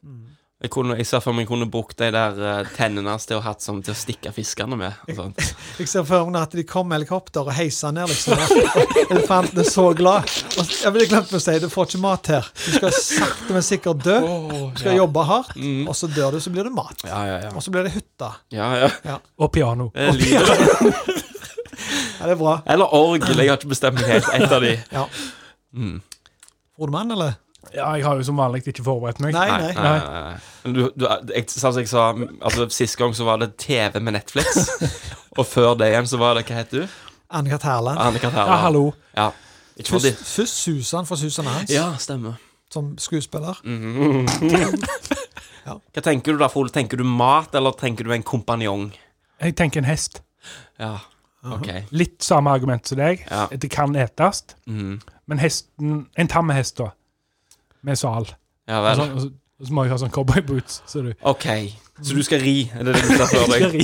B: Jeg, kunne, jeg ser for meg jeg kunne brukt de der eh, tennene hans til å, hatt som, til å stikke fiskene med. Og sånt.
C: [laughs] Jeg ser for meg at de kom med helikopter og heisa
D: [laughs]
C: ned, liksom. Elefanten er så glad. Og jeg ville glemt å si du får ikke mat her. Du skal sakte, men sikkert dø. Du skal jobbe hardt, og så dør du, så blir det mat.
B: Mm. Ja, ja, ja.
C: Og så blir det hytte.
B: ja, ja. Eh,
D: Og piano.
B: Det er livet.
C: Ja, det er bra.
B: Eller orgel. Jeg har ikke bestemt meg helt. Et av de.
C: Ja. Frodemann, eller?
D: Ja, jeg har jo som vanlig ikke forberedt meg.
C: Nei,
B: Nei,
C: nei.
B: nei, nei, nei. Men Du, du, jeg, sånn som jeg sa, altså, Sist gang så var det TV med Netflix. og før det igjen så var det Hva het du?
C: Anne-Kat. Hærland.
B: Anne Katharina.
D: Ja, hallo.
B: Ja. Ikke for
C: Først,
B: de-
C: først Susan fra Susan Hans
B: Ja, stemmer.
C: som skuespiller.
B: Hva tenker du da, Frode? Tenker du mat, eller tenker du en kompanjong?
D: Jeg tenker en hest.
B: Ja, OK.
D: Litt samme argument som deg.
B: Ja.
D: Det kan etes.
B: Mhm.
D: Men hesten En tam hest, da. Med sal.
B: Ja
D: Og så,
B: vel.
D: og så, og så må jeg ha sånn cowboyboots. Så du
B: OK. Så du skal ri? Er det det du ser for deg?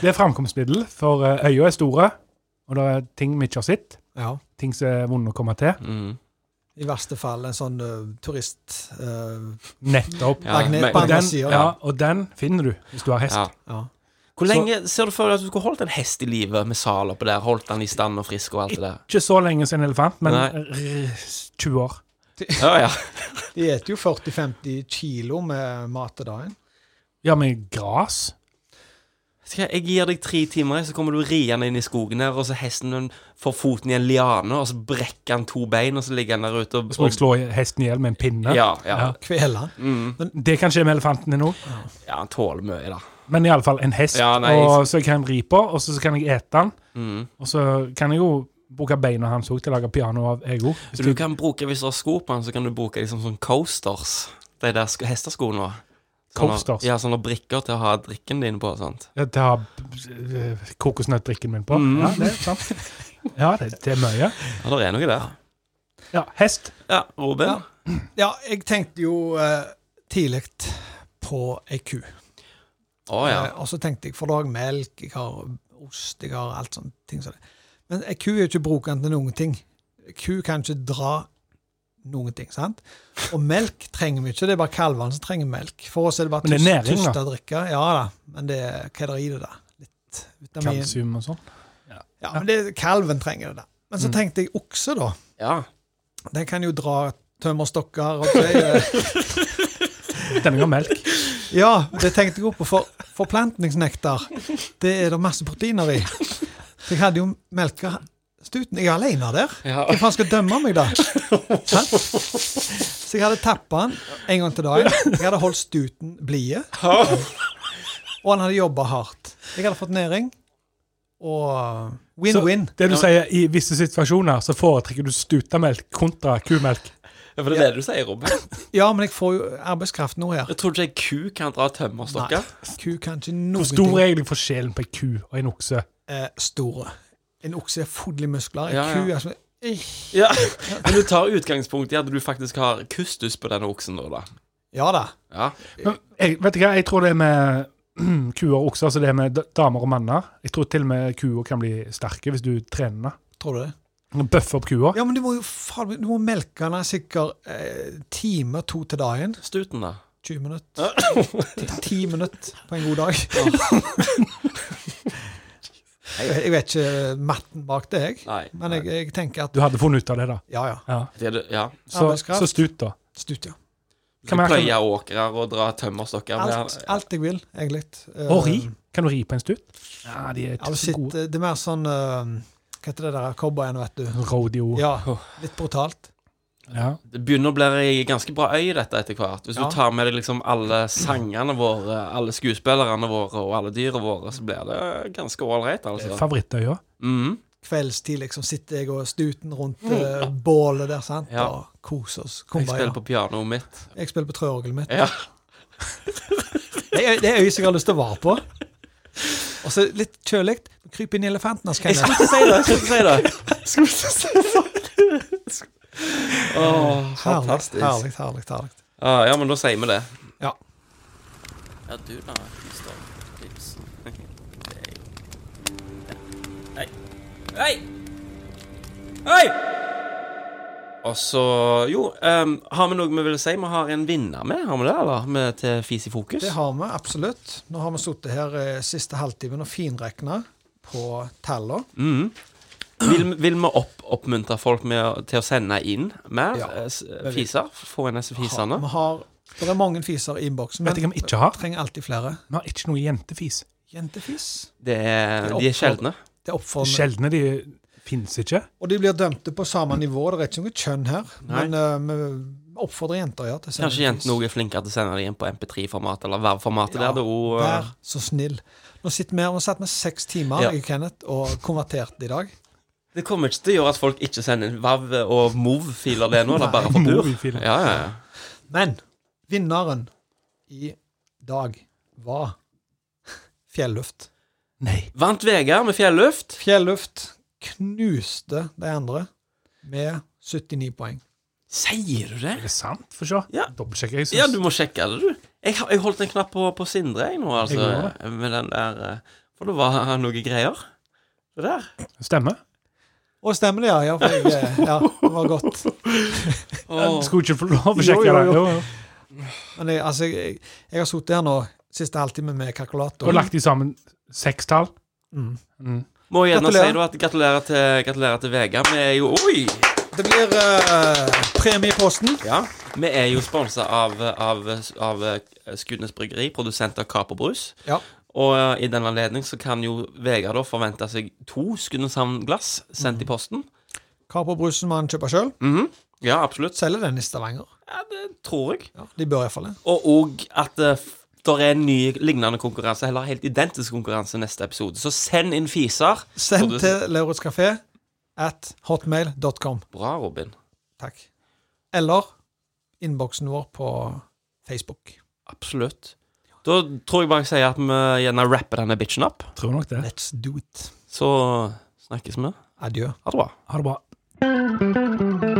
D: Det er framkomstmiddel, for eh, øya er store, og det er ting vi ikke har sett.
C: Ja.
D: Ting som er vonde å komme til.
B: Mhm.
C: I verste fall en sånn uh, turist... Uh,
D: Nettopp.
B: Ja,
C: Magnet
B: men-
C: på andre
D: Den,
C: sida.
D: ja, og den finner du hvis du har hest.
B: Ja.
C: Ja.
B: Hvor lenge ser du for deg at du skulle holdt en hest i live med sal oppi der? Holdt den i stand og frisk og alt det der?
D: Ikke så lenge som en elefant, men
B: Nei.
D: eh, 20 år.
B: [laughs] Ja, ja.
C: De spiser jo 40-50 kilo med mat til dagen.
D: Ja, med gras.
B: Skal jeg, jeg gir deg tre timer, så kommer du riende inn i skogen her, og så hesten den får foten i en liane, og så brekker han to bein, og så ligger han der ute og,
D: Så må jeg slå hesten i hjel med en pinne.
B: Ja, ja.
D: Ja.
C: Kveler.
D: Det kan skje med elefanten din òg,
B: Ja, han tåler mye, da.
D: men iallfall en hest.
B: Ja, nei,
D: og så kan jeg ri på, og så så kan jeg ete den.
B: Mm.
D: Og så kan jeg jo bruke beina hans òg til å lage piano av jeg òg.
B: Så du kan bruke, hvis du har sko på den, så kan du bruke liksom sånn coasters. De der sk hesteskoene. også. Sånne-
D: Coasters?
B: Ja, sånne brikker til å ha drikken din på og sånt.
D: Jeg tar eh, kokosnøttdrikken min på.
B: Mm.
D: Ja, det er sant. Ja, det, det er mye.
B: Ja, det er noe der.
D: Ja, hest.
B: Ja, Robin.
C: Ja. Ja, jeg tenkte jo eh, tidlig på ei ku.
B: Å ja.
C: Eh, og så tenkte jeg, for da har jeg melk, jeg har ost, jeg har alt sånne ting som det. Men ei ku er jo ikke brukende til noen ting. Ku kan ikke dra noen ting, sant? Og melk [laughs] trenger vi ikke, det er bare kalvene som trenger melk. For oss er det bare
D: Men det er
C: tyst-
D: næring, da.
C: tyst å drikke. Ja da, men det, hva er det i det da? Litt vitamin.
D: Kalsium og sånn.
C: Ja, men det, kalven trenger det da. Men
D: Mm.
C: så tenkte jeg okse da.
B: ja.
C: Den kan jo dra tømmerstokker og greier.
D: Denne har melk.
C: Ja, det tenkte jeg også på. For forplantningsnektar, det er det masse proteiner i. Så jeg hadde jo melka stuten. Jeg er alene der.
B: Ja.
C: Hvem faen skal dømme meg, da? Hæ? Så jeg hadde tappa den en gang til dagen. Jeg hadde holdt stuten blide. Og han hadde jobba hardt. Jeg hadde fått næring. Og win-win.
D: Så Det du sier, i visse situasjoner så foretrekker du stutamelk kontra kumelk.
B: Ja, For det er det du sier, Robin.
C: Ja, men jeg får jo arbeidskraft nå her.
B: Jeg tror ikke ei ku kan dra tømmerstokker.
C: Ku kan ikke noen
D: Hvor stor
C: ting.
D: er egentlig forskjellen på en ku og en okse?
C: Eh, store. En okse er full i muskler. En
B: Ja, ja.
C: ku er som Eh,
B: Ja. Men du tar utgangspunkt i at du faktisk har kustus på denne oksen, da. da.
C: Ja da.
B: Ja.
D: Men, jeg, vet du hva, jeg tror det er med [clears throat] kuer og okser, altså det er med d- damer og manner. Jeg tror til og med kuer kan bli sterke hvis du trener.
C: Tror du det?
D: den. Bøffe opp kua.
C: Ja, men du må jo faen, du må melke den sikkert eh, time, to til dagen.
B: Stuten, da.
C: 20 minutter. 10 minutter på en god dag. jeg, jeg vet ikke matten bak det, jeg.
B: Nei.
C: Men jeg, jeg tenker at
D: Du hadde funnet ut av det, da.
C: Ja, ja.
D: Ja.
B: Det er det, ja.
D: Så,
C: Arbeidskraft.
D: så stut, da.
C: Stut, ja.
B: Du
D: Kan man-
B: pløye åkrer og dra tømmerstokker. men-
C: Alt, alt jeg vil, egentlig. Eh,
D: Og ri. Kan du ri på en stut? Ja, de er
C: Ja,
D: ikke så
C: shit,
D: gode.
C: det er mer sånn eh, Hva heter det der cowboyen, vet du?
D: Rodeo.
C: Ja, litt brutalt.
D: Ja.
B: Det begynner å bli ei ganske bra øy, dette, etter hvert. Hvis
C: Ja.
B: du tar med deg liksom alle sangene våre, alle skuespillerne våre og alle dyra våre, så blir det ganske ålreit, altså.
D: Favorittøya.
B: Mhm.
C: Kveldstid liksom sitter jeg og stuten rundt eh, bålet der, sant,
B: Ja.
C: og koser oss.
B: Jeg
C: Kumbaya.
B: spiller på pianoet mitt.
C: Jeg spiller på treorgelet mitt.
B: Ja.
C: Det er, det er øy som jeg har lyst til å være på. Og så litt kjølig. Kryp inn i elefanten hans,
B: Jeg
C: Kenneth.
B: skulle ikke si det! Jeg skulle ikke si
C: [laughs]
B: det. Skulle ikke si det. Åh,
C: Herlig,
B: fantastisk.
C: herlig, herlig. herlig.
B: Ah, ja, men da sier vi det.
C: Ja.
B: Ja, du da, Kristian Ibsen. Hei. Hei! Hei! Og så Jo, ehm, har vi noe vi vil si? Vi har en vinner med, har vi det? Eller? Med til Fis i fokus?
C: Det har vi absolutt. Nå har vi sittet her eh, siste halvtimen og finregna på tallene.
B: Mhm. Vil, vil vi opp, oppmuntre folk med, å- til å sende inn mer
C: Ja,
B: eh, s- fiser? Få inn disse fisene?
C: Vi har Det er mange fiser i innboksen,
D: Vet du hva
C: men
D: vi ikke har?
C: trenger alltid flere.
D: Vi har ikke noe jentefis.
C: Jentefis.
B: Det er, de er sjeldne.
C: Det er oppfordrende.
D: Sjeldne de fins ikke.
C: Og de blir dømte på samme nivå. Det er ikke noe kjønn her. Men eh, vi Oppfordre jenter, ja. til å sende
B: Kanskje
C: fys.
B: jentene også er flinkere til å sende det inn på MP3-format eller WAV-formatet.
C: Ja,
B: der det også, eh,
C: Vær så snill. Nå sitter vi her, nå satt vi seks timer
B: Ja.
C: jeg og Kenneth og konverterte i dag.
B: Det kommer ikke til å gjøre at folk ikke sender inn WAV og MOV-filer det nå. Det er bare for pur.
D: Movifiler.
B: Ja, ja, ja.
C: Men vinneren i dag var Fjelluft.
B: Vant Vegard med fjelluft.
C: Fjelluft knuste de andre med 79 poeng.
B: Sier du det?
D: Er det sant? Få se.
B: Ja.
D: Dobbeltsjekke. Jeg syns
B: Ja, du må sjekke det, du. Jeg, har- jeg holdt en knapp på, på Sindre, jeg nå, altså.
D: gjorde
B: med den der eh, For det var noe greier. Det der.
D: stemmer.
C: Og stemmer det, ja. Ja, for jeg, eh, ja det var godt.
B: Åh,
D: Skulle ikke få lov å
C: Jo,
D: sjekke
C: jo,
D: det.
C: jo.
D: Jo, jo.
C: Men jeg, altså, jeg, jeg har sittet her nå siste halvtime med kalkulator.
D: Og lagt de sammen seks tall.
C: Mm.
D: Mm.
B: Må jeg gjerne
C: Gratulerer.
B: si da at gratulerer til, gratulerer til Vegard. Vi er jo Oi!
C: Det blir eh, premie i posten.
B: Ja, vi er jo sponsa av, av, av Skudenes Bryggeri, produsent av Kaperbrus.
C: Ja.
B: Og eh, i den anledning så kan jo Vegard da forvente seg to Skudeneshavn-glass sendt i posten.
C: Kaperbrusen man kjøper sjøl.
B: Mhm. Ja, absolutt.
C: Selger den i Stavanger.
B: Ja, det tror jeg.
C: Ja, de bør iallfall det.
B: Og òg at det er en ny lignende konkurranse, eller helt identisk konkurranse, neste episode. Så send inn fiser.
C: Send
B: Og du-
C: til Lauritz Café at hotmail.com.
B: Bra, Robin.
C: Takk. Eller innboksen vår på Facebook.
B: Absolutt. Da tror jeg bare jeg sier at vi gjerne rapper denne bitchen opp.
D: Tror nok det.
C: Let's do it.
B: Så snakkes vi.
C: Adjø.
B: Ha det bra.
D: Ha det bra.